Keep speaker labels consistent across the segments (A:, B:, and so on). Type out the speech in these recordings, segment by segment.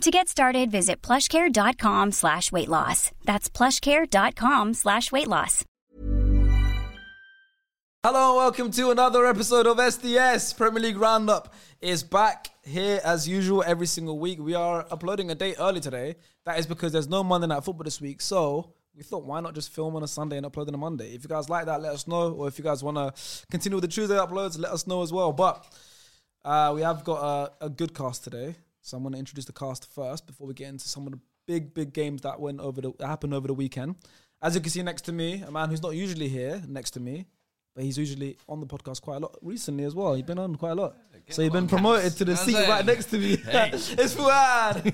A: To get started, visit plushcare.com slash weight loss. That's plushcare.com slash weight loss.
B: Hello and welcome to another episode of SDS Premier League Roundup. Is back here as usual every single week. We are uploading a day early today. That is because there's no Monday night football this week, so we thought why not just film on a Sunday and upload on a Monday. If you guys like that, let us know. Or if you guys want to continue with the Tuesday uploads, let us know as well. But uh, we have got a, a good cast today. So I'm going to introduce the cast first before we get into some of the big, big games that went over the that happened over the weekend. As you can see next to me, a man who's not usually here next to me, but he's usually on the podcast quite a lot recently as well. You've been on quite a lot, so you've been promoted to the
C: How's
B: seat
C: it?
B: right next to me.
C: Hey.
B: it's Fuad.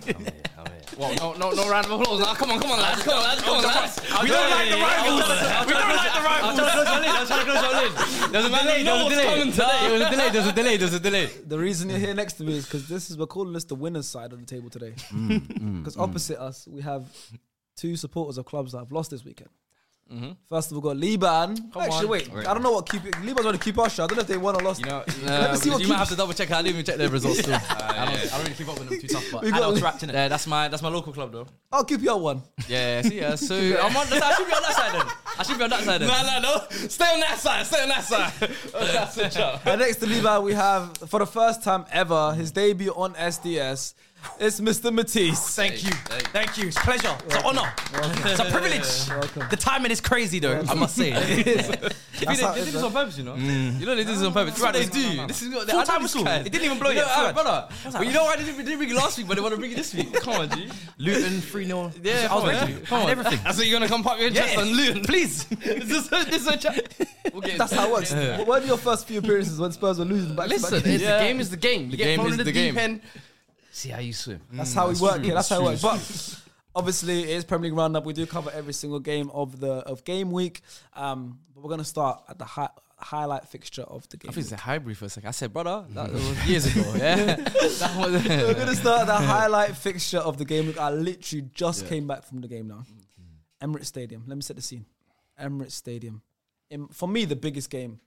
C: Well, no, no, no round of applause. Ah, come on, come on, lads, come on, lads, come on, lads. We don't like the rivals. We don't like the rivals. There's a delay. There's a delay. There was a delay. There's a delay. There's a delay.
B: the reason you're here next to me is because this is we're calling this the winners' side of the table today. Because
C: Mm,
B: opposite us we have two supporters of clubs that have lost this weekend. First of all, we've got Liban. Actually,
C: Mm-hmm. on.
B: wait, I don't know what keep Liban's on the keep us. I don't know if they won or lost.
C: You know,
B: me see
C: uh,
B: what
C: you might
B: keeps-
C: have to double check. I didn't even check their results. Still, I, don't, I don't really keep up with them too tough. But
B: We got-
C: adults wrapped in it. Yeah, that's my that's my local club though.
B: I'll keep you up one.
C: Yeah, yeah, see, yeah. So I'm on. I should be on that side then. I should be on that side then. No, no, no. Stay on that side. Stay on that side. That's a job.
B: And next to Levi, we have, for the first time ever, his debut on SDS. It's Mr. Matisse.
D: Thank you. Thank you. It's a pleasure. It's an honor. It's a privilege.
B: Welcome.
D: The timing is crazy though, I must say.
C: They,
B: how it
C: they
B: is,
C: did this
B: man.
C: on purpose, you know. You know they did this on purpose. Right, they do. This is what they
D: Full
C: I know
D: time
C: this
D: whistle.
C: guy.
D: It didn't even blow
C: You
D: yet.
C: know,
D: Full
C: uh,
D: time.
C: brother. But you know why they didn't, they didn't bring it last week, but they want to bring it this week. Come on, G.
D: Luton 3 0.
C: Yeah,
D: I
C: come
D: was
C: on,
D: ready.
C: G. Come on.
D: everything.
C: So you're gonna come pop your chest
D: Yeah.
C: on Luton?
D: Please.
C: Is this a, this a cha- we'll get
B: That's
C: into
B: how it works.
C: Yeah.
B: What were your first few appearances when Spurs were losing back
E: Listen,
B: to back?
E: it's
C: Yeah.
E: the game is the game. You
C: The
E: get
C: game
E: thrown
C: is
E: in the,
C: the
E: deep
C: game.
E: end. See how you swim.
B: That's how we work here. That's how it works. But obviously, it's Premier League roundup. We do cover every single game of the of game week. Um, but we're gonna start at the hi- highlight fixture of the game.
C: I think it's a hybrid for a second. I said, brother, that was years ago. Yeah, that was.
B: we're gonna start the highlight fixture of the game. Look, I literally just came back from the game now.
C: Mm.
B: Emirates Stadium. Let me set the scene. Emirates Stadium. In, for me, the biggest game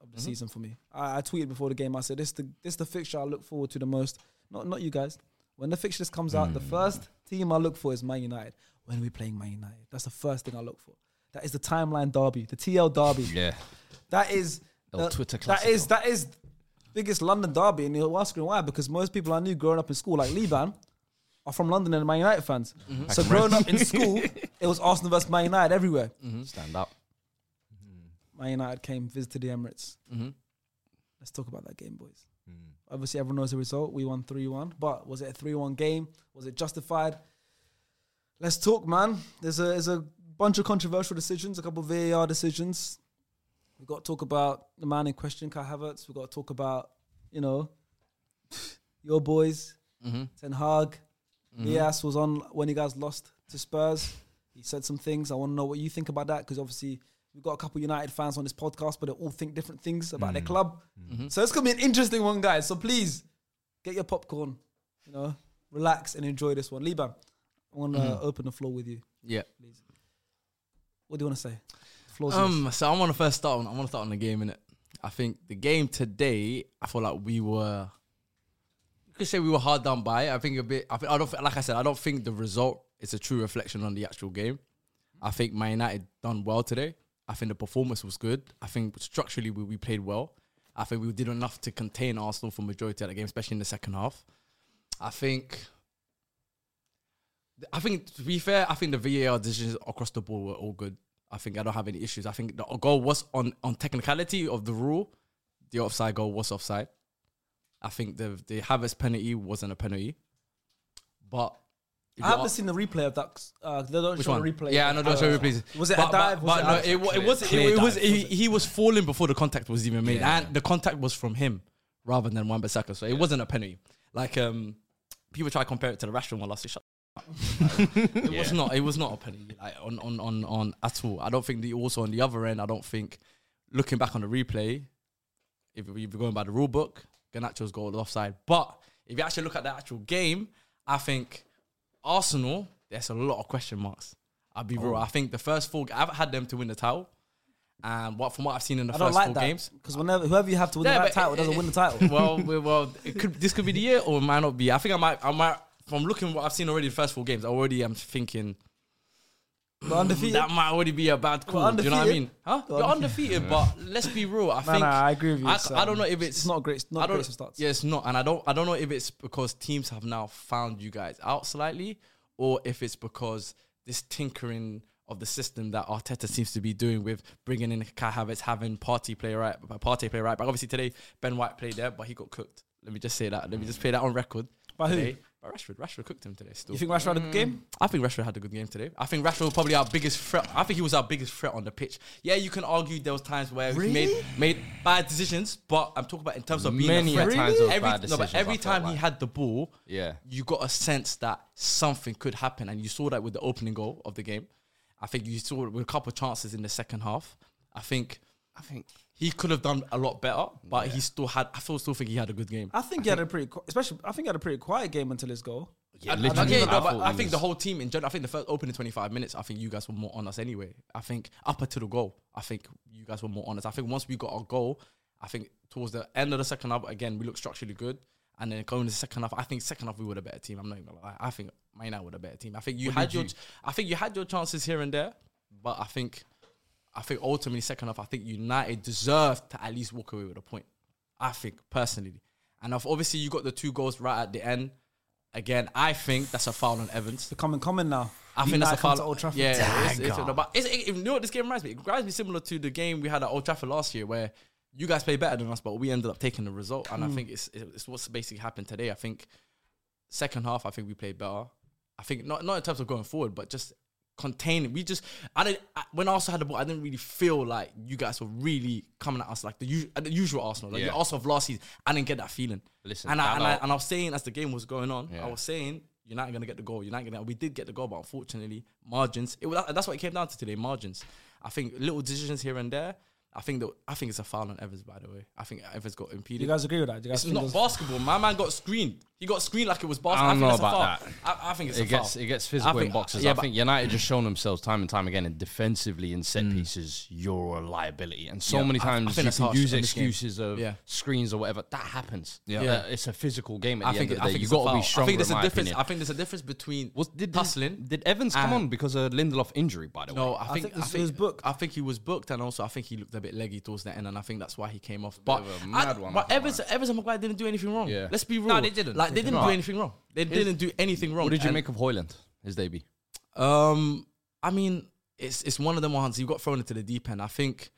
B: of
E: Mm-hmm.
B: the season. For me, I, I tweeted before the game. I said, "This the this the fixture I look forward to the most. Not not you guys. When the fixture list comes out,
E: Mm.
B: the first team I look for is Man United. When we playing Man United, that's the first thing I look for. That is the timeline derby, the TL derby.
E: Yeah.
B: That is
E: Little
B: uh,
E: Twitter
B: That is
E: classical.
B: that is biggest London derby, and you're asking why? Because most people I knew growing up in school, like Liban, are from London and Man United fans.
E: Mm-hmm.
B: So growing up in school, it was Arsenal versus Man United everywhere.
C: Hmm?
E: Stand up.
B: Man United came visited the Emirates. Let's talk about that game, boys. Obviously, everyone knows the result. We won three one, but was it a three one game? Was it justified? Let's talk, man. There's a there's a bunch of controversial decisions, a couple of VAR decisions. We've got to talk about the man in question, Kai Havertz. We've got to talk about, you know, your boys, Ten Hag.
C: Mm-hmm.
B: Diaz was on when you guys lost to Spurs. He said some things. I want to know what you think about that because obviously we've got a couple United fans on this podcast, but they all think different things about
C: Mm.
B: their club.
C: Mm-hmm.
B: So it's gonna be an interesting one, guys. So please get your popcorn, you know, relax and enjoy this one. Liban, I want to
C: Mm-hmm.
B: open the floor with you.
C: Yeah.
B: What do you want to say? The floor's yours.
C: Um, so I want to first start on. I want to start on the game innit? I think the game today. I feel like we were. You could say we were hard done by. it. I think a bit. I, think, I don't thi- like I said. I don't think the result is a true reflection on the actual game. I think Man United done well today. I think the performance was good. I think structurally we, we played well. I think we did enough to contain Arsenal for majority of the game, especially in the second half. I think. I think to be fair, I think the VAR decisions across the board were all good. I think I don't have any issues. I think the goal was on on technicality of the rule. The offside goal was offside. I think the the Havertz penalty wasn't a penalty, but
B: I haven't seen the replay of that. Uh, they don't
C: which
B: show
C: one?
B: the replay. Uh,
C: Yeah, no, don't show replays.
B: Was it
C: But-
B: a dive?
C: But, but
B: was it
C: no, it, wa- it
E: clear-
C: was. It,
E: clear
C: it was.
E: dive,
C: He, he was falling before the contact was even made,
E: Yeah.
C: and the contact was from him rather than Wan-Bissaka, so it wasn't a penalty. Like um, people try to compare it to the Rashford one last year. Shut it was not. It was not a penalty. Like on on on on at all. I don't think the also on the other end. I don't think looking back on the replay, if you're going by the rule book, Ganacho's goal was offside. But if you actually look at the actual game, I think Arsenal. There's a lot of question marks. I'll be
B: Oh.
C: real. I think the first four. I've had them to win the title, and what from what I've seen in the
B: I don't
C: first
B: like
C: four
B: that
C: games,
B: because whenever whoever you have to win
C: Yeah,
B: that
C: but
B: title
C: it-
B: doesn't
C: it-
B: win the title.
C: well, we- well, it could, this could be the year, or it might not be. I think I might, I might. From looking what I've seen already, the first four games, I already am thinking
B: But undefeated.
C: that might already be a bad call. Do you know what I
B: undefeated.
C: mean? Huh?
B: We're
C: You're undefeated, but let's be real. I
B: Nah,
C: think
B: nah, I agree with you.
C: I,
B: It's,
C: I don't
B: um,
C: know if it's,
B: it's not great. It's
C: I
B: not
C: don't-
B: great of stats.
C: Yeah, it's not, and I don't. I don't know if it's because teams have now found you guys out slightly, or if it's because this tinkering of the system that Arteta seems to be doing with bringing in Kai Havertz, having Party play right, Party play right. But obviously today Ben White played there, but he got cooked. Let me just say that. Let me just play that on record.
B: By who?
C: today. By Rashford. Rashford cooked him today. Still,
B: You think Rashford had a good game?
C: I think Rashford had a good game today. I think Rashford was probably our biggest threat. I think he was our biggest threat on the pitch. Yeah, you can argue there was times where he made made bad decisions, but I'm talking about in terms of being
E: Many
C: a threat.
E: times those
C: no,
E: bad
C: but
E: decisions, I
C: every
E: felt
C: time he
E: like.
C: had the ball,
E: Yeah.
C: you got a sense that something could happen, and you saw that with the opening goal of the game. I think you saw it with a couple of chances in the second half. I think
E: I think
C: he could have done a lot better, but he still had. I still still think he had a good game.
B: I think he had a pretty, qu- especially. I think he had a pretty quiet game until his goal.
E: yeah,
C: I- I-
E: literally.
C: yeah, no, but
E: thought
C: I
E: he
C: think
E: was-
C: the whole team in general. I think the first opening 25 minutes, I think you guys were more on us anyway. I think up until the goal, I think you guys were more on us. I think once we got our goal, I think towards the end of the second half, again we looked structurally good, and then going to the second half, I think second half we were the better team. I'm not even gonna lie. I think Man United were the better team. I think you had your, I think you had your chances here and there, but I think, I think ultimately second half, I think United deserved to at least walk away with a point. I think personally. And I've- obviously, you got the two goals right at the end. Again, I think that's a foul on Evans.
B: Becoming common now.
C: I think that's
B: United
C: a
B: come
C: foul.
B: to Old Trafford.
C: Yeah, it's- it's-
E: Dagger.
C: but it's- it- you know what this game reminds me? It reminds me similar to the game we had at Old Trafford last year, where you guys played better than us, but we ended up taking the result. And I
B: Hmm.
C: think it's it's what's basically happened today. I think second half, I think we played better. I think not not in terms of going forward, but just containing. We just I didn't I, when Arsenal had the ball, I didn't really feel like you guys were really coming at us like the, usu- the usual Arsenal, like
E: Yeah.
C: the Arsenal of last season. I didn't get that feeling.
E: Listen,
C: and I,
E: I'm
C: and I
E: out.
C: and I was saying as the game was going on,
E: Yeah.
C: I was saying you're not gonna get the goal. You're not gonna. We did get the goal, but unfortunately, margins. It was, that's what it came down to today. Margins. I think little decisions here and there. I think that I think it's a foul on Evans. By the way, I think Evans got impeded.
B: You guys agree with that? You guys
C: It's
B: think
C: not
B: there's-
C: basketball. My man got screened. He got screened like it was basketball.
E: I don't know
C: think
E: about
C: that's a foul. I, I think it's a
E: it gets
C: foul.
E: it gets
C: I
E: physical
C: think-
E: in boxes.
C: yeah,
E: I
C: but-
E: think United just shown themselves time and time again, and defensively in set pieces, you're a liability. And so
C: Hmm. Yeah,
E: many
C: I- I think
E: times you
C: that's
E: can
C: harsh
E: use
C: in this game.
E: excuses of
C: Yeah.
E: screens or whatever. That happens. Yeah,
C: Yeah.
E: it's a physical game. At
C: I
E: the
C: think it-
E: end of the
C: I
E: day.
C: think
E: you
C: it's a
E: got to
C: foul.
E: be stronger.
C: I think there's
E: in
C: a
E: my
C: difference.
E: opinion.
C: I think there's a difference between
E: Was, did
C: hustling.
E: Did Evans come
C: and-
E: on because of Lindelof injury? By the way,
C: No, I think,
B: think he was booked.
C: I think he was booked, and also I think he looked a bit leggy towards the end, and I think that's why he came off. But,
E: of a
C: I-
E: mad one,
C: but
E: I can't
C: Evans, Evans and Maguire didn't do anything wrong.
E: Yeah.
C: Let's be real.
E: they didn't.
C: Like they,
E: They
C: didn't
E: didn't.
C: do anything wrong. They didn't do anything wrong.
E: what did you
C: And,
E: make of Hoyland? His debut.
C: Um, I mean, it's it's one of them ones you got thrown into the deep end. I think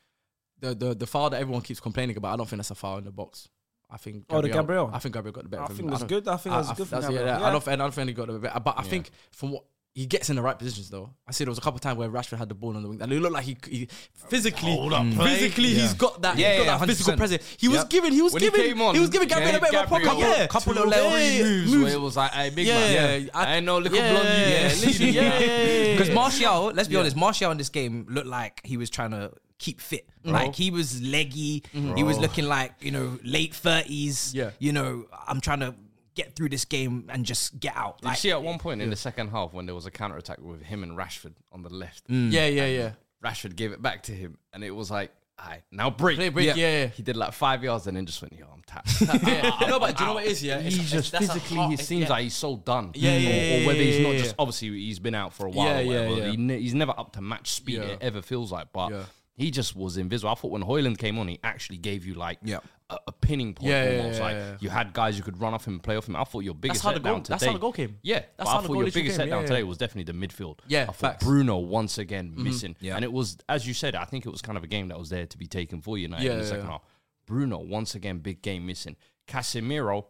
C: the the the foul that everyone keeps complaining about. I don't think that's a foul in the box. I think
B: Oh, the Gabriel?
C: I think Gabriel got the better.
B: I
C: of him.
B: think it was
C: don't-
B: good. I think it was good for
C: that's-
B: Gabriel.
C: Yeah, I
B: Yeah.
C: don't think I don't think he got the better. But I think from what he gets in the right positions though. I see there was a couple of times where Rashford had the ball on the wing, and it looked like he, he physically, physically he's got that,
E: Yeah,
C: he's got
E: yeah,
C: that physical
E: 100%.
C: presence. He was
E: Yep.
C: giving, he was
E: When he
C: giving, he,
E: came on,
C: was giving
E: yeah,
C: Gabriel a bit of a
E: Gabriel-
C: proper, yeah,
E: couple
C: two
E: of little
C: yeah,
E: moves where it was like, "Hey, big man,
C: yeah,
E: I ain't no little
C: yeah,
E: blonde you."
C: yeah, literally, yeah, yeah, yeah, yeah.
D: Because Martial, let's be honest, Martial in this game looked like he was trying to keep fit.
C: Mm-hmm.
D: Like he was leggy. He was looking like you know late thirties.
C: Oh. Yeah.
D: You know, I'm trying to get through this game and just get out.
E: You
D: Like,
E: see, at one point in the second half, when there was a counter attack with him and Rashford on the left,
C: yeah, yeah, yeah.
E: Rashford gave it back to him, and it was like, "I now break,
C: Play break, yeah, yeah.
E: He did like five yards, and then just went, "Yo, I'm tapped."
C: Yeah. No, but do you know what it is? Yeah,
E: He's
C: It's-
E: just
C: that's a
E: physically,
C: hard-
E: he
C: it's-
E: seems
C: yeah.
E: like he's so done.
C: Yeah, yeah,
E: or,
C: yeah,
E: or whether
C: yeah,
E: he's not
C: yeah,
E: just
C: yeah.
E: obviously he's been out for a while.
C: Yeah,
E: or
C: yeah,
E: whatever.
C: yeah.
E: He ne- he's never up to match speed.
C: Yeah.
E: It ever feels like, but
C: Yeah.
E: he just was invisible. I thought when Hoyland came on, he actually gave you like
D: Yeah.
E: a, a pinning point.
C: Yeah, yeah,
E: almost.
C: yeah,
E: like
C: yeah.
E: you had guys you could run off him and play off him. I thought your biggest
C: how the goal-
E: setdown today.
C: that's how the goal came.
E: Yeah,
C: That's
E: but
C: how
E: I
C: the
E: thought
C: goal
E: your
C: literally
E: biggest
C: came. Yeah,
E: setdown
C: yeah,
E: today
C: yeah.
E: was definitely the midfield.
C: Yeah,
E: I thought
C: facts.
E: Bruno once again
C: Mm-hmm.
E: missing,
D: Yeah.
E: and it was as you said. I think it was kind of a game that was there to be taken for United
C: Yeah,
E: in the
C: yeah,
E: second
C: yeah.
E: half. Bruno once again big game missing. Casemiro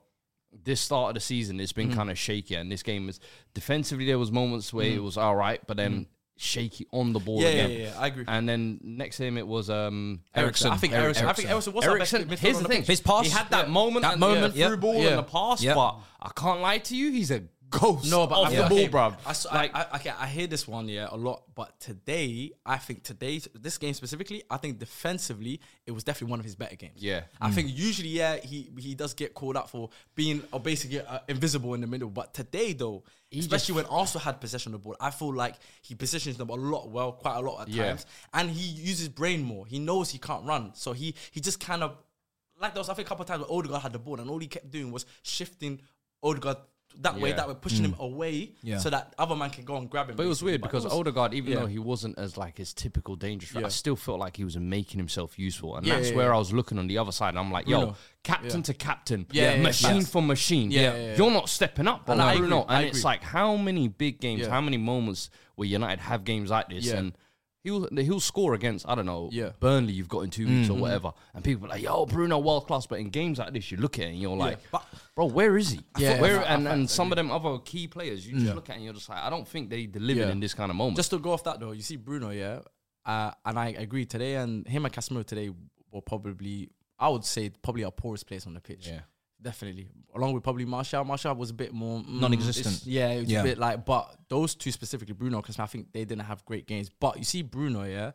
E: this start of the season, it's
C: Mm-hmm.
E: been kind of shaky, and this game is defensively. There was moments where it was all right, but then shaky on the ball
C: Mm. Yeah, yeah,
E: again.
C: yeah, yeah, I agree.
E: And then next game it was um,
C: Eriksen.
E: Ericsson.
C: I think Eriksen- I think Eriksen was our best midfielder
E: Here's
C: on
E: the
C: the
E: thing:
C: pitch.
D: His pass,
E: He had that
C: yeah.
E: moment,
D: That
E: and
D: moment,
E: yeah,
D: yeah.
E: through ball
C: Yeah.
E: in the pass,
D: Yeah.
E: but I can't lie to you, he's a
D: ghost.
C: No, but
D: off
C: I
D: the
C: feel-
D: ball,
C: okay,
D: bruv.
C: I, saw- I- I- okay, I hear this one yeah a lot, but today I think today this game specifically, I think defensively it was definitely one of his better games.
E: Yeah.
C: I think
D: Mm.
C: usually yeah he he does get called out for being uh, basically uh, invisible in the middle, but today though, especially when Arsenal had possession of the ball, I feel like he positions them a lot well, quite a lot at
E: Yeah.
C: times, and he uses brain more. He knows he can't run, so he he just kind of like there was I think a couple of times where Odegaard had the ball and all he kept doing was shifting Odegaard that way
E: Yeah. Hmm.
C: that way pushing him away
D: Yeah.
C: so that other man can go and grab him.
E: But it was weird because
C: it was-
E: Odegaard, even
C: yeah.
E: though he wasn't as like his typical dangerous, threat, I
C: Yeah.
E: still felt like he was making himself useful, and
C: Yeah,
E: that's
C: yeah,
E: where
C: yeah.
E: I was looking on the other side. And I'm like, yo,
C: Bruno.
E: captain
C: Yeah.
E: to captain,
C: Yeah, yeah,
E: machine
C: facts.
E: for machine,
C: Yeah, yeah, yeah.
E: you're not stepping up, but
C: And I
E: like,
C: agree,
E: Bruno.
C: I
E: And it's
C: agree.
E: like, how many big games,
C: Yeah.
E: how many moments where United have games like this,
C: Yeah.
E: and. He'll, he'll score against I don't know
C: Yeah. Mm-hmm.
E: Burnley you've got in two weeks or whatever and people are like yo Bruno world class but in games like this you look at it and you're like
C: But-
E: bro where is he
C: Yeah.
E: where and, and some of them other key players you just look at and you're just like I don't think they delivered
C: Yeah.
E: in this kind of moment
C: Just to go off that though, you see Bruno, yeah, uh, and I agree today, and him and Casemiro today were probably, I would say, probably our poorest players on the pitch.
E: Yeah.
C: definitely. Along with probably Martial, Martial was a bit more mm,
D: Non-existent.
C: it's- Yeah, it was
D: Yeah.
C: a bit like, but those two specifically, Bruno, because I think they didn't have great games. But you see Bruno, yeah,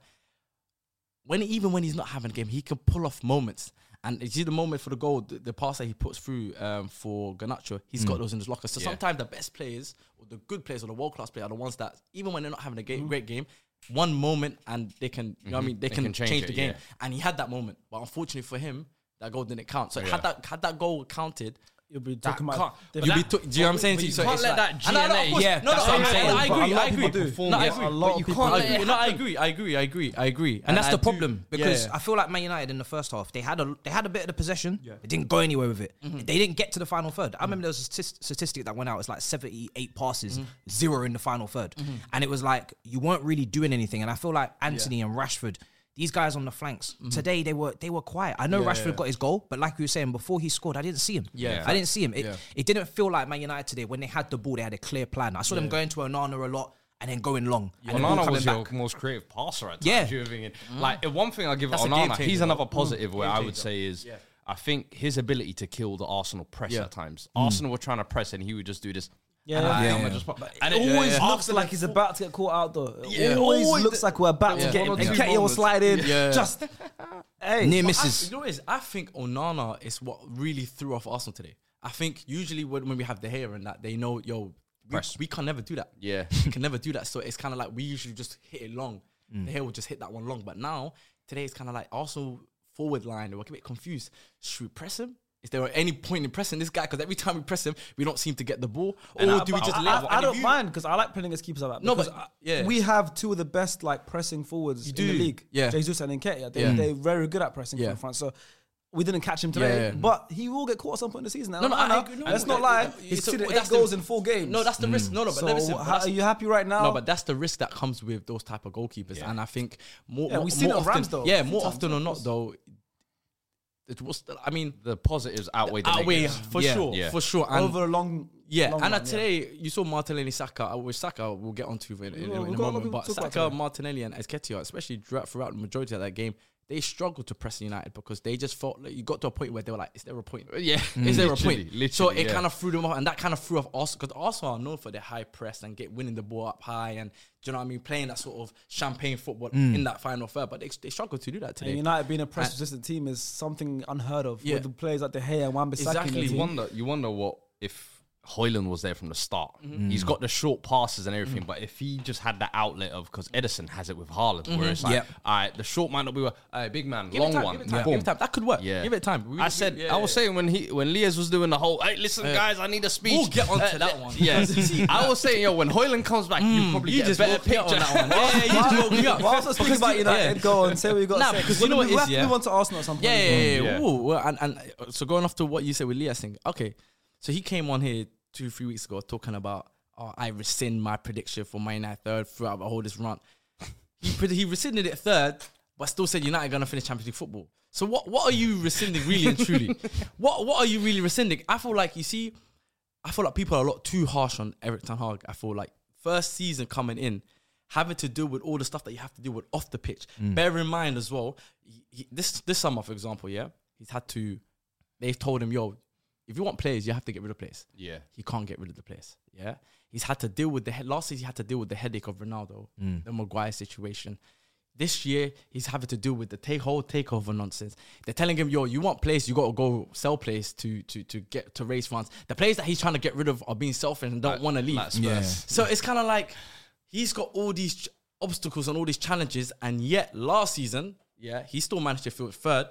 C: when even when he's not having a game, he can pull off moments. And you see the moment for the goal, the, the pass that he puts through um, for Ganacho, he's got those in his locker. So sometimes the best players, or the good players, or the world class players are the ones that, even when they're not having a game, great game, one moment and they can, you know what I mean, Mm. Mm-hmm. they, can, change,
E: it,
C: the game.
E: yeah.
C: And he had that moment, but unfortunately for him, that goal didn't count. So had that had that goal counted,
B: You'll be
C: that
B: talking about.
C: can't-
B: different-
C: you be to- do you know what I'm saying?
E: But
C: to
E: you
C: so
E: can't
C: it's
E: let
C: like-
E: that
C: And I- and I- of
E: GNA
C: course-
D: Yeah,
C: no, no,
D: that's
C: no,
D: what I'm
C: I-
D: saying.
C: I
D: But a
C: agree.
D: lot
C: I
D: of
C: agree.
D: people do.
C: No, I
B: Yeah,
C: agree.
B: a lot
C: But
B: of
C: you
B: people
C: can't
B: do.
C: let it- No, I agree. I agree. I agree. I agree.
D: and, that's
C: I
D: the
C: do-
D: problem
C: Yeah,
D: because
C: yeah.
D: I feel like Man United in the first half they had a they had a bit of the possession, they didn't go anywhere with it. They didn't get to the final third. I remember there was a statist- statistic that went out. It's like seventy eight passes, zero in the final 3rd and it was like you weren't really doing anything. And I feel like Anthony and Rashford. These guys on the flanks today they were they were quiet. I know Rashford got his goal, but like you were saying before he scored, I didn't see him.
C: Yeah.
D: I didn't see him. It,
C: Yeah.
D: it didn't feel like Man United today when they had the ball, they had a clear plan. I saw them going to Onana a lot and then going long. And then
E: Onana
D: coming
E: was your
D: back.
E: most creative passer at times.
D: Yeah.
E: you were thinking. Like uh, one thing I'll give
C: That's a game
E: Onana,
C: changer,
E: he's
C: though.
E: another positive where
C: Game
E: I would
C: changer.
E: say is I think his ability to kill the Arsenal press
C: Yeah.
E: at times. Arsenal were trying to press and he would just do this.
B: Yeah,
E: and
B: yeah.
E: I-
B: Yeah,
E: I'm
D: yeah.
E: just-
B: And
E: and
B: it
E: it-
B: always
E: after
B: looks
E: the-
B: like he's about to get caught out though. It
E: Yeah.
B: always,
C: Oh,
E: Always
B: looks like we're about to
E: Yeah.
B: get him.
E: One or
B: And
E: two
B: Ketty will
E: moments.
B: slide in.
C: Yeah.
B: Just hey,
D: near
C: I,
D: misses.
C: you know what it is? I think Onana is what really threw off Arsenal today. I think usually when, when we have the hair and that, they know, yo, we,
E: Press.
C: we can never do that.
E: Yeah.
C: we can never do that. So it's kind of like we usually just hit it long.
B: Mm.
C: The hair will just hit that one long. But now, today it's kind of like Arsenal forward line. They were a bit confused. Should we press him? Is there any point in pressing this guy? Because every time we press him, we don't seem to get the ball. Or
E: And I-
C: do we just
B: I,
C: let
B: I-
C: and
B: I
C: if
B: don't
C: you-
B: mind because I like playing against keepers like that.
C: No,
B: because
C: but-
B: I-
C: yeah.
B: we have two of the best like pressing forwards in
C: do,
B: the league.
C: yeah.
B: Jesus and Nketiah. They,
C: Yeah.
B: They're very good at pressing
C: Yeah.
B: from front. So we didn't catch him
C: Yeah,
B: today,
C: yeah.
B: but he will get caught at some point in the season.
C: No, no, I
B: Onana,
C: agree. No,
B: let's
C: no,
B: not
C: no,
B: lie.
C: no, no.
B: He's
C: So
B: conceded
C: that's
B: eight
C: the-
B: goals in four games. Mm.
C: No, that's the risk. No, no, but
B: so
C: listen, but
B: how-
C: that's-
B: are you happy right now?
C: No, but that's the risk that comes with those type of goalkeepers, and I think more.
B: Yeah,
C: more,
B: we've seen
C: more
B: it on
C: often,
B: Rams, though.
C: Yeah,
B: A few
C: more
B: times,
C: often
B: yeah,
C: or
B: of
C: not
B: course.
C: though. It was. I mean,
E: the positives outweigh the
C: outweigh
E: negatives.
C: for
D: Yeah.
C: sure,
E: Yeah.
C: for sure. And
B: over a long.
C: yeah,
B: long
C: and uh,
B: run,
C: today you saw Martinelli, Saka. uh, With Saka, we'll get onto in, in, in,
B: We've got-
C: in
B: we've
C: a
B: got a lot
C: moment.
B: of people
C: But
B: to talk about
C: Saka,
B: today.
C: Martinelli, and Esketia, especially throughout, throughout the majority of that game, they struggled to press United because they just felt like you got to a point where they were like, "Is there a point?
E: Yeah.
C: Is there a
E: Literally,
C: point?" so
E: literally,
C: it
E: yeah.
C: kind of threw them off, and that kind of threw off Arsenal because Arsenal are known for their high press and get winning the ball up high, and do you know what I mean, playing that sort of champagne football
E: Mm.
C: in that final third. But they, they struggled to do that today.
B: And United being a press resistant team is something unheard of
C: Yeah.
B: with the players like De Gea and Wan-Bissaka. in the
C: Exactly.
E: you
B: team.
E: wonder you wonder what if Hoyland was there from the start.
C: Mm-hmm.
E: He's got the short passes and
C: Mm.
E: everything, but if he just had that outlet of because Edison has it with Haaland, where it's like,
D: Yep.
E: all right, the short man will be a all right, big man,
C: Mm-hmm. Give it
E: long
C: time,
E: one,
C: give it time,
E: boom.
C: give it time. That could work.
E: Yeah,
C: Give it time. We-
E: I
C: we-
E: said
C: yeah,
E: I was
C: yeah.
E: saying when he when Lias was doing the whole, hey, listen, guys, I need a speech.
C: We'll get onto
E: Uh,
C: that one. Mm.
E: Yeah, I was saying, yo, when Hoyland comes back, you probably get a better
C: woke me
E: picture
C: up on that one. Yeah, yeah, you just woke me up.
B: Whilst I speak
C: Because
B: about
C: you-
B: United,
C: yeah.
B: go on, say what you got
C: Nah,
B: to say.
C: because you know what it
B: we
C: is,
B: have to
C: yeah.
B: move on to Arsenal at some point.
C: Yeah, yeah, yeah. yeah.
E: Yeah.
C: Ooh, well, and, and uh, so going off to what you said with Leah thing, okay. So he came on here two, three weeks ago talking about, oh, I rescind my prediction for my United third throughout the whole this run. He pred- he rescinded it third, but still said United gonna finish Champions League football. So what what are you rescinding really and truly? what what are you really rescinding? I feel like you see, I feel like people are a lot too harsh on Eric Ten Hag. I feel like first season coming in, having to deal with all the stuff that you have to deal with off the pitch. Bear in mind as well, he- he- this this summer, for example, yeah, he's had to. They've told him, "Yo, if you want players, you have to get rid of players.
E: Yeah.
C: He can't get rid of the players. Yeah. He's had to deal with the he- last season he had to deal with the headache of Ronaldo,
E: Mm.
C: the Maguire situation. This year he's having to deal with the take whole takeover nonsense. They're telling him, yo, you want players, you gotta go sell players to to to get to raise funds. The players that he's trying to get rid of are being selfish and don't want to leave.
E: like Spurs.
C: So it's kind of like he's got all these ch- obstacles and all these challenges, and yet last season, yeah, he still managed to feel third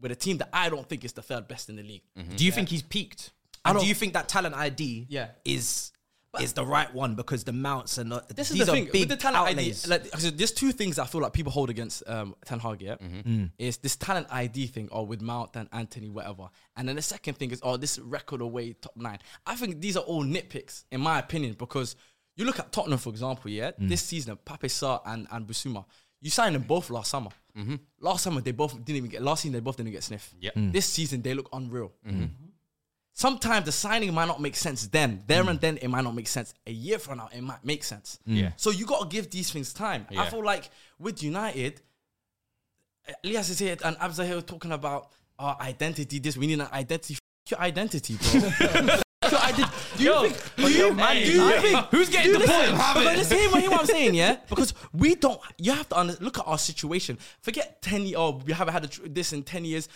C: with a team that I don't think is the third best in the league.
D: Do you think he's peaked? And do
C: don't-
D: you think that talent ID
C: Yeah.
D: is is the right one because the mounts and the,
C: This
D: these
C: is the
D: are
C: thing
D: big
C: with the talent
D: outlays.
C: ID. Like, 'cause there's two things I feel like people hold against um, Ten Hag. Yeah,
D: Mm-hmm. Mm.
C: is this talent ID thing, or with Mount and Anthony, whatever. And then the second thing is, oh, this record away top nine. I think these are all nitpicks, in my opinion, because you look at Tottenham, for example. Yeah,
D: Mm.
C: this season, Pape Sarr and and Busuma, you signed them both last summer.
D: Mm-hmm.
C: Last summer they both didn't even get. Last season they both didn't get sniffed.
E: Yep.
C: This season they look unreal sometimes the signing might not make sense then. There and then it might not make sense. A year from now, it might make sense.
E: Mm. Yeah.
C: So you gotta give these things time. I
E: Yeah.
C: feel like with United, Elias is here and Abza here talking about our identity, this we need an identity. F- your identity, bro. Your ident- do you think, do you,
E: Man
C: do you
E: United.
C: think-
E: Who's getting
C: do you
E: the
C: listen,
E: point? Have
C: But
E: it.
C: listen, hear what, hear what I'm saying, yeah? Because we don't, you have to under, look at our situation. Forget 10 years, oh, we haven't had a, tr- this in 10 years.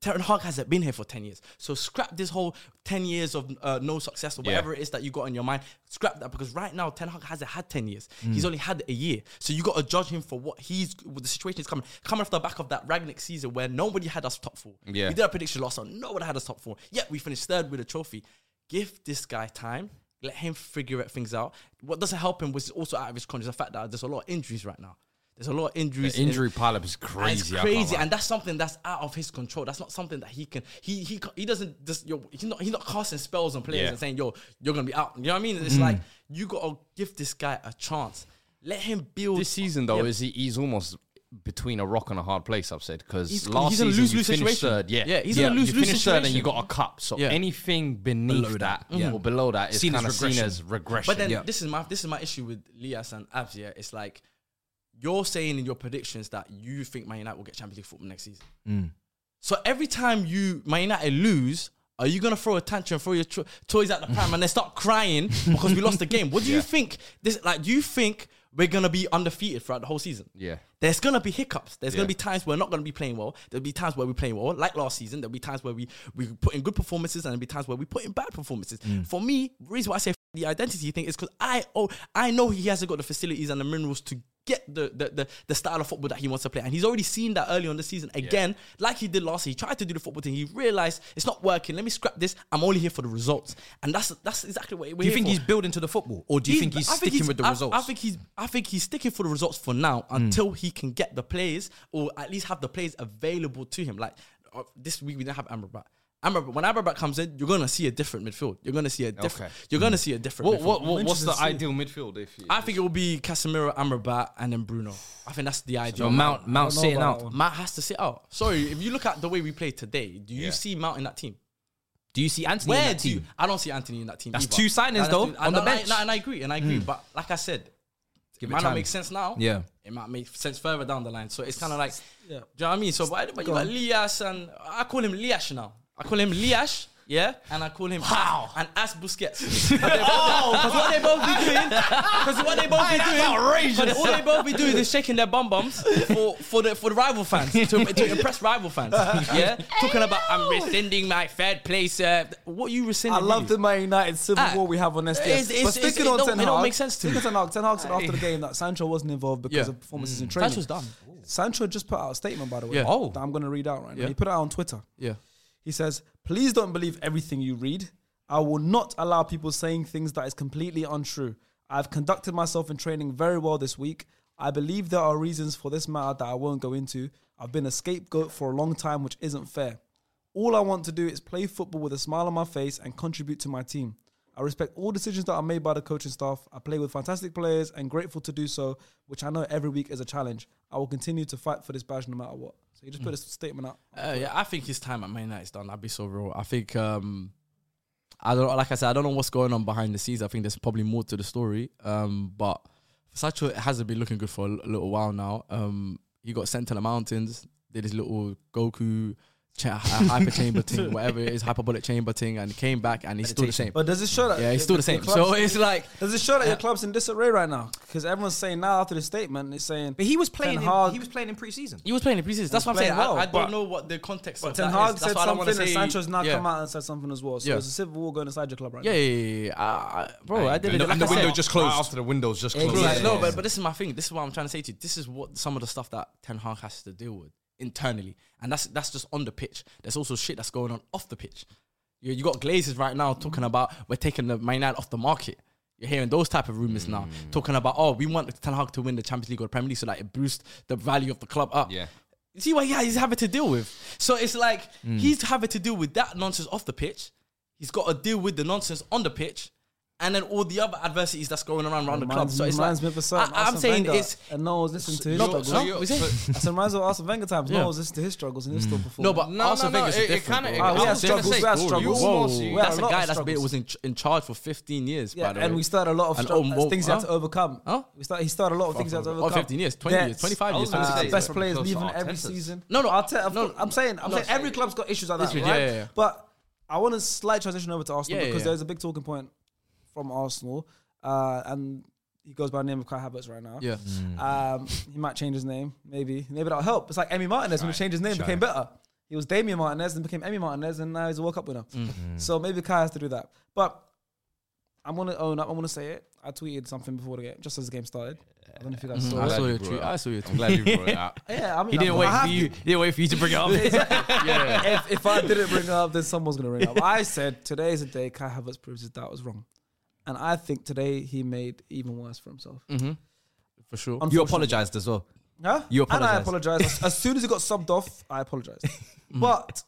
C: Terran Hag hasn't been here for 10 years. So scrap this whole 10 years of uh, no success or
E: Yeah.
C: whatever it is that you got in your mind. Scrap that because right now, Ten Hag hasn't had 10 years. He's only had a year. So you got to judge him for what he's, what the situation is coming. Coming off the back of that Ragnick season where nobody had us top four.
E: Yeah.
C: We did our prediction last time. No one had us top four. Yet we finished third with a trophy. Give this guy time. Let him figure it- things out. What doesn't help him was also out of his control. is The fact that there's a lot of injuries right now. There's a lot of injuries.
E: The injury
C: in-
E: pileup is
C: and
E: crazy. I
C: It's
E: can't
C: crazy,
E: lie.
C: and that's something that's out of his control. That's not something that he can. He he ca- he doesn't just. Yo, he's not he's not casting spells on players
E: Yeah. Hmm.
C: and saying, "Yo, you're gonna be out." You know what I mean? It's like you gotta give this guy a chance. Let him build
E: this season though
C: Yeah.
E: is he, he's almost between a rock and a hard place. I've said
C: He's-
E: because last
C: he's in a
E: season you
C: lose-lose
E: finished
C: situation.
E: third. Yeah,
C: Yeah, he's in a
E: You
C: lose-lose
E: finished third and you
C: situation.
E: got a cup. So
C: Yeah.
E: anything beneath that, or below that is
D: Seen as
E: kind of seen
D: regression.
E: as regression.
C: But then
D: Yeah.
C: this is my this is my issue with Lias and Abs. Yeah, it's like you're saying in your predictions that you think Man United will get Champions League football next season. So every time you Man United lose. Are you gonna throw a tantrum, throw your tro- toys at the pram, and then start crying because we lost the game? What do you think? This like, do you think we're gonna be undefeated throughout the whole season?
E: Yeah.
C: There's gonna be hiccups. There's
E: Yeah.
C: gonna be times we're not gonna be playing well. There'll be times where we're playing well, like last season. There'll be times where we we put in good performances, and there'll be times where we put in bad performances.
D: Mm.
C: For me, the reason why I say f- the identity thing is because I oh I know he hasn't got the facilities and the minerals to get the the, the the style of football that he wants to play, and he's already seen that early on the season. Again, like he did last, year, he tried to do the football thing. He realized it's not working. Let me scrap this. I'm only here for the results, and that's that's exactly what we're
D: do you think
C: for
D: he's building to the football, or do you think he's
C: I
D: sticking with the
C: I,
D: results? Hmm.
C: I think he's I think he's sticking for the results for now until he can get the players or at least have the players available to him. Like uh, this week we didn't have Amrabat. Amrabat when Amrabat comes in, you're gonna see a different midfield. You're gonna see a different.
E: Okay.
C: You're
D: Hmm.
C: gonna see a different.
E: What,
C: midfield.
E: what, what,
B: I'm
E: what's the
B: interested to see.
E: ideal midfield? If you,
C: I think it will be Casemiro, Amrabat, and then Bruno. I think that's the ideal.
D: Your Mount Mount
B: know
D: sitting
B: about
D: out.
B: that one.
C: Matt has to sit out. Sorry, if you look at the way we play today, do you
E: Yeah.
C: see Mount in that team?
D: Do you see Anthony in
C: Where
D: that
C: do you,
D: team?
C: I don't see Anthony in that team.
D: That's
C: either.
D: two signings,
C: That's
D: though,
C: two-
D: on
C: and
D: the
C: I-
D: bench.
C: and I- and I agree, and I agree. But like I said,
D: Give
C: it
D: it
C: might
D: time.
C: not make sense now.
D: Yeah.
C: It might make sense further down the line. So it's kind of like,
B: Yeah.
C: do you know what I mean? So, but, but you got Lias and I call him Liash now. I call him Liash. Yeah, and I call him wow. and As Busquets. oh, because what they both be doing, because what they both be doing, outrageous. all they both be doing is shaking their bum bums for, for the for the rival fans to, to impress rival fans. Yeah, talking about I'm rescinding my third place. Uh, what you rescinding?
B: I love
C: really?
B: the Man United civil
C: Ah,
B: war we have on SDS.
C: it's- it's-
B: but
C: it's-
B: speaking
C: it
B: on
C: don't-
B: Ten
C: it don't
B: Hag,
C: make sense to
B: speaking
C: me. Ah, eh.
B: of Ten Hag, Ten Hag said after the game that Sancho wasn't involved because
C: Yeah. Mm.
B: of performances in training.
C: Sancho's done.
B: Sancho just put out a statement, by the way.
C: Yeah. Oh.
B: that I'm going to read out right now.
C: Yeah.
B: He put it out on Twitter.
C: Yeah.
B: He says, "Please don't believe everything you read. I will not allow people saying things that is completely untrue. I've conducted myself in training very well this week. I believe there are reasons for this matter that I won't go into. I've been a scapegoat for a long time, which isn't fair. All I want to do is play football with a smile on my face and contribute to my team. I respect all decisions that are made by the coaching staff. I play with fantastic players and grateful to do so, which I know every week is a challenge. I will continue to fight for this badge no matter what. So he just put a statement out.
C: Uh, yeah, I think his time at Man United is done. I'd be so real. I think um, I don't like I said, I don't know what's going on behind the scenes. I think there's probably more to the story. Um, but Sancho hasn't been looking good for a l- little while now. Um, he got sent to the mountains, did his little Goku cha- a hyper chamber thing, whatever it is, hyperbolic chamber thing, and came back and he's still the same.
B: But does it show that?
C: Yeah, he's
B: your-
C: still the
B: your
C: same.
B: clubs-
C: So it's like
B: does it show that your club's in disarray right now? Because everyone's saying now after the statement, it's saying.
D: But he was playing.
B: Ten
D: In,
B: Hag-
D: he was playing in preseason.
C: he was playing the preseason. That's what I'm
B: playing
C: saying. I-
B: well,
C: I, don't
B: but-
C: know what the context
B: But
C: of
B: Ten
C: that
B: Hag
C: is.
B: said
C: That's why I don't
B: something,
C: want to
B: and
C: say.
B: Sancho's now
C: yeah.
B: come out and said something as well. So
C: Yeah.
B: it's a civil war going inside your club right
C: Yeah,
B: now.
C: yeah, yeah, yeah. I- I- bro, I did
E: And
C: it.
E: the,
C: like
E: and the
C: I
E: window
C: said.
E: just closed. after the window's just closed.
C: Bro,
B: Exactly.
C: No, but, but this is my thing. This is what I'm trying to say to you. This is what some of the stuff that Ten Hag has to deal with internally, and that's that's just on the pitch. There's also shit that's going on off the pitch. You, you got Glazers right now talking about we're taking the Man United off the market. You're hearing those type of rumors now, talking about oh we want Ten Hag to win the Champions League or the Premier League so that it boosts the value of the club up.
E: Yeah.
C: You See what yeah, he's having to deal with. So it's like he's having to deal with that nonsense off the pitch. He's got to deal with the nonsense on the pitch, and then all the other adversities that's going around around the club.
B: Reminds,
C: So it's
B: reminds
C: like
B: me of a certain
C: I, am
B: Arsene
C: saying
B: Wenger,
C: it's
B: and no one's listening to his
C: no,
B: struggles.
C: so
B: No,
C: you-
B: no,
C: was it?
B: I said reminds me of Arsene Wenger times. No
C: Yeah. Mm.
B: one's listening to his struggles and he's still performing.
C: no, but
E: No,
C: Arsene
E: no, no,
C: Wenger's
E: it-
C: is
E: it
C: different.
E: kinda-
C: bro.
E: it-
B: Ah, we
E: I
B: had
E: was gonna
B: struggles. We
E: say,
B: had
E: bro, you
B: struggles.
E: almost-
B: We
E: you-
B: had
C: That's
B: a
C: a
B: lot
C: guy
B: of
C: that's been
B: struggles.
C: was in, in charge for 15 years.
B: Yeah,
C: by the
B: and
C: way.
B: we started a lot of
C: And
B: stru-
C: on both-
B: things he had to
C: huh?
B: overcome.
C: Huh?
B: We started. He started a lot of things he had to
C: oh,
B: overcome.
C: 15 years, 20 years,
B: Debts,
C: 25 years,
E: I was gonna
C: 26
E: say,
C: years.
B: Uh, best
E: so
B: players
E: close to
B: leaving every
E: Arteta's.
B: season.
C: No, no,
B: Arteta.
C: no,
B: No, I'm saying, I'm
C: no,
B: saying every club's got issues like that,
C: Issues,
B: right?
C: yeah, yeah, yeah.
B: But I want a slight transition over to Arsenal
C: Yeah, yeah,
B: because
C: yeah.
B: there's a big talking point from Arsenal, uh, and he goes by the name of Kai Havertz right now.
C: Yeah.
B: Um, he might change his name, maybe. Maybe that'll help. It's like Emmy Martinez when he changed his name, became better. He was Damian Martinez and became Emmy Martinez, and now he's a World Cup winner.
C: Mm.
B: Mm. So maybe Kai has to do that. But I'm gonna own up. I'm gonna say it. I tweeted something before the game, just as the game started. I don't know if you guys saw
C: Mm-hmm. I
B: it.
C: saw
E: you
C: your
E: brought
C: tweet.
E: it up.
C: I saw your tweet.
E: I'm glad you brought it up.
B: Yeah, I mean,
E: He didn't
B: I- I
E: wait
B: have
E: for
B: to.
E: you. He didn't wait for you to bring it up. yeah.
B: if, if I didn't bring it up, then someone's going to ring it up. I said today is a day Kai Havertz proves his doubt was wrong. And I think today he made even worse for himself.
C: For sure.
B: Unfortunately.
D: You apologized as well.
B: Huh?
D: you
B: And I
D: apologised.
B: apologise. As- as soon as he got subbed off, I apologized. but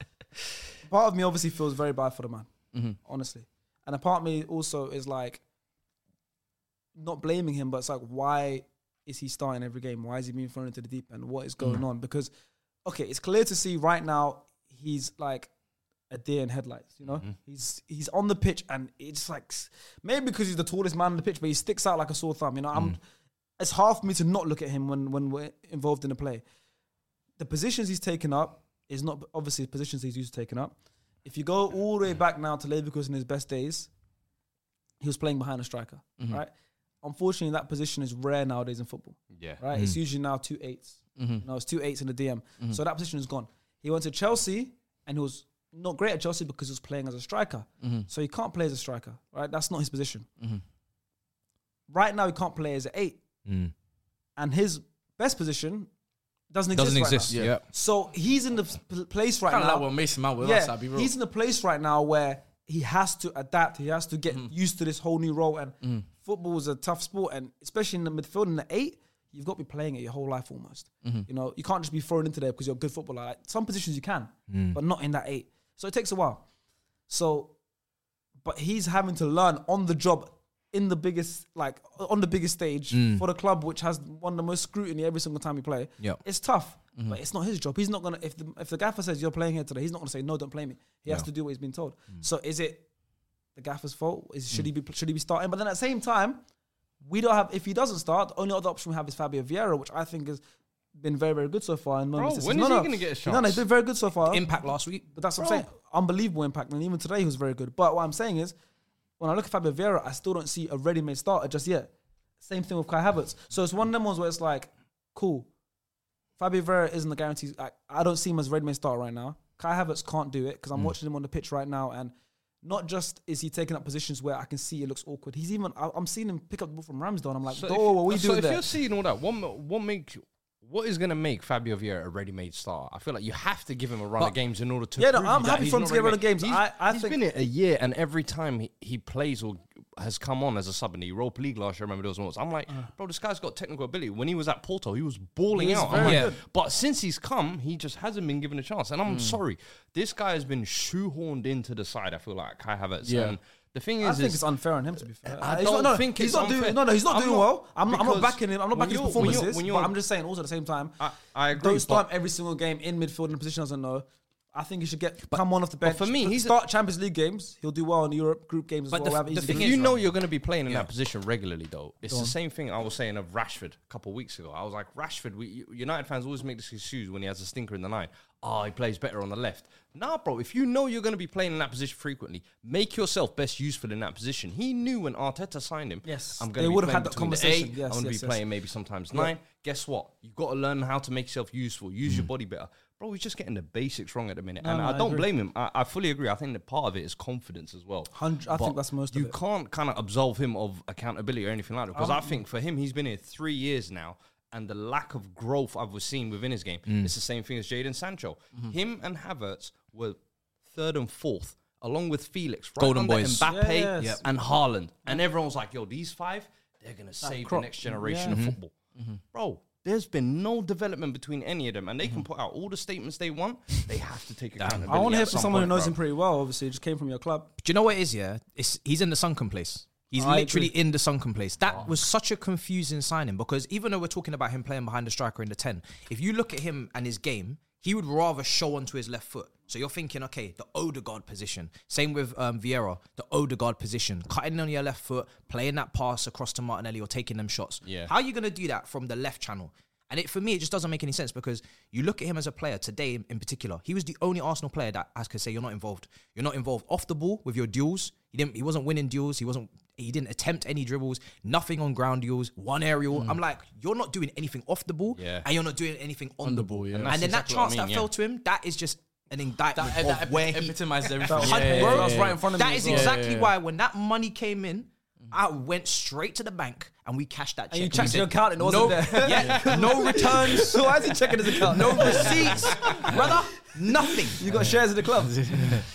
B: part of me obviously feels very bad for the man, honestly. And a part of me also is like, not blaming him, but it's like, why is he starting every game? Why is he being thrown into the deep end? What is going on? Because, okay, it's clear to see right now he's like a deer in headlights. You know, he's he's on the pitch and it's like s- maybe because he's the tallest man on the pitch, but he sticks out like a sore thumb. You know, I'm. It's hard for me to not look at him when when we're involved in the play. The positions he's taken up is not obviously the positions he's used to taking up. If you go all the way back now to Leverkusen in his best days, he was playing behind a striker,
D: Mm-hmm.
B: right? Unfortunately, that position is rare nowadays in football,
E: Yeah.
B: right? It's usually now two eights.
D: Mm-hmm.
B: You know, it's two eights in the DM. So that position is gone. He went to Chelsea and he was not great at Chelsea because he was playing as a striker.
D: Mm-hmm.
B: So he can't play as a striker, right? That's not his position. Right now, he can't play as an eight. And his best position doesn't,
D: Doesn't
B: exist. right
D: exist.
B: now.
D: Yeah.
B: So he's in the p- place right
C: Kind of
B: now
C: like what Mason Mount was last time, be real.
B: he's in a place right now where he has to adapt. He has to get used to this whole new role. And football is a tough sport, and especially in the midfield in the eight, you've got to be playing it your whole life almost. You know, you can't just be thrown into there because you're a good footballer. Like, some positions you can, but not in that eight. So it takes a while. So, but he's having to learn on the job in the biggest, like on the biggest stage
E: Mm.
B: for the club, which has won the most scrutiny every single time you play.
D: Yep.
B: it's tough,
E: Mm-hmm.
B: but it's not his job. He's not gonna if the if the gaffer says you're playing here today, he's not gonna say no, don't play me. He has to do what he's been told.
E: Mm.
B: So is it the gaffer's fault? Is should he be should he be starting? But then at the same time, we don't have if he doesn't start, the only other option we have is Fabio Vieira, which I think has been very very good so far. In moments this
E: when
B: season.
E: is
B: no,
E: he
B: no.
E: gonna get a
B: No, no,
E: chance?
B: he's been very good so far.
D: Impact last week.
B: But that's what I'm saying. Unbelievable impact. And even today, he was very good. But what I'm saying is, when I look at Fabio Vieira, I still don't see a ready made starter just yet. Same thing with Kai Havertz. So it's one of them ones where it's like, cool. Fabio Vieira isn't the guarantee. I, I don't see him as ready made starter right now. Kai Havertz can't do it because I'm watching him on the pitch right now. And not just is he taking up positions where I can see it looks awkward, he's even, I, I'm seeing him pick up the ball from Ramsdale. I'm like,
E: So if-
B: oh, what are we
E: so
B: doing
E: if
B: there?
E: you're seeing all that, what ma- what make what is gonna make Fabio Vieira a ready-made star? I feel like you have to give him a run of games in order to.
B: Yeah, no,
E: prove
B: I'm
E: that
B: happy
E: he's
B: for him
E: not
B: to get a run of
E: ready-made.
B: games.
E: He's-
B: I- I
E: he's
B: think-
E: been here a year, and every time he, he plays or has come on as a sub in the Europa League last year, I remember those moments. I'm
B: Uh.
E: like, bro, this guy's got technical ability. When he was at Porto, he was balling
B: He's
E: out.
B: very
E: I'm like,
B: good. Hmm.
E: But since he's come, he just hasn't been given a chance. And I'm sorry, this guy has been shoehorned into the side. I feel like Kai Havertz.
C: Yeah.
E: And the thing
B: I
E: is,
B: think
E: is
B: it's unfair on him to be fair.
E: I
B: He's
E: don't
B: not, no,
E: think
B: he's
E: it's
B: not doing.
E: unfair.
B: No, no, he's not
E: I'm
B: doing
E: not-
B: well. I'm, I'm not
E: because
B: backing him. I'm not
E: when
B: backing his
E: you're- when you're-
B: performances.
E: when you're-
B: but I'm just saying. Also, at the same time,
E: I- I agree,
B: Don't start
E: but-
B: him every single game in midfield in a position he doesn't know. I think he should get come on off the bench.
E: for me,
B: But
E: he's a-
B: start Champions League games. He'll do well in Europe group games as
D: But
B: well.
D: the f-
B: wherever
D: the
B: he's
D: thing
E: if
B: doing.
D: is-
E: you know you're going to be playing in that position regularly, though, it's the same thing I was saying of Rashford a couple of weeks ago. I was like, Rashford, we, United fans always make this excuse when he has a stinker in the nine. oh, he plays better on the left. Nah, bro, if you know you're going to be playing in that position frequently, make yourself best useful in that position. He knew when Arteta signed him,
B: Yes.
E: I'm going to
B: They
E: be
B: would have
E: playing
B: had that
E: between the
B: conversation.
E: eight,
B: Yes,
E: I'm going to
B: yes,
E: be
B: yes.
E: playing maybe sometimes nine. Guess what? You've got to learn how to make yourself useful. Use your body better. Bro, he's just getting the basics wrong at the minute. and
B: Mm. no,
E: I
B: I
E: don't
B: agree.
E: blame him. I, I fully agree. I think that part of it is confidence as well.
B: Hundred- I
E: But
B: think that's most of
E: You
B: it. Um,
E: can't kind of absolve him of accountability or anything like that. Because I think for him, he's been here three years now. And the lack of growth I've seen within his game,
C: Mm.
E: it's the same thing as Jaden Sancho.
B: Mm-hmm.
E: Him and Havertz were third and fourth, along with Felix, right
C: Golden
E: under
C: boys.
E: Mbappe
B: Yeah, yes. Mm-hmm.
E: and Haaland. And everyone was like, yo, these five, they're going to save
B: crop. Mm-hmm.
E: the next generation
C: Mm-hmm.
E: of football. Bro, there's been no development between any of them. And they can put out all the statements they want. They have to take accountability.
B: Mm-hmm. I want to hear
E: at
B: from
E: some
B: someone who
E: point,
B: knows
E: bro.
B: him pretty well. Obviously, he just came from your club.
D: Do you know what it is? Yeah, it's he's in the sunken place. He's
B: I
D: literally
B: agree.
D: in the sunken place. That was such a confusing signing because even though we're talking about him playing behind the striker in the ten, if you look at him and his game, he would rather show onto his left foot. So you're thinking, okay, the Odegaard position. Same with um, Vieira, the Odegaard position, cutting on your left foot, playing that pass across to Martinelli or taking them shots.
E: Yeah.
D: How are you going to do that from the left channel? And it, for me, it just doesn't make any sense because you look at him as a player today, in particular, he was the only Arsenal player that I could say you're not involved. You're not involved off the ball with your duels. He didn't. He wasn't winning duels. He wasn't. He didn't attempt any dribbles. Nothing on ground duels. One aerial. I'm like, you're not doing anything off the ball,
E: Yeah.
D: and you're not doing anything on,
C: On
D: the
C: the
D: ball.
C: ball, yeah.
D: And,
E: that's
D: then
E: exactly
D: that
E: what I
D: chance
E: mean,
D: that
E: yeah.
D: fell to him, that is just an indictment
C: That, that,
D: of
C: epi-
D: where he
C: epitomized everything.
B: That-
C: Yeah, yeah,
D: Bro,
C: yeah,
B: that's
C: yeah.
B: right in front of me
D: That
B: as
D: is
B: well.
D: exactly
C: yeah.
D: why when that money came in, I went straight to the bank and we cashed that check.
B: you
D: We
B: checked
D: said,
B: your account and it wasn't
D: no,
B: there.
D: Yeah, no returns,
B: So why is he checking his account?
D: no receipts, brother. Nothing.
B: You got shares in the club.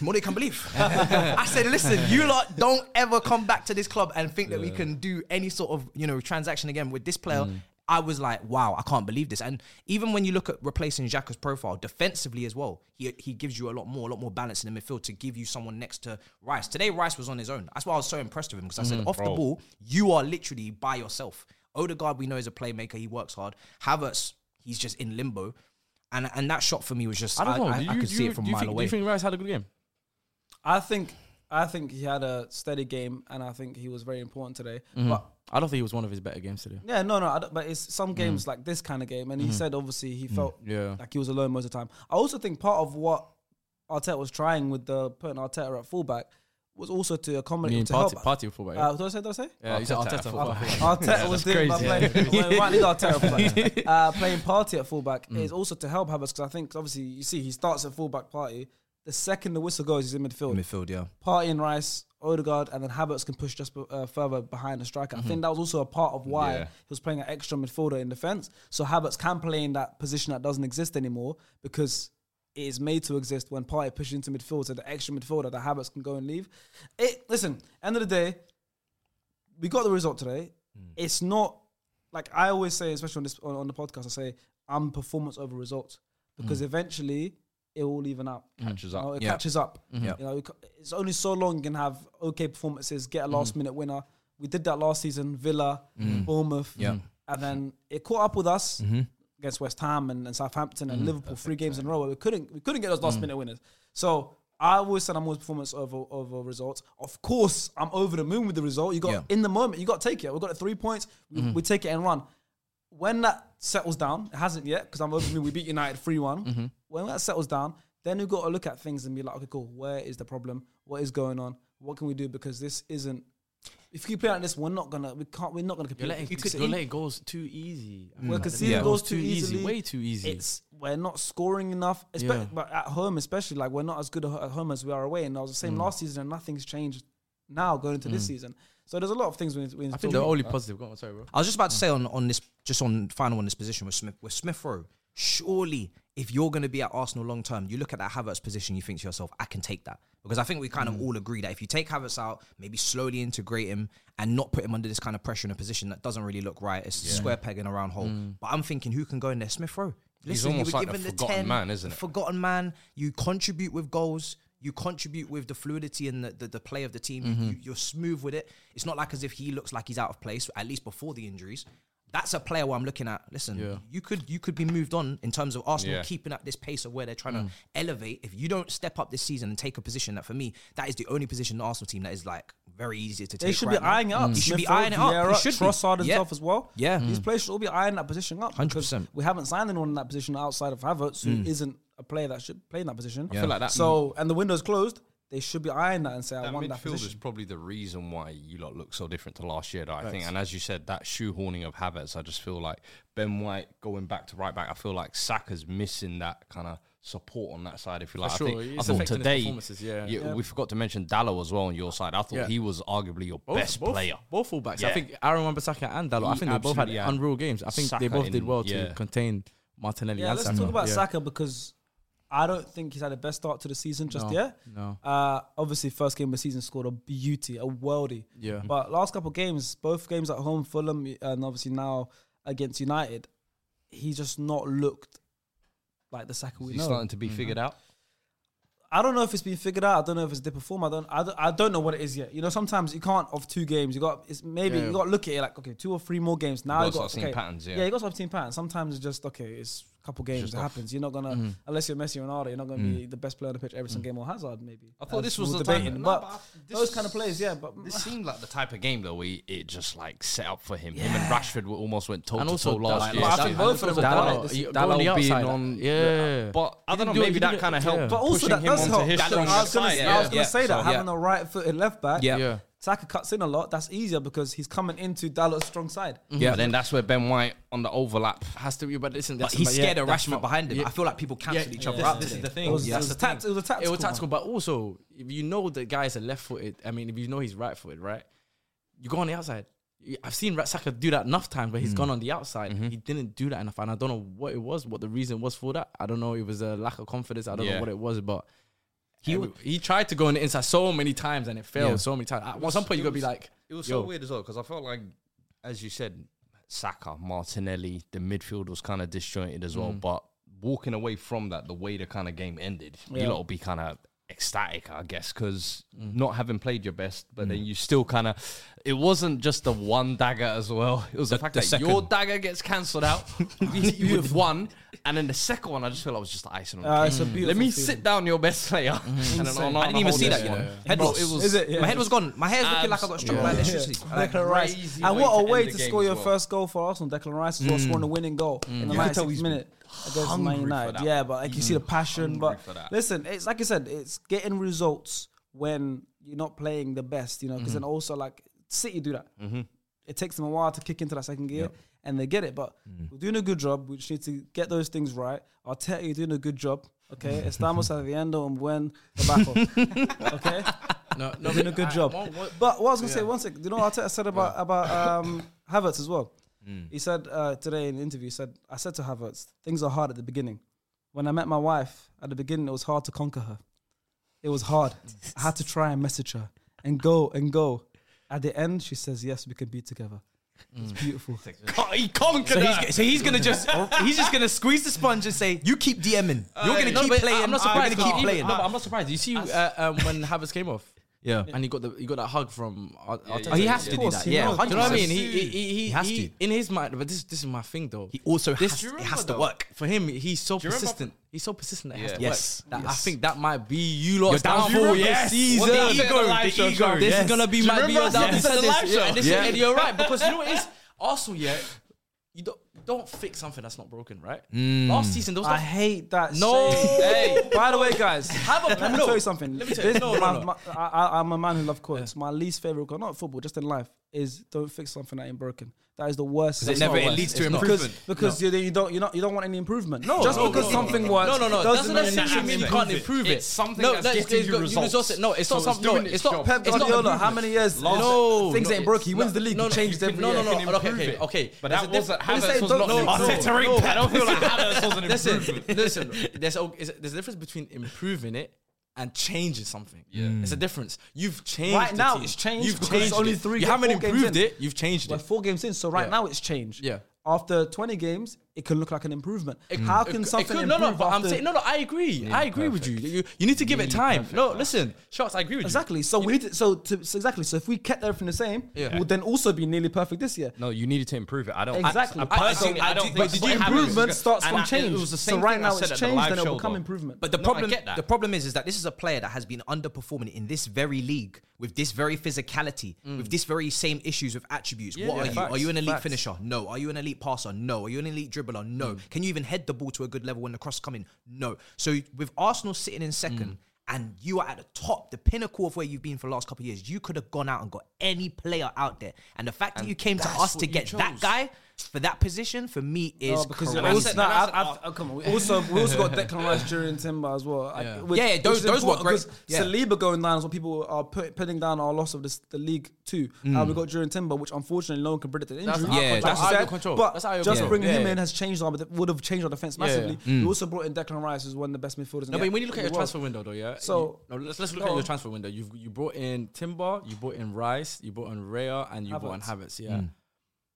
D: More than you can believe. I said, listen, you lot don't ever come back to this club and think that we can do any sort of you know transaction again with this player.
C: Mm.
D: I was like, wow, I can't believe this. And even when you look at replacing Xhaka's profile defensively as well, he he gives you a lot more, a lot more balance in the midfield to give you someone next to Rice. Today, Rice was on his own. That's why I was so impressed with him because I
C: Mm,
D: said, off the ball, you are literally by yourself. Odegaard, we know, is a playmaker. He works hard. Havertz, he's just in limbo. And, and that shot for me was just, I,
C: I don't know.
D: I-
C: do you,
D: I could
C: do
D: see
C: you-
D: it from
C: do
D: a
C: you
D: mile
C: think,
D: away.
C: Do you think Rice had a good game?
B: I think I think he had a steady game, and I think he was very important today. But
C: I don't think it was one of his better games today.
B: yeah, no, no. I don't, but it's some games like this kind of game, and he said obviously he felt
C: Mm. Yeah.
B: like he was alone most of the time. I also think part of what Arteta was trying with the putting Arteta at fullback was also to
C: I
B: accommodate
C: mean,
B: him to
C: party,
B: help.
C: party fullback.
B: Uh, what did I say? Did I say? Uh,
C: yeah, he's at
E: Arteta
C: Arteta.
E: at
C: fullback.
B: Arteta was doing my play. Right, he's Arteta fullback. Uh, playing party at fullback
D: Mm.
B: is also to help Havertz because I think obviously you see he starts at fullback party. The second the whistle goes, he's in midfield.
D: Midfield, yeah.
B: Party and Rice, Odegaard, and then Havertz can push just uh, further behind the striker.
D: Mm-hmm.
B: I think that was also a part of why
E: Yeah.
B: he was playing an extra midfielder in defence. So Havertz can play in that position that doesn't exist anymore because it is made to exist when Party pushes into midfield. So the extra midfielder that Havertz can go and leave. It listen, end of the day, we got the result today. It's not like I always say, especially on this on, on the podcast, I say I'm performance over results because eventually it will even out.
E: Catches
B: You
E: up.
B: know, it
D: Mm. Yeah. Mm-hmm.
B: catches up.
D: Yeah.
B: You know, it c- it's only so long you can have okay performances, get a
D: Mm-hmm.
B: last minute winner. We did that last season, Villa, Bournemouth,
D: Yeah. Mm-hmm.
B: and then it caught up with us against West Ham and, and Southampton and Liverpool three games in a row where we couldn't we couldn't get those last
D: Mm.
B: minute winners. So I always said I'm always performance over over results. Of course, I'm over the moon with the result. You got
D: Yeah. Mm-hmm.
B: in the moment, you got to take it. We got the three points. We, we take it and run. When that settles down, it hasn't yet because I'm over the moon. We beat United three one.
C: Mm-hmm.
B: When that settles down, then we've got to look at things and be like, okay, cool. Where is the problem? What is going on? What can we do? Because this isn't. If you keep playing like this, we're not gonna. We can't. We're not gonna compete.
C: You're
B: with
C: letting, you
B: Man
C: could,
B: City.
C: you're letting goals too easy.
B: We're
C: Like,
B: conceding
C: yeah.
B: goals too easily.
C: Way too easy.
B: It's we're not scoring enough, espe-
C: Yeah.
B: but at home especially, like we're not as good at home as we are away. And that was the same
C: Mm.
B: last season, and nothing's changed now going into this season. So there's a lot of things we need. We need
C: I
B: to
C: think
B: talk
C: the only positive. Go on, sorry, bro.
D: I was just about to say on, on this, just on final on this position with Smith, with Smith Rowe. Surely, if you're going to be at Arsenal long term, you look at that Havertz position, you think to yourself, I can take that. Because I think we kind
E: Mm.
D: of all agree that if you take Havertz out, maybe slowly integrate him and not put him under this kind of pressure in a position that doesn't really look right, it's a square peg in a round hole. But I'm thinking, who can go in there? Smith Rowe.
E: Mm. He's
D: Listen, you
E: almost
D: were
E: like the
D: given
E: forgotten man, isn't it?
D: Forgotten man. You contribute with goals. You contribute with the fluidity and the, the, the play of the team. You, you're smooth with it. It's not like as if he looks like he's out of place, at least before the injuries. That's a player where I'm looking at. Listen,
C: Yeah.
D: you could you could be moved on in terms of Arsenal
E: Yeah.
D: keeping at this pace of where they're trying to elevate. If you don't step up this season and take a position that for me, that is the only position in the Arsenal team that is like very easy to take.
B: They should
D: right
B: be
D: now.
B: eyeing it
E: Mm.
B: up.
D: You should be
B: Smith Rowe,
D: eyeing it up.
B: Vieira,
D: You should be.
B: Trossard
D: Yeah.
B: himself as well.
D: Yeah.
B: these players should all be eyeing that position up. because
D: 100%.
B: We haven't signed anyone in that position outside of Havertz, who isn't a player that should play in that position.
E: Mm. I feel like that.
B: So and the window's closed, they should be eyeing that and say, I
E: that
B: want that
E: midfield is
B: position.
E: probably the reason why you lot look so different to last year. That I think, and as you said, that shoehorning of Havertz, I just feel like Ben White going back to right back. I feel like Saka's missing that kind of support on that side. If you like,
C: sure,
E: I think, I
C: it's
E: thought
C: affecting his
E: today,
C: performances, yeah.
E: we forgot to mention Dallo as well on your side. I thought
C: Yeah.
E: he was arguably your best player.
C: Both fullbacks. I
E: Yeah.
C: think Aaron Wan-Bissaka and Dalot. I
E: He
C: think they both had
E: absolutely, yeah.
C: unreal games. I think they
E: Saka
C: both did
E: in-
C: well
E: yeah.
C: to contain Martinelli.
B: Yeah,
C: and
B: let's
C: Saka.
B: talk about
C: Yeah.
B: Saka because I don't think he's had the best start to the season just
C: No,
B: yet.
C: no.
B: Uh, obviously, first game of the season scored a beauty, a worldie.
C: Yeah.
B: But last couple of games, both games at home, Fulham, and obviously now against United, he just not looked like the Saka we
E: He's
B: know.
E: starting to be figured out.
B: I don't know if it's been figured out. I don't know if it's dip of form. I don't, I don't. I don't know what it is yet. You know, sometimes you can't of two games. You got it's maybe
C: Yeah.
B: you got to look at it like okay, two or three more games. Now
E: You
B: you
E: gotta
B: got
E: start seeing
B: okay,
E: patterns, yeah.
B: yeah, you got to start seeing patterns. Sometimes it's just okay. It's a couple games.
E: Just
B: it
E: off. Mm-hmm. Mm.
B: happens. You're not gonna unless you're Messi or Ronaldo. You're not gonna be the best player on the pitch every single game or Hazard maybe.
E: I thought
B: As
E: this was
B: we're
E: the type.
B: debating,
E: no,
B: but,
E: but I- this
B: those kind of
E: is-
B: plays, yeah. But
E: This seemed like the type of game though where it just like set up for him. Him and Rashford were almost went toe
C: And
E: to
C: also
E: toe
C: Dalot-
E: last year.
B: I think
C: Dalot-
B: both of them
C: Dalot-
B: died. This-
C: you-
E: Dalot
C: go on the
E: being
C: outside.
E: on-
C: yeah.
E: But I
C: He
E: don't know.
C: didn't do it,
E: Maybe
C: he
E: that
C: didn't-
E: kind of
C: yeah.
E: helped.
B: but also
E: pushing
B: that
E: him
B: does
E: onto
B: help.
E: his
B: I
E: stronger
B: was gonna,
E: side,
B: I was gonna
E: yeah.
B: say that
E: So,
B: having a right-footed left back,
E: Yeah.
C: Yeah.
B: Saka cuts in a lot. That's easier because he's coming into Dalot's strong side.
E: Yeah, but then that's where Ben White on the overlap.
C: Has to be, but listen,
D: But
C: that's-
D: he's
C: but yeah,
D: scared of
C: that's
D: Rashford
C: not-
D: behind him.
C: yeah.
D: I feel like people
C: Yeah,
D: cancelled each other
C: yeah.
D: out.
E: This is
D: today.
E: the thing.
B: It was,
D: Yeah,
B: it was, a,
D: that's the
B: tact- it was a tactical.
C: it was
B: one.
C: tactical, but also if you know the guy is a left footed, I mean, if you know he's right footed, right? You go on the outside. You- I've seen Ra- Saka do that enough times,
D: Mm.
C: but he's gone on the outside.
D: Mm-hmm.
C: He didn't do that enough, and I don't know what it was, what the reason was for that. I don't know. It was a lack of confidence. I don't
E: Yeah.
C: know what it was, but
D: He
C: he
D: w-
C: he tried to go on the inside so many times and it failed
D: Yeah.
C: so many times. At
E: was-
C: some point,
E: it
C: you gotta be
E: was-
C: like,
E: It was
C: Yo.
E: so weird as well because I felt like, as you said, Saka, Martinelli, the midfield was kind of disjointed as well. But walking away from that, the way the kind of game ended,
B: Yeah.
E: you lot will be kind of ecstatic, I guess, because not having played your best, but then you still kind of. It wasn't just the one dagger as well. It was the, fact
D: the
E: that your
D: second.
E: dagger gets cancelled out. you have won, and then the second one, I just feel I was just icing on the
B: Uh,
E: cake.
B: it's a
E: Let
B: beautiful
E: me
B: feeling.
E: sit down, your best player. And then I'll-
D: I didn't even
E: I'll
D: see
E: hold
D: that,
E: it.
D: you know.
E: Yeah.
D: Head
E: Bro,
D: loss.
E: it was
B: Is it? Yeah.
D: My head was gone. My hair's looking like I got struck by electricity. Like,
B: Declan Rice.
E: Crazy
B: And
E: way
B: what
E: to
B: a
E: end
B: way
E: the
B: to
E: game
B: score
E: as
B: your
E: well. Mm.
B: first goal for Arsenal. Declan Rice was scoring a winning goal in the
E: You could tell
B: 96th
E: he's
B: minute against
E: hungry
B: Man
E: for
B: United.
E: that. Mm.
B: Yeah, but like you see the passion. But
E: for that.
B: listen, it's like I said, it's getting results when you're not playing the best, you know, because then
E: Mm-hmm.
B: also like City do that. It takes them a while to kick into that second gear. And they get it, but
E: Mm.
B: we're doing a good job. We just need to get those things right. Arteta, you're doing a good job. Okay, estamos haciendo un buen trabajo. okay,
C: no, no,
B: You're doing a good
C: I-
B: job.
C: what- what-
B: But what I was gonna say, one sec. Do you know what Arteta said about about um, Havertz as well?
D: Mm.
B: He said uh, today in an interview, he said, "I said to Havertz, things are hard at the beginning. When I met my wife at the beginning, it was hard to conquer her. It was hard. I had to try and message her and go and go. At the end, she says, "Yes, we can be together. It's
D: Mm.
B: beautiful.
E: He conquered
D: So he's, so he's gonna just he's just gonna squeeze the sponge and say, "You keep DMing. You're gonna
C: Uh, No,
D: keep
C: but
D: playing.
C: I'm not
D: You're
C: surprised.
D: gonna keep
C: Even-
D: playing."
C: No, but I'm not surprised. You see, uh, um, when Havertz came off,
D: yeah.
C: and he got the he got that hug from Ar- Arteta.
D: Oh, he has to
B: Of
D: do
B: course,
D: that.
B: he
D: Yeah.
B: knows.
C: Do you know what I mean?
D: 100%.
C: He, he, he, he,
D: He has
C: he-
D: to.
C: in his mind, but this this is my thing though.
D: He also has
E: Do you
D: it
E: remember
D: has to
E: though?
D: work.
C: for him, he's so
E: Do you remember-
C: persistent. He's so persistent that it
E: Yeah.
C: has to
D: Yes.
C: work. That I
B: Yes.
C: think that might be you lot's
D: downfall,
C: downfall
D: yes.
C: this season.
E: What they said in the live show, sorry.
C: This
D: Yes.
C: is gonna be
E: Do you
C: might be
E: remember
C: your
E: us saying this
C: downfall
E: in the
C: this
E: live
C: year.
E: show?
C: And this
E: Yeah.
C: and you're right because you know what it is. Arsenal, yeah, you don't don't fix something that's not broken, right? Last season, those
B: I
C: stuff.
B: hate that.
C: No.
B: saying.
C: Hey.
B: By the way, guys,
C: Have a
B: Let
C: plan.
B: me
C: No.
B: tell you something.
C: Let me tell you-
B: This-
C: no, no,
B: my-
C: no.
B: my- I, I- I'm a man who loves quotes. My least favorite quote, not football, just in life, is "Don't fix something that ain't broken." That is the worst.
D: It
B: That's
D: never
B: not
D: it
B: worse.
D: leads to
C: It's not.
B: because
D: improvement.
B: because you, you don't you not you don't want any improvement. No, just
C: no,
B: because
C: no,
B: something
C: no,
B: works.
C: Oh, No, no, no.
B: doesn't
C: doesn't
B: mean
C: necessarily mean you
E: you
C: can't
E: improve it.
C: improve it.
E: It's something
C: no,
E: that's getting
C: it's
E: you
C: got-
E: results.
C: resource it. No, it's
E: So
C: not
E: it's
C: something.
E: doing
C: no,
E: its
C: it's not.
E: job.
B: Pep
C: it's not
B: Guardiola,
C: improvement.
B: how many years?
C: No,
B: things
C: no,
B: ain't broke. He
C: no,
B: wins the league.
C: no,
B: he
C: no,
B: changed every
C: no,
B: year.
C: no, no, okay, okay, okay.
E: But
C: There's
E: that
C: a diff-
E: wasn't
B: But
E: Havertz
B: it's
E: was
B: like,
E: not
B: don't-
E: an
B: no,
E: improvement.
B: no.
E: Ring I don't feel like Havertz was an
C: Listen,
E: improvement.
C: listen. There's a, is- there's a difference between improving it and changing something. Yeah, Mm. it's a difference. You've changed
B: Right
C: the
B: now
C: team.
B: it's changed
C: You've
B: because it's
C: changed
B: only
C: it.
B: three
C: You
B: ga-
C: haven't
B: four games
C: improved
B: in.
C: it. You've changed
B: We're
C: it.
B: four games in, so right
C: Yeah.
B: now it's changed.
C: Yeah.
B: After 20 games, it can look like an improvement. How can
C: It- it
B: something
C: could- no,
B: improve
C: no. But I'm
B: after-
C: saying no, no. I agree. I agree with you. you. You need to give it time. No, listen, shots. I agree with
B: Exactly. So we need to, so, to, so exactly. So if we kept everything the same,
C: Yeah.
B: we'll then also be nearly perfect this year.
E: No, you needed to improve it. I don't
B: Exactly.
E: I,
B: I- I
E: personally,
B: think-
E: I,
B: I
E: don't
B: think-
E: think
B: but
E: that's what
B: improvement
E: happens.
B: starts
E: And
B: from
E: I-
B: change.
E: It was the
B: So
E: same
B: right
E: thing
B: now
E: I said
B: it's
E: at the
B: changed,
E: live
B: then it will
E: show,
B: become
E: though.
B: improvement.
D: But the
E: No, I
D: problem,
E: get that.
D: the problem is, is that this is a player that has been underperforming in this very league with this very physicality, with this very same issues with attributes. what are you? Are you an elite finisher? No. Are you an elite passer? No. Are you an elite dribbler? No. Can you even head the ball to a good level when the cross come in? No. So with Arsenal sitting in second and you are at the top, the pinnacle of where you've been for the last couple of years, you could have gone out and got any player out there. And the fact that you came to us to get that guy for that position for me is
B: No, because
D: crazy.
B: we also, no, I've, I've, oh, come on. We also, we also got Declan Rice during Timber as well. I-
C: Yeah.
B: which-
D: Yeah, yeah,
B: which
D: those-
B: is
D: those were
B: important
D: great.
B: because
D: Yeah.
B: Saliba going down is what people are put, putting down our loss of this, the league too. Uh, we got during Timber, which unfortunately no one can predict an injury.
C: That's out of
D: Yeah, control.
B: Like I
D: that's
C: out of
B: said,
C: control.
B: But
C: That's out of
B: just
C: control.
B: bringing him
C: Yeah.
B: in has changed our would have changed our defense
C: Yeah, yeah.
B: massively. We also brought in Declan Rice as one of the best midfielders. in
C: No,
B: the-
C: but when you look at
B: in
C: your
B: the world.
C: transfer window, though, yeah.
B: So-
C: you, no, let's let's look
B: Go
C: at your
B: on.
C: transfer window. You've you brought in Timber, you brought in Rice, you brought in Raya, and you brought in Havertz. Yeah.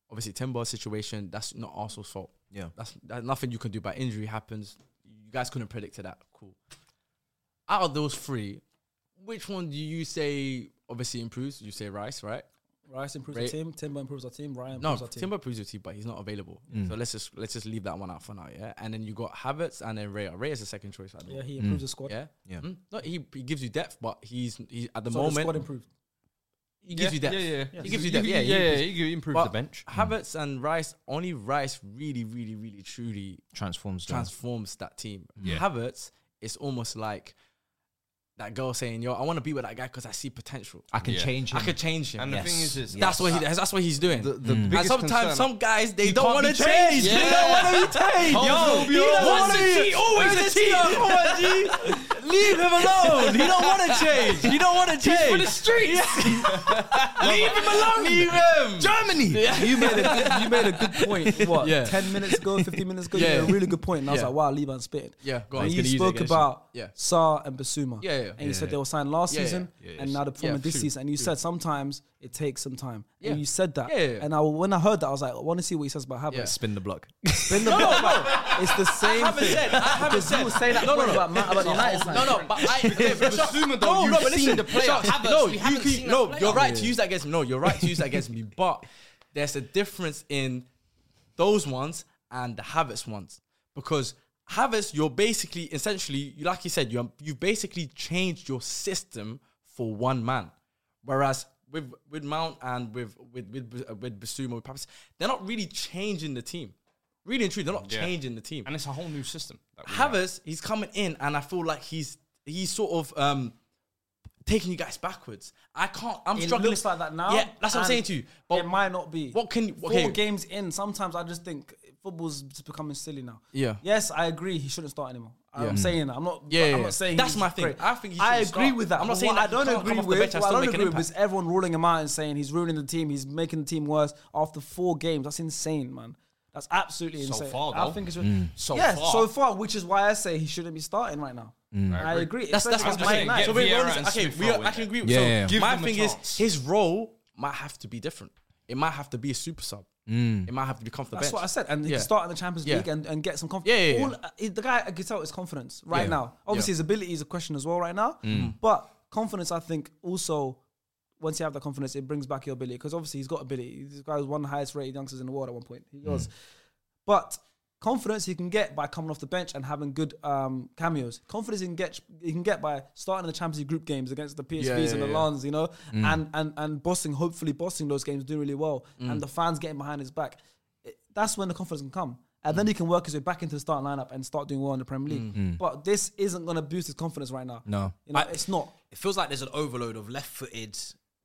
C: Obviously, Timber's situation that's not Arsenal's fault.
D: Yeah.
C: that's that's nothing you can do. But injury happens. You guys couldn't predict that. Cool. Out of those three, which one do you say obviously improves? You say Rice, right?
B: Rice improves
C: Ray-
B: our team. Timber improves our team. Ryan
C: No,
B: improves our team.
C: Timber improves your team, but he's not available. So let's just let's just leave that one out for now. Yeah, and then you got Havertz and then Raya. Raya's the second choice. I think.
B: yeah, he improves the squad.
C: Yeah,
D: Yeah.
C: Mm? No, he, he gives you depth, but he's he, at the
B: So the
C: moment
B: squad improved.
C: he gives you depth.
E: Yeah, yeah,
C: He gives you depth. Yeah,
E: yeah.
C: improves-
E: He improves
C: but
E: the bench. Hmm.
C: Havertz and Rice only Rice really, really, really, truly
D: transforms them.
C: transforms that team.
E: Yeah.
C: Havertz, it's almost like that girl saying, "Yo, I want to be with that guy because I see potential.
D: I can
E: Yeah.
D: change him.
C: I could change him."
E: And the
D: Yes.
E: thing is, is
C: that's what he, that's, that's what he's doing.
E: The- the
B: Mm.
C: And
E: biggest
C: sometimes
E: concern-
C: some guys they
E: He
C: don't
E: can't
C: want to
E: be changed.
C: change. They
E: Yeah.
C: don't want to be changed.
E: Yo,
C: he
E: yo,
C: doesn't
E: always
C: want
E: a
C: to
E: T, always
C: Where's
E: a
C: the
E: T.
C: T? Come on, G. Leave him alone. He don't want to change. He don't want to change.
E: for the streets.
C: Leave him alone. Leave him.
D: Germany.
B: you made a good, you made a good point. What?
C: Yeah.
B: Ten minutes ago, fifteen minutes ago,
C: Yeah.
B: you made a really good point, and I was
C: Yeah.
B: like, wow, Levan spitted.
C: Yeah, go on,
B: And
C: he's
B: you
C: gonna use it
B: spoke
C: against you.
B: about
C: Yeah.
B: Saar and Basuma.
C: Yeah, yeah.
B: And you said they were signed last
C: Yeah, yeah.
B: season,
E: Yeah,
B: and now they're performing this
C: true,
B: season. And you said sometimes it takes some time.
C: Yeah.
B: And you said that.
C: Yeah, yeah, yeah.
B: And I, when I heard that, I was like, I want to see what he says about Havertz.
C: Yeah.
D: Spin the block.
B: Spin the ball back. It's the same
C: haven't
B: thing.
C: said- I haven't
B: because
C: said-
B: you would say that
C: No, no,
B: point
C: no.
B: about, Ma- about United. it's like-
C: No, no, but I.
E: Basuma, though, you've seen the player.
C: Shots,
E: Havertz,
C: no,
E: we
C: you
E: haven't
C: can-
E: seen
C: no,
E: the player.
C: you're right to use that against me. No, you're right to use that against me. But there's a difference in those ones and the Havertz ones because Havertz, you're basically, essentially, you like you said, you you basically changed your system for one man, whereas. With, with Mount and with with with uh, with Basuma, with Pappas, they're not really changing the team. Really and truly, they're not
E: Yeah.
C: changing the team.
E: And it's a whole new system. that we have.
C: Havertz, he's coming in, and I feel like he's he's sort of um taking you guys backwards. I can't. I'm
B: It
C: struggling.
B: looks like that now.
C: Yeah, that's what I'm
B: and
C: saying to you. But
B: it might not be.
C: What can-
B: four
C: okay.
B: games in? Sometimes I just think football's just becoming silly now.
C: Yeah.
B: Yes, I agree. He shouldn't start anymore. I'm
C: Yeah.
B: saying that. I'm not.
C: Yeah,
B: I'm
C: yeah, yeah.
B: not saying
C: That's
B: he's
C: my thing.
B: great.
C: I think he
B: I
C: shouldn't
B: agree
C: start.
B: with that.
C: I'm not
B: but
C: saying
B: what
C: that he
B: I don't
C: can't come
B: agree
C: off the
B: with.
C: bench and
B: what I
C: still
B: don't
C: make an
B: agree with is
C: impact.
B: everyone ruling him out and saying he's ruining the team. He's making the team worse after four games. That's insane, man. That's absolutely
E: So
B: insane.
E: far,
B: I
E: though. Mm.
B: think it's
E: So
B: yeah,
E: far.
B: so far, which is why I say he shouldn't be starting right now. I agree.
C: that's that's
B: Especially
C: what I'm
E: I'm
B: Mike
C: saying.
E: saying.
B: Knight.
E: Get
C: So wait,
E: Vieira
C: wait,
E: and
C: listen, okay,
E: Smith
C: we
E: Rowe
C: are,
E: in
C: I can
E: there.
C: agree.
D: Yeah,
C: so
D: yeah.
E: Give
C: my
E: them a
C: thing is
E: chance.
C: his role might have to be different. It might have to be a super sub.
D: Mm.
C: It might have to be comfortable.
B: That's what I said. And he
C: Yeah.
B: can start in the Champions
C: Yeah.
B: League and, and get some
C: Yeah,
B: confidence.
C: yeah, yeah.
B: All, uh, he- the guy, I can tell, is confidence right
D: Yeah.
B: now. Obviously,
C: Yeah. Mm.
B: his ability is a question as well right now. But confidence, I think, also, once you have that confidence, it brings back your ability. Because obviously, he's got ability. This guy was one of the highest rated youngsters in the world at one point. He
C: Mm.
B: was. But confidence he can get by coming off the bench and having good um, cameos. Confidence he can get he can get by starting the Champions League group games against the PSVs
C: Yeah, yeah,
B: and the
C: yeah. Mm.
B: Lons, you know, and and and bossing hopefully bossing those games doing really well,
C: Mm.
B: and the fans getting behind his back. It- that's when the confidence can come.
C: Mm.
B: And then he can work his way back into the starting lineup and start doing well in the Premier League.
C: Mm.
B: But this isn't going to boost his confidence right now.
D: No.
B: you know,
D: I-
B: it's not.
D: It feels like there's an overload of left-footed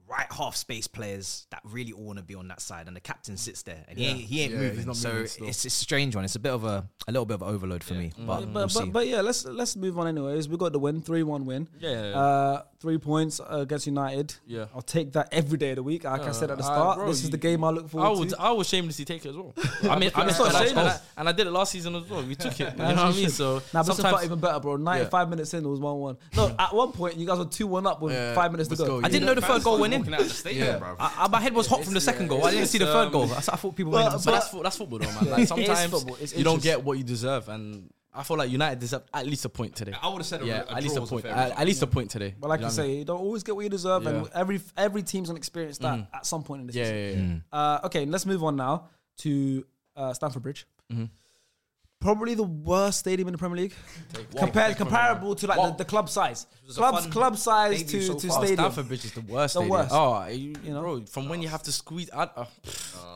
D: right half space players that really all want to be on that side, and the captain sits there and he ain't, he ain't
C: Yeah, he's
D: moving.
C: not
D: so
C: moving still.
D: it's, it's a strange one. It's a bit of a a little bit of an overload for me, but,
C: Mm.
D: we'll
B: But,
D: see.
B: but, but yeah, let's let's move on anyways. We got the win, three one win.
C: Yeah, yeah, yeah.
B: Uh, three points uh, against United.
C: Yeah.
B: I'll take that every day of the week. Like I said at the
C: Uh,
B: start,
C: bro,
B: this is
C: you-
B: the game I look forward
C: I would, uh,
B: to.
C: I would shamelessly take it as well. I mean, I
B: It's
C: missed
B: not
C: that last
B: shameless.
C: goal, and I did it last season as well. We took it. You know what I mean? So
B: Now, this
C: sometimes
B: felt even better, bro. 95 minutes in, it was 1 1. No, at one point, you guys were 2 1 up with
C: Yeah,
B: five minutes to
C: uh, let's
B: go.
C: go,
D: I didn't
C: yeah.
D: know the third goal went in.
E: Walking out of the stadium,
C: Yeah.
E: bro.
D: I, I- my head was hot from the
C: It's-
D: second
C: yeah,
D: goal. I
C: it's-
D: didn't see the
C: it's,
D: third
C: um,
D: goal. I, s- I thought people.
B: But-
D: were
C: but that's, fo- that's football, though, man. Like
B: It is
C: sometimes
B: football. It's
C: you don't
B: interest.
C: get what you deserve, and I feel like United deserve at least a point today.
E: I would've said a
C: yeah,
E: re- a
C: at least
E: draw
C: a
E: was a
C: point.
E: fair
C: At,
E: result.
C: at least a point today.
B: But like
C: You
B: you
C: know what I mean?
B: say, you don't always get what you deserve, and
C: Yeah. Mm.
B: every every team's gonna experience that at some point in the
C: yeah,
B: season.
C: yeah, yeah. Mm-hmm.
B: Uh, okay, let's move on now to uh, Stamford Bridge. Probably the worst stadium in the Premier League,
C: one.
B: compared
C: Take one.
B: comparable to like
C: One.
B: the, the club size,
D: was a
B: clubs
D: fun
B: club size
D: debut
B: to
D: so
B: to
D: far.
B: stadium.
C: Stamford Bridge is the worst.
B: The
C: stadium.
B: worst.
C: Oh, you,
B: You know?
C: bro, from when you have to squeeze. I, uh,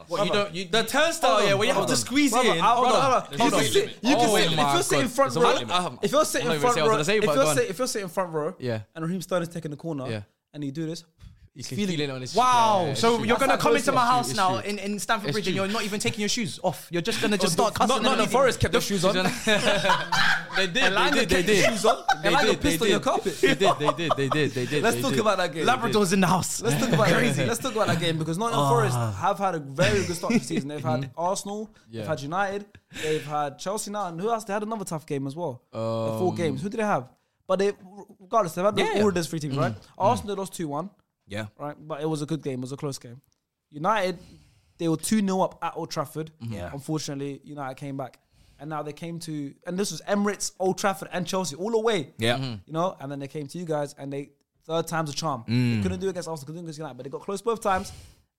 C: what you don't? You, the turnstile,
B: Hold
C: Oh, yeah,
B: on,
C: where you have
B: hold
C: to
B: on.
C: squeeze
B: Hold
C: in.
B: on, hold on, hold on.
C: There's
B: You
C: no
B: can
C: limit.
B: sit- you can
C: Oh
B: sit- if
C: my
B: you're sitting
C: God.
B: front
C: There's a
B: row-
C: limit.
B: If you're
C: I'm not
B: sitting
C: even
B: front
C: saying I was
B: row,
C: gonna say,
B: if
C: but
B: you're
C: go on.
B: sit- if you're sitting front row,
C: Yeah.
B: and Raheem Sterling's taking the corner,
C: Yeah.
B: and you do this,
C: You can feel it on his
D: Wow. so you're
B: That's
D: gonna
B: how
D: come
B: close
D: into
B: it
D: my
C: is.
D: house
C: It's
D: now
C: true.
D: in, in Stamford
C: It's
D: Bridge and
C: true.
D: you're not even taking your shoes off. You're just gonna just start
B: no,
D: cussing.
B: no, no. Forest kept their shoes on.
C: they did. They did. They did.
B: shoes on.
C: They
B: Elanga
C: did, they
B: pissed on your
C: did.
B: carpet.
C: They did. They did. They did. They did.
B: Let's
C: they
B: talk
C: did.
B: about that game.
D: Labrador's in the house.
B: Let's talk about crazy. Let's talk about that game because Nottingham Forest have had a very good start to the season. They've had Arsenal,
C: Yeah.
B: they've had United, they've had Chelsea now, and who else? They had another tough game as well. The four games. Who did they have? But they, regardless, they've had
D: Yeah.
B: all of those three teams, right? Arsenal they lost two one,
D: Yeah.
B: right? But it was a good game. It was a close game. United, they were two 0 up at Old Trafford.
D: Yeah.
B: Unfortunately, United came back, and now they came to, and this was Emirates, Old Trafford, and Chelsea all away
D: Yeah.
C: Mm-hmm.
B: you know, and then they came to you guys and they third time's a charm. They couldn't do it against Arsenal, couldn't do it against United, but they got close both times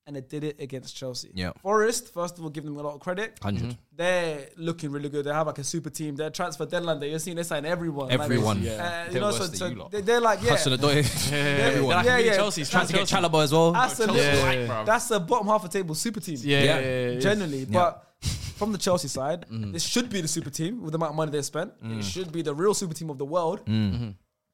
B: and they did it against Chelsea.
D: Yeah.
B: Forest, first of all, give them a lot of credit.
D: 100
C: Mm-hmm.
B: They're looking really good. They have like a super team. Their transfer deadline day, you're seeing they sign everyone.
D: Everyone.
B: Like,
C: Yeah.
B: uh, you
E: They're
B: know, so,
E: worse than
B: so
E: you lot.
B: they, they're like, yeah,
D: Hudson Odoi.
C: Everyone.
B: Yeah, yeah.
C: Chelsea's
D: Trying to get
C: Chelsea.
D: Chalaba as well.
B: that's, a
E: Chelsea
B: little-
E: like, bruv.
B: that's a bottom half of table super team.
C: Yeah.
D: Yeah.
C: yeah, yeah, yeah. Mm.
B: generally. But from the Chelsea side, this should be the super team with the amount of money they spent. It should be the real super team of the world.
C: Mm. Mm-hmm.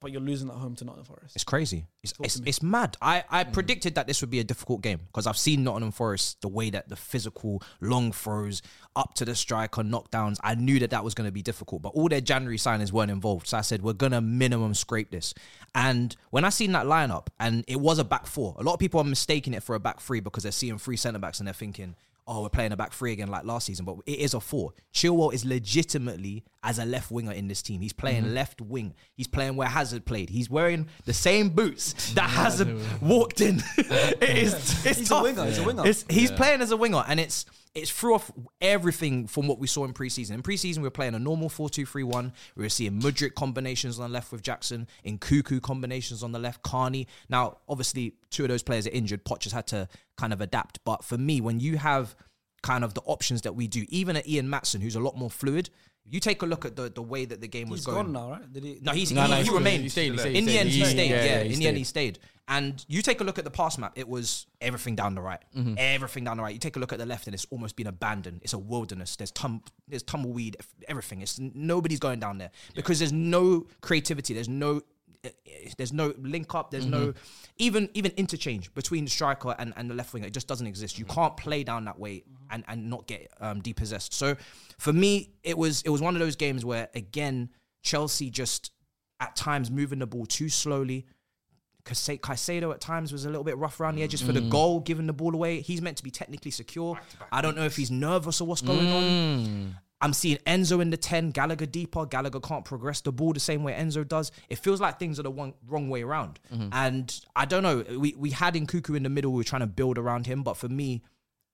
B: But you're losing at home to Nottingham Forest.
D: It's crazy. It's
B: to
D: it's,
B: me. Hmm.
D: it's mad. I, I predicted that this would be a difficult game because I've seen Nottingham Forest the way that the physical long throws up to the striker knockdowns. I knew that that was going to be difficult, but all their January signings weren't involved. So I said we're going to minimum scrape this. And when I seen that lineup, and it was a back four. A lot of people are mistaking it for a back three because they're seeing three centre backs and they're thinking. Oh, we're playing a back three again like last season, but it is a four. Chilwell is legitimately as a left winger in this team. He's playing left wing. He's playing where Hazard played. He's wearing the same boots that Hazard walked in. it is it's
B: He's a
D: tough.
B: winger, he's a winger.
D: It's- he's playing as a winger, and it's it's threw off everything from what we saw in preseason. In preseason, we were playing a normal 4-2-3-1. We were seeing Mudrick combinations on the left with Jackson, in Cuckoo combinations on the left, Carney. Now, obviously, two of those players are injured. Potch has had to kind of adapt. But for me, when you have kind of the options that we do, even at Ian Matson, who's a lot more fluid, you take a look at the, the way that the game was
B: He's
D: going.
B: gone now, right? Did he?
D: No, he's,
C: No,
D: he,
C: no,
D: he
C: he's good.
D: remained.
C: He stayed, he stayed,
D: in
C: he
D: the end, he
C: stayed.
D: stayed.
C: Yeah,
D: Yeah,
C: yeah, he
D: in the
C: stayed.
D: end, he stayed. And you take a look at the pass map, it was everything down the right.
C: Mm-hmm.
D: Everything down the right. You take a look at the left, and it's almost been abandoned. It's a wilderness. There's tum- there's tumbleweed, eff- everything. It's nobody's going down there because there's no creativity. There's no eh, eh, there's no link up. There's no
C: Mm-hmm.
D: even even interchange between the striker and, and the left winger. It just doesn't exist.
C: Mm-hmm.
D: You can't play down that way and, and not get um, depossessed. So for me, it was it was one of those games where again Chelsea just at times moving the ball too slowly. Caice- Caicedo at times was a little bit rough around the edges for the goal, giving the ball away. He's meant to be technically secure. I don't know if he's nervous or what's going on. I'm seeing Enzo in the 10, Gallagher deeper. Gallagher can't progress the ball the same way Enzo does. It feels like things are the one, wrong way around. And I don't know. We, we had Nkuku in the middle. We were trying to build around him. But for me,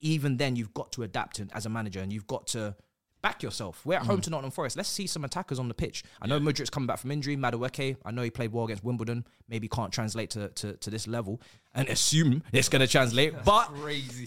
D: even then, you've got to adapt and- as a manager and you've got to back yourself. We're at
B: Mm.
D: home to Nottingham Forest. Let's see some attackers on the pitch. I know Mudrik's coming back from injury. Madueke, I know he played well against Wimbledon. Maybe can't translate to, to, to this level and assume it's going to translate. but
E: Crazy.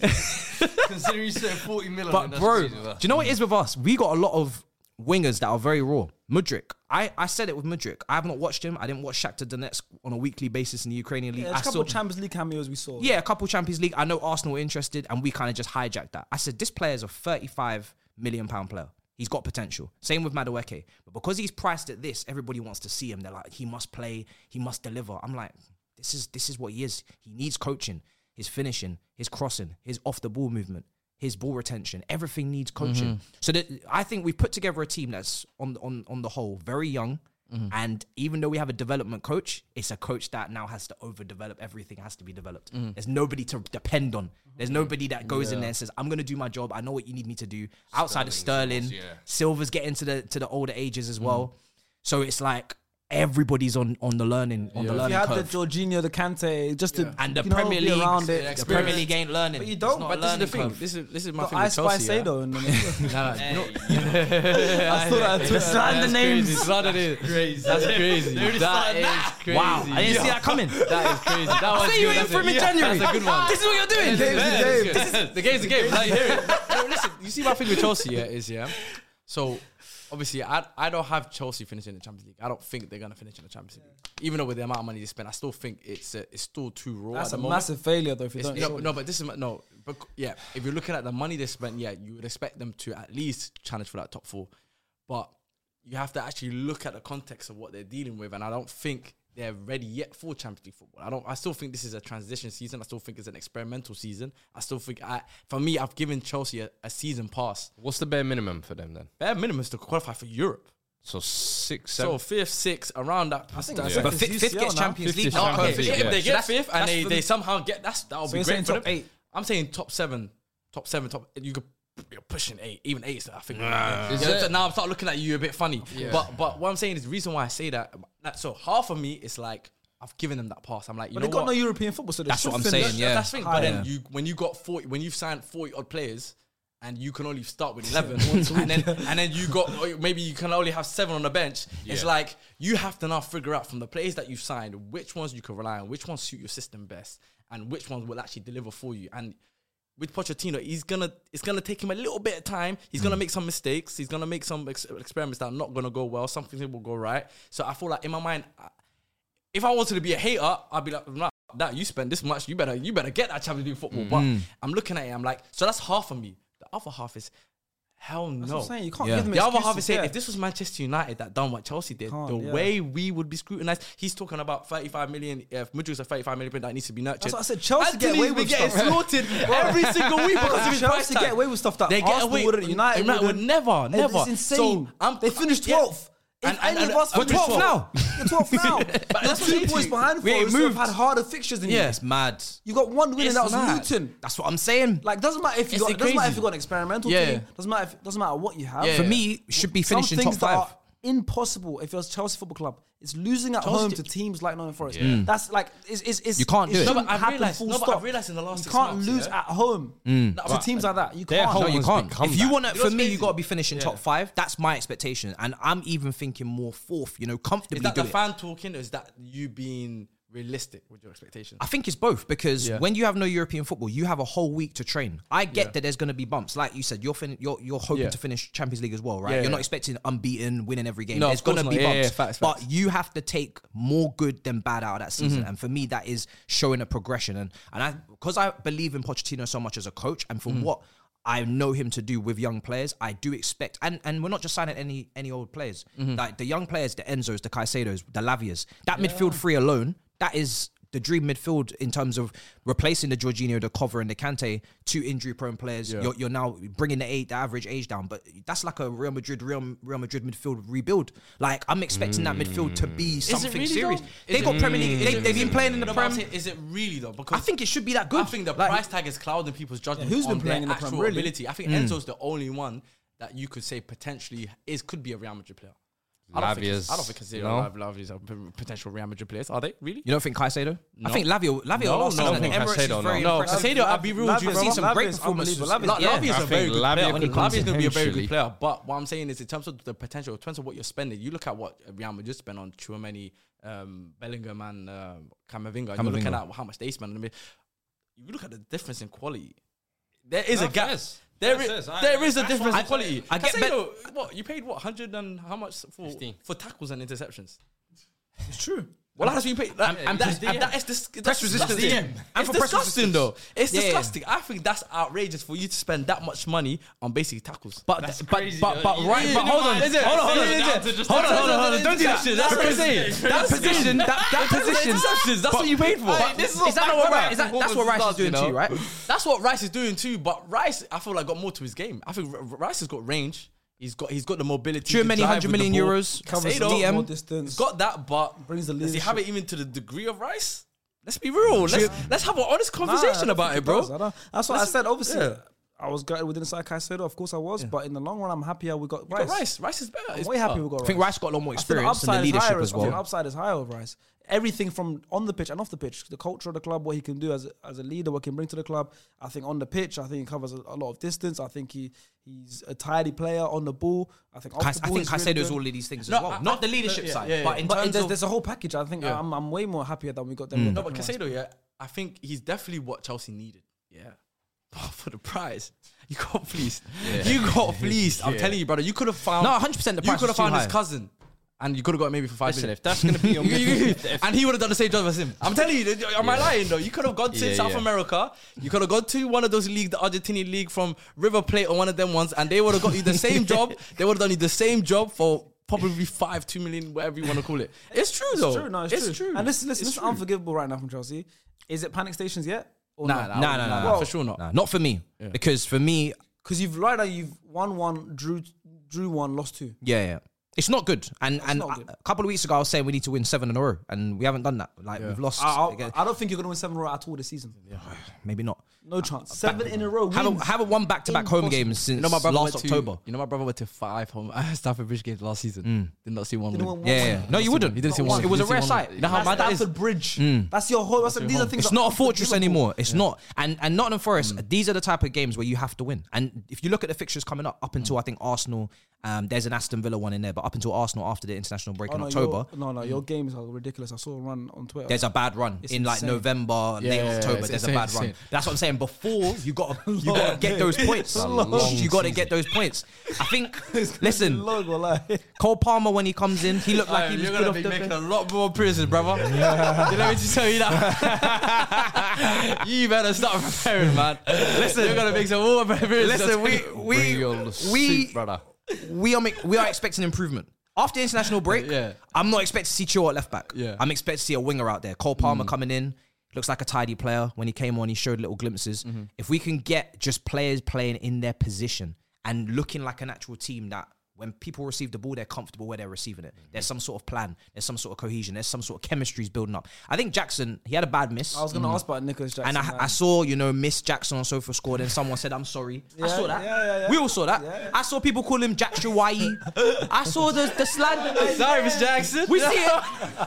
E: Considering you said 40 million.
D: but bro, do you know what it is with us? We got a lot of wingers that are very raw. Mudrik, I, I said it with Mudrik. I have not watched him. I didn't watch Shakhtar Donetsk on a weekly basis in the Ukrainian league.
B: Yeah,
D: I
B: there's a couple
D: saw-
B: of Champions League cameos we saw.
D: yeah, a couple Champions League. I know Arsenal were interested, and we kind of just hijacked that. I said this player is a 35 million pound player. He's got potential. Same with Madueke, but because he's priced at this, everybody wants to see him. They're like, he must play, he must deliver. I'm like, this is this is what he is. He needs coaching, his finishing, his crossing, his off the ball movement, his ball retention. Everything needs
B: Mm-hmm.
D: coaching. So that I think we've put together a team that's on on on the whole very young.
B: Mm-hmm.
D: And even though we have a development coach, it's a coach that now has to overdevelop everything has to be developed.
B: Mm-hmm.
D: There's nobody to depend on. There's nobody that goes in there and says, "I'm going to do my job. I know what you need me to do." Outside of Sterling,
E: Silva's, yeah.
D: Silver's getting to the to the older ages
B: Mm-hmm.
D: as well. So it's like everybody's on on the learning on the
B: You
D: learning
B: had the
D: curve.
B: Jorginho, the Kante, just to
D: and the
B: you know,
D: Premier
B: be
D: League,
B: around it.
D: the Premier League ain't learning.
B: But you
D: It's
B: don't,
D: not a
C: But this is the
D: learning
C: thing.
D: curve.
C: This is this is my
B: But
C: thing
B: I
C: with
B: spy
C: Chelsea. yeah.
B: Sado in the middle.
C: Nah, nah, no,
B: I saw that. on Twitter.
D: Slander
C: that's
D: names.
C: Crazy. Slander names.
E: Crazy.
C: That's crazy. That
D: started
C: is crazy.
D: Wow, I didn't see that coming.
C: That is crazy. That was
D: say you
C: good.
D: ain't
C: That's a-
D: from in January.
C: That's a good one.
D: This is what you're doing.
C: Yeah,
B: game.
C: it's good. The game's the game. Like, you hear it. No, listen, you see my thing with Chelsea yeah, is yeah. So obviously, I I don't have Chelsea finishing the Champions League. I don't think they're gonna finish in the Champions League, even though with the amount of money they spend. I still think it's uh, it's still too raw.
B: That's
C: at the
B: a
C: moment.
B: massive failure, though. If you
C: It's-
B: don't,
C: no,
B: surely.
C: no, but this is my- no, but c- yeah. If you're looking at the money they spent, yeah, you would expect them to at least challenge for that top four, but you have to actually look at the context of what they're dealing with, and I don't think they're ready yet for Champions League football. I don't. I still think this is a transition season. I still think it's an experimental season. I still think I, for me, I've given Chelsea a, a season pass.
E: What's the bare minimum for them then?
C: Bare minimum is to qualify for Europe.
E: So six,
C: So
E: seven.
C: fifth, sixth, around that. I
B: think that's-
E: But
D: But fifth,
B: It's
D: fifth
B: UCL
D: gets
B: now.
D: Champions
E: Fifth
D: League.
E: is
D: now,
E: Champions
C: Okay,
E: League,
D: perfect.
C: if
E: yeah.
C: they
D: So
C: get
D: that's-
C: fifth and
D: that's
C: they,
D: for
C: they
D: the-
C: somehow get that's that'll
B: So
C: be
B: you're
C: great
B: saying
C: for
B: top
C: them.
B: eight?
C: I'm saying top seven, top seven, top. You could you're pushing eight, even eight. I think.
E: Is
C: Yeah,
E: it-
C: so now I'm starting looking at you a bit funny. But but what I'm saying is the reason why I say that. that so half of me is like I've given them that pass. I'm like you
B: but
C: know
B: they got
C: what?
B: no European football, so they
D: That's
B: should
D: what I'm
B: finish.
D: saying, yeah.
C: That's the thing. But then
B: Higher.
C: you when you got forty when you've signed forty odd players. And you can only start with eleven, and then and then you got or maybe you can only have seven on the bench. It's
E: Yeah.
C: like you have to now figure out from the players that you've signed which ones you can rely on, which ones suit your system best, and which ones will actually deliver for you. And with Pochettino, he's gonna it's gonna take him a little bit of time. He's gonna make some mistakes. He's gonna make some ex- experiments that are not gonna go well. Some things will go right. So I feel like in my mind, I- if I wanted to be a hater, I'd be like, nah, that you spend this much, you better you better get that Champions League football. But I'm looking at it, I'm like, so that's half of me. The other half is, hell
B: That's
C: no.
B: what I'm saying. You can't
D: Yeah.
B: give them
C: The other
B: excuses,
C: half is saying,
B: yeah.
C: if this was Manchester United that done what Chelsea did,
B: Can't,
C: the
B: yeah.
C: way we would be scrutinized. He's talking about 35 million. Uh, Madrid's a 35 million pound that needs to be nurtured.
B: That's what I said, Chelsea get away
C: been
B: with
C: getting
B: stuff.
C: slaughtered every single week because of his price
B: Chelsea
C: tag.
B: get away with stuff that
C: they get
B: Arsenal
C: away.
B: wouldn't, United,
C: would
B: wouldn't.
C: never,
B: It's-
C: never.
B: It's insane.
C: So I'm,
B: they finished
C: yeah.
B: 12th.
C: And-
B: if
C: and-
B: any
C: and-
B: of us were
C: but
B: 12th now,
C: 12th.
B: you're 12th now.
C: But
B: You're
C: that's
B: two
C: the
B: points
C: thing.
B: behind
C: We
B: for
C: ain't
B: us. You've
C: moved.
B: had harder fixtures than
C: Yeah.
B: you.
D: It's mad.
B: You got one win, and
C: It's
B: that was
C: mad.
B: Luton.
D: That's what I'm saying.
B: Like doesn't matter if you
C: It's
B: got doesn't matter
C: crazy.
B: if you got an experimental
C: Yeah.
B: team. Doesn't matter if, doesn't matter what you have.
C: Yeah.
D: For me, should be
B: some
D: finishing top
B: things that
D: five.
B: are impossible if you're a Chelsea Football Club. It's losing at
C: Chelsea
B: home
C: did-
B: to teams like Nottingham Forest.
C: Mm.
B: That's like it's, it's, it's
D: You can't do it.
C: No, but
B: shouldn't
C: I
B: happen
C: realised-
B: full
C: no, but I
B: stop.
C: realised in the last
B: you
C: six
B: can't
C: months,
B: lose
C: yeah. Mm.
B: at home to teams like that. You
E: their
B: can't.
E: home
D: No, you
E: Someone's
D: can't.
E: become
D: If you
E: that.
D: want to,
C: You know
D: for
C: what's
D: me, you
C: crazy?
D: got to be finishing top five. That's my expectation, and I'm even thinking more fourth. You know,
C: Is
D: comfortably
C: that
D: do
C: the
D: it.
C: fan talking, or is that you being realistic with your expectations?
D: I think it's both because
C: Yeah.
D: when you have no European football, you have a whole week to train. I get that there's going to be bumps, like you said. You're fin- you're, you're hoping
C: Yeah.
D: to finish Champions League as well, right?
C: Yeah,
D: you're
C: yeah.
D: not expecting unbeaten, winning every game.
C: No,
D: there's
C: of course
D: going to
C: not.
D: be
C: Yeah, yeah,
D: bumps,
C: yeah, facts,
D: but
C: facts. Mm-hmm.
D: you have to take more good than bad out of that season. And for me, that is showing a progression. And and I because I believe in Pochettino so much as a coach, and
C: Mm.
D: from what I know him to do with young players, I do expect. And and we're not just signing any any old players.
C: Mm-hmm.
D: Like the young players, the Enzos, the Caicedos, the Lavias. That midfield three alone, that is. The dream midfield in terms of replacing the Jorginho, the Cover, and the Kante, two injury-prone players. You're, you're now bringing the age, the average age down, but that's like a Real Madrid, Real, Real Madrid midfield rebuild. Like I'm expecting that midfield to be
C: Is it
D: something
C: really
D: serious.
C: though?
D: They
C: Is
D: got
C: it-
D: Premier League.
C: is
D: They,
C: it
D: they've been
C: really?
D: playing in the
C: No, but I'm
D: Prem.
C: saying, Is it really though? Because
D: I think it should be that good.
C: I think the
D: Like,
C: price tag is clouding people's judgment.
B: who's
C: on
B: been playing in
C: their
B: the Prem,
C: actual
B: really? Mm.
C: ability? I think Enzo's the only one that you could say potentially is could be a Real Madrid player. I don't think it's- I don't
E: Lavias,
C: think it's no.
E: no?
C: Lavias are p- potential Real Madrid players. Are they really?
D: You don't think Caicedo? I think Lavio. Lavio
C: No,
D: last
C: no,
D: season
C: I
D: at
E: think
D: Emirates is
E: Caicedo,
D: very
C: no. No,
D: impressive.
C: Caicedo, I'll be real with you,
D: I've
C: bro.
D: seen some
B: Lavia's
D: great
B: unbelievable.
D: performances.
B: Lavia's-
D: Like,
B: yeah.
C: Lavi is
E: I
C: a very
E: think
C: good
E: Lavia
C: player.
E: could
C: Lavi is going to be a very
E: potentially-
C: good player. But what I'm saying is, in terms of the potential, in terms of what you're spending, you look at what Real Madrid spent on Chouameni, um, Bellingham, and um, Camavinga. You're looking
D: Camavinga.
C: at how much they spend. I mean, you look at the difference in quality. There is
E: No,
C: a gap.
E: facts.
C: There
E: Facts
C: is,
E: is, I-
C: there is a
E: that's what
C: difference
E: I'm
C: in quality.
E: saying.
C: I
D: I
C: get
D: get
C: what you paid. What hundred and how much for
E: 15.
C: for tackles and interceptions?
B: It's true.
C: Well, that's what you paid. Like, and,
E: and
C: that,
E: press
C: and that is dis- that's
D: Press resistance.
C: disgusting.
D: Yeah.
C: It's
D: And for press
C: disgusting,
D: resistance.
C: though. It's
D: Yeah, yeah.
C: disgusting. I think that's outrageous for you to spend that much money on basic tackles.
D: But,
E: That's
D: but,
E: crazy,
D: but, but,
E: though.
D: right,
E: You-
D: but
E: you
D: hold
E: know
D: on,
E: what?
D: hold on,
E: It's-
D: hold on,
E: it's
D: hold
E: down
D: on,
E: to just
D: hold on,
E: that-
D: hold on, hold on, don't do that shit. That's what I'm saying. That
C: That's
D: position, that, that
C: That's
D: position,
C: interceptions. That's
D: but-
C: what you paid for.
D: but
C: Like, this is what
D: is that not what
C: back-to-back
D: Rice? Is that, that's
C: performances
D: what Rice is
C: does, you
D: doing too,
C: know?
D: right?
C: That's what Rice is doing too. But Rice, I feel like got more to his game. I think R- R- Rice has got range. He's got he's got the mobility. he
D: Too
C: can
D: many
C: drive
D: 100
C: with the
D: million
C: ball.
D: euros,
C: Caicedo,
B: Covers a lot
D: DM.
B: more distance.
C: He's got that, but
B: Brings the
C: does he
B: leadership.
C: have it even to the degree of Rice? Let's be real. Let's let's have an honest conversation
B: Nah, I
C: about
B: think
C: it, bro.
B: does. I don't- uh, That's what I
C: Let's-
B: said. Obviously,
C: yeah.
B: I was gutted with inside Caicedo. Of course, I was. But in the long run, I'm happier we got
C: But
B: Rice.
C: Rice, Rice is better.
B: I'm
C: It's
B: way
C: better.
B: happy we got
D: I
B: Rice.
D: think Rice got a lot more
B: I think the
D: experience and the
B: upside is
D: leadership
B: higher,
D: as
B: I think the
D: well.
B: upside is higher with Rice. Everything from on the pitch and off the pitch, the culture of the club, what he can do as a, as a leader, what he can bring to the club. I think on the pitch, I think he covers a, a lot of distance. I think he he's a tidy player on the ball. I think off
D: I
B: the ball
D: think
B: he's really
D: Caicedo's
B: good.
D: all of these things as
C: No,
D: well.
C: I-
D: Not the
C: I-
D: leadership
C: yeah,
D: side,
C: yeah, yeah.
D: but in
B: But
D: terms
B: there's,
D: of Mm.
B: there's a whole package. I think I'm, I'm way more happier that we got them.
C: No, but Casado, yeah, I think he's definitely what Chelsea needed. Yeah. But Oh, for the price, you got fleeced. You got fleeced. I'm
E: Yeah.
C: telling you, brother. You could have found
D: No, 100% the
C: You
D: price
C: could have
D: was too
C: found his
D: high.
C: cousin, and you could have got maybe for five
E: Listen,
C: million.
E: if that's gonna be your
C: You- you- you-
E: if-
C: and he would have done the same job as him. I'm telling you, th- am I
E: Yeah.
C: lying though? You could have gone to
E: Yeah,
C: South
E: yeah.
C: America. You could have gone to one of those leagues, the Argentinian league from River Plate or one of them ones, and they would have got you the same job. They would have done you the same job for probably five, two million, whatever you want to call it. It's true though.
B: It's true. No, it's, true. And listen, listen, this is unforgivable right now from Chelsea. Is it panic stations yet? Or
C: Nah,
B: not?
C: nah,
D: Nah, nah, nah, nah.
C: for sure not.
D: Nah, not for me. Because for me,
B: Because you've right now you've won one, drew drew one, lost two.
D: yeah, yeah. It's not good. And and
B: not
D: a-
B: good.
D: a couple of weeks ago I was saying we need to win seven in a row and we haven't done that. Like we've lost
B: I, I,
D: again.
B: I don't think you're gonna win seven in a row at all this season.
D: maybe not.
B: No chance. Seven in a row.
D: Haven't
B: wins.
D: haven't won back to back home
B: Impossible.
D: games since
C: You know my brother
D: last
C: went
D: October.
C: To, you know my brother went to five home Stafford Bridge games last season. Did not see one.
B: Didn't
C: win.
B: win one.
D: Yeah, yeah. No, you wouldn't.
C: He didn't see
B: Not
C: one.
B: one. It
D: was
C: He
D: a
C: didn't
D: rare
C: see one.
D: sight.
C: You know how
B: That's
C: mad that is.
B: Stamford Bridge. That's your home. That's like, these are things.
D: Hmm. It's
B: that-
D: not a fortress
B: Liverpool.
D: anymore. It's not. And and Nottingham Forest,
C: Mm.
D: these are the type of games where you have to win. And if you look at the fixtures coming up,
C: Mm.
D: up until I think Arsenal, um, there's an Aston Villa one in there, but up until Arsenal after the international break
B: Oh,
D: in
B: no,
D: October,
B: your- No, no, your games are ridiculous. I saw a run on Twitter.
D: there's a bad run
B: It's
D: in like
B: insane.
D: November,
C: Yeah,
D: late
C: yeah, yeah,
D: October.
C: it's
D: there's
C: insane,
D: a bad
C: it's
D: run.
C: insane.
D: That's what I'm saying. Before you got to you got to get those points. You got to get those points. I think. Listen,
B: logo like.
D: Cole Palmer when he comes in, he looked like he was
C: you're
D: good
C: gonna
D: off
C: be
D: the
C: making a lot more appearances, brother. You Let me just tell you that. you better start preparing, man. Listen, you're gonna make some more appearances.
D: Listen, we
E: Bring
D: we
E: your
D: we
E: suit, brother.
D: we are make, we are expecting improvement after the international break.
C: Yeah.
D: I'm not expecting to see Chilwell at left back.
C: Yeah.
D: I'm expecting to see a winger out there. Cole Palmer
B: Mm.
D: coming in looks like a tidy player. When he came on, he showed little glimpses.
B: Mm-hmm.
D: If we can get just players playing in their position and looking like an actual team that. When people receive the ball, they're comfortable where they're receiving it. There's
B: Mm-hmm.
D: some sort of plan. There's some sort of cohesion. There's some sort of chemistry's building up. I think Jackson, he had a bad miss.
B: I was gonna ask about Nicholas Jackson.
D: Hmm. And I,
B: man.
D: I saw, you know, Miss Jackson on Sofa scored, and someone said, "I'm sorry." I
B: Yeah,
D: saw that.
B: yeah, yeah, yeah.
D: We all saw that.
B: Yeah.
D: I saw people call him Jack Shawai. I saw the the slander.
C: Sorry, Miss Jackson.
D: We see it.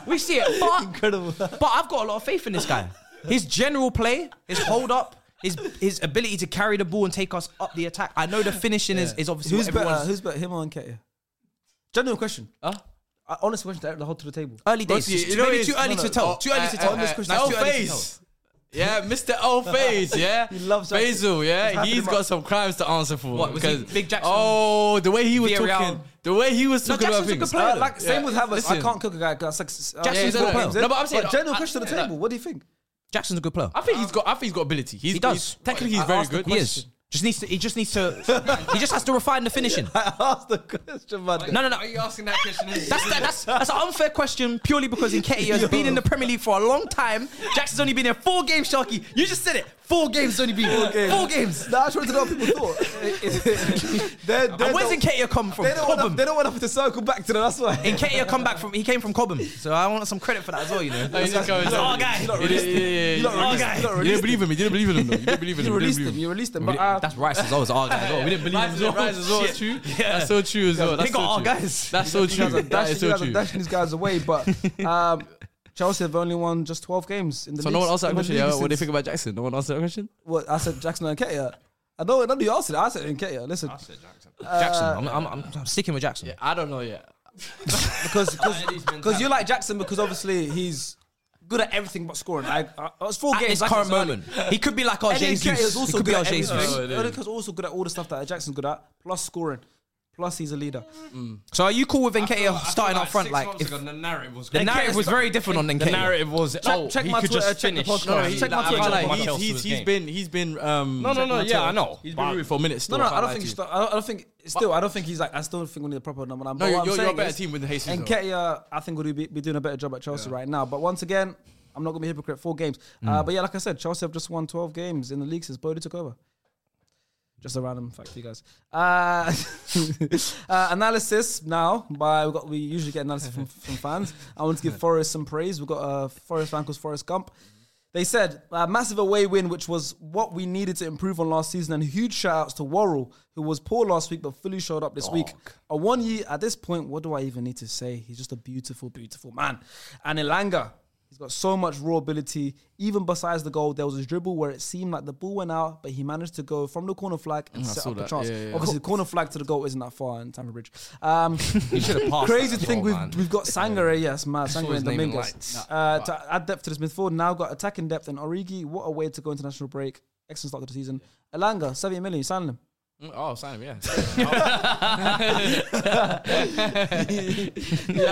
D: We see it. But,
B: Incredible.
D: But I've got a lot of faith in this guy. His general play, his hold up. His, his ability to carry the ball and take us up the attack. I know the finishing is, is obviously
B: Who's
D: what
B: better?
D: everyone's
B: Who's better? Him or Nketiah? Genuine question.
C: Huh?
B: Uh, honest question. Direct the whole to the table.
D: early days.
C: Honestly,
D: It's
C: you know
D: maybe
C: it
D: too
C: is- no,
D: early to Oh,
C: no,
D: tell.
C: uh,
D: too early to
C: uh,
D: tell.
C: uh,
D: on this question.
C: uh,
D: That's
C: Old
D: too early to tell.
C: face. Yeah, Mr. Old Face, yeah.
B: He loves that.
C: Basil,
B: He's
C: yeah.
B: happy
C: He's
B: to
C: got
B: mark-
C: some crimes to answer for.
D: What, was he
C: because-
D: Big Jackson?
C: Oh, the way he was
D: Villarreal?
C: talking. The way he was talking about
D: Jackson's a
C: things.
D: good player,
B: Uh, like same
C: Yeah.
B: with Havertz. I
C: Listen.
B: can't cook a guy because that's like,
D: Jackson's
B: uh,
D: a good player.
C: No, but I'm saying-
B: general
C: I-
B: question to the
C: yeah,
B: table. What do you think?
D: Jackson's a good player.
C: I think he's got. I think he's got ability. He's,
D: He does.
C: he's- technically, he's
B: Um, I
C: very
B: asked the
C: good.
D: He is. Just needs to. He just needs to. he just has to refine the finishing.
B: I asked the question, man.
D: No, no, no.
E: Are you asking that question?
D: That's that, that's that's an unfair question purely because Nketiah has been in the Premier League for a long time. Jackson's only been in four games, Sharky. You just said it. Four games only been. Four games. Four games.
B: No, I just wanted to know what people thought. they're, they're
D: And where's Nketiah come from?
B: They don't, want,
D: Cobham.
B: they don't want us to circle back to them. That's why.
D: Nketiah come back from. He came from Cobham, so I want some credit for that as well. You know.
C: Like, he's just going-
D: That's our guy.
B: You're not
C: It is-
B: released
C: yeah, yeah,
B: You're
C: yeah.
B: not released him. You're not
C: You didn't
B: released
C: believe him. You didn't believe in him. Though. You didn't believe
B: him. You
C: in him. You didn't
B: released him.
C: believe him.
B: You released him. But uh,
D: That's Rice as well as our guy. As well. We didn't believe
C: Rise as
D: him as
C: well.
D: well.
C: Rise as well.
D: Shit.
C: It's true. That's so true as well.
D: They
C: That's
D: got
C: so
D: our
C: true.
D: guys.
C: That's so
B: you guys
C: true.
B: are
C: That
B: dashing, you
C: is so
B: guys are
C: true.
B: dashing these guys away. But um, Chelsea have only won just 12 games in the
C: So
B: league.
C: no one asked that
B: in the
C: question.
B: league
C: Yeah, what do you
B: since-
C: think about Jackson? No one asked that question.
B: What I said, Jackson and Nketiah. I don't. None of you asked it. I said Nketiah. Listen,
D: Jackson. I'm, I'm, I'm, I'm sticking with Jackson.
C: I don't know yet.
B: because because you like Jackson because obviously he's good at everything but scoring. I, I, it was four
D: At
B: games.
D: his
B: like I
D: current
B: said, like,
D: moment, he could be like our
B: And then Nketiah
D: Jesus.
B: is
D: He
B: also
D: could
B: good
D: be our
B: at everything.
D: Jesus.
C: Oh, it is.
B: Erika's also good at all the stuff that Jackson's good at, plus scoring, plus he's a leader.
D: So are you cool with Nketiah starting up front? Like, if-
E: the narrative was
D: the narrative was very different on Nketiah.
E: the narrative was oh
B: check
E: he
B: my
E: could
B: Twitter,
E: just
B: check the
E: finish.
B: podcast. No,
C: he-
B: check my
C: like, I
B: Twitter,
C: can't lie,
B: check my
C: he's, he's, he's been he's been um
E: No, no, no,
C: Jack
E: yeah,
C: Mateo.
E: I know.
C: He's been
E: But-
C: rooted for minutes.
B: No, no, I don't think. St- I don't I don't think. Still, I don't think he's like. I still think we need a proper number nine. But
C: No,
B: what I'm
C: you're- you're a
B: saying
C: better
B: is,
C: team with Jesus, though.
B: Nketiah, I think would be, be doing a better job at Chelsea right now. But once again, I'm not gonna be a hypocrite. Four games. Uh, but yeah, like I said, Chelsea have just won 12 games in the league since Bodie took over. Just a random fact for you guys. Uh, uh, analysis now by we got we usually get analysis from, from fans. I want to give Forest some praise. We've got a Forest fan called Forrest Gump. They said a massive away win, which was what we needed to improve on last season, and huge shout outs to Worrell, who was poor last week but fully showed up this week. A one year at this point, what do I even need to say? He's just a beautiful, beautiful man. And Elanga, he's got so much raw ability. Even besides the goal, there was a dribble where it seemed like the ball went out, but he managed to go from the corner flag and set
C: Mm, saw
B: up a
C: that.
B: chance.
C: Yeah, yeah, yeah.
B: Obviously, the corner flag to the goal isn't that far in Tampa Bridge. Um,
E: should have passed.
B: Crazy
E: that
B: thing,
E: goal,
B: we've,
E: man.
B: we've got Sangare, yes, man, Sangare
E: his
B: and
E: name in
B: Dominguez.
E: lights.
B: Uh, to add depth to this midfield, now got attacking depth and Origi. What a way to go international break. Excellent start to the season. Alanga, 70 million, you signing him.
C: Mm, Oh, sign him, yeah. yeah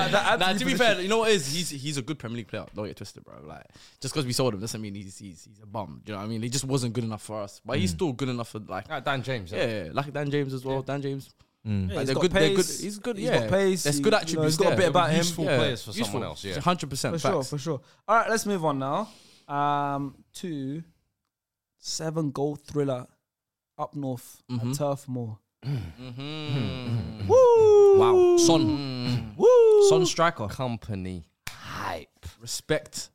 B: that
C: nah,
B: adds
C: to be fair, you know what is he's he's a good Premier League player. Don't get twisted, bro. Like just because we sold him doesn't mean he's, he's he's a bum. Do you know what I mean? He just wasn't good enough for us, but
E: Mm.
C: he's still good enough for like
E: Ah, Dan James.
C: yeah, yeah, like Dan James as well. Dan James,
B: Yeah,
C: like,
B: he's
C: they're
B: got
C: good. They're good.
B: pace,
C: He's good.
B: he's
C: yeah,
B: got pace.
C: There's
B: he- you
C: good
B: know,
C: attributes.
B: He's got a
C: there.
B: bit about him.
E: Useful
C: Yeah.
E: players for someone else. Yeah.
C: hundred percent.
B: For sure, for sure. All right, let's move on now. Um, to seven goal thriller up north at Turf Moor.
E: Wow. Son.
C: Mm,
B: Mm-hmm.
E: Son striker. Company. Hype.
C: respect,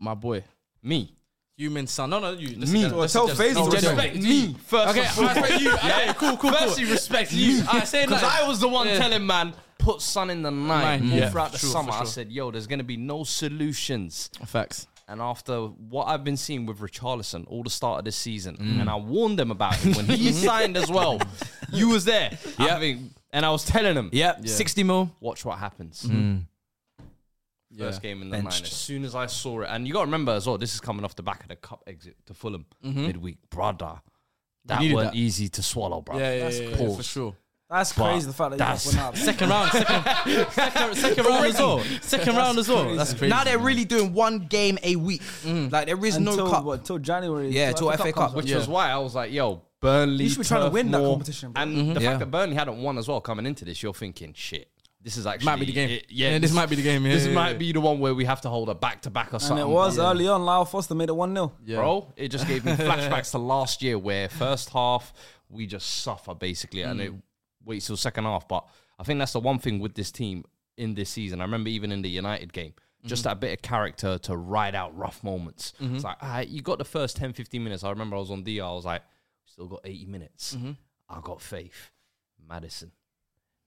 C: my boy.
E: Me.
C: Human son. No, no, you. this is
E: Me.
C: just-
E: Well,
C: this
B: tell
C: is just-
B: Faisal
C: no,
B: to
C: general.
E: Respect me first.
C: Okay,
E: and
C: I respect you. Okay, cool, cool, cool.
E: Firstly, respect you.
C: I say
E: because
C: that.
E: I was the one
C: Yeah.
E: telling man put sun in the night
C: Nine,
E: all
C: yeah.
E: throughout the
C: Sure, for
E: summer. I
C: sure.
E: said, yo, there's gonna be no solutions.
C: Facts.
E: And after what I've been seeing with Richarlison all the start of this season,
C: Mm.
E: and I warned them about it when he signed as well. You was there. I think- and I was telling him,
D: Yep.
C: Yeah. Mm.
D: 60 mil.
E: watch what happens.
C: Yeah.
E: First game in the
D: Benched.
E: nine. As soon as I saw it, and you got to remember as well, this is coming off the back of the cup exit to Fulham midweek, brother. That
C: Mm-hmm. needed
E: weren't
C: that.
E: easy to swallow, brother.
C: Yeah, yeah, yeah, yeah,
E: Pause.
C: for sure.
B: That's
E: But
B: crazy. The fact that you guys
E: that's-
B: went out.
C: Second round, second, second, second round as well. Second round as well. That's crazy.
D: Now they're really doing one game a week. Like there is
B: until
D: no cup.
B: what? Until January.
D: Yeah, till FA Cup.
B: comes out.
E: Which
C: Yeah.
E: was why I was like, yo, Burnley.
B: You should be trying to
E: Turf
B: win that
E: Moor.
B: competition, bro.
E: And the
D: Yeah.
E: fact that Burnley hadn't won as well coming into this, you're thinking, shit, this is actually.
C: might be the game.
E: it- yeah,
C: this might be the game. Yeah,
E: This
C: yeah,
E: might
C: yeah.
E: be the one where we have to hold a back to back or
B: And
E: something.
B: it was
E: bro.
B: early on. Lyle Foster made it 1 0.
C: Yeah.
E: Bro, it just gave me flashbacks to last year where first half we just suffer basically and it waits till second half. But I think that's the one thing with this team in this season. I remember even in the United game, just that bit of character to ride out rough moments. It's like, all right, you got the first 10, 15 minutes. I remember I was on DR, I was like, still got 80 minutes. I got faith. Madison.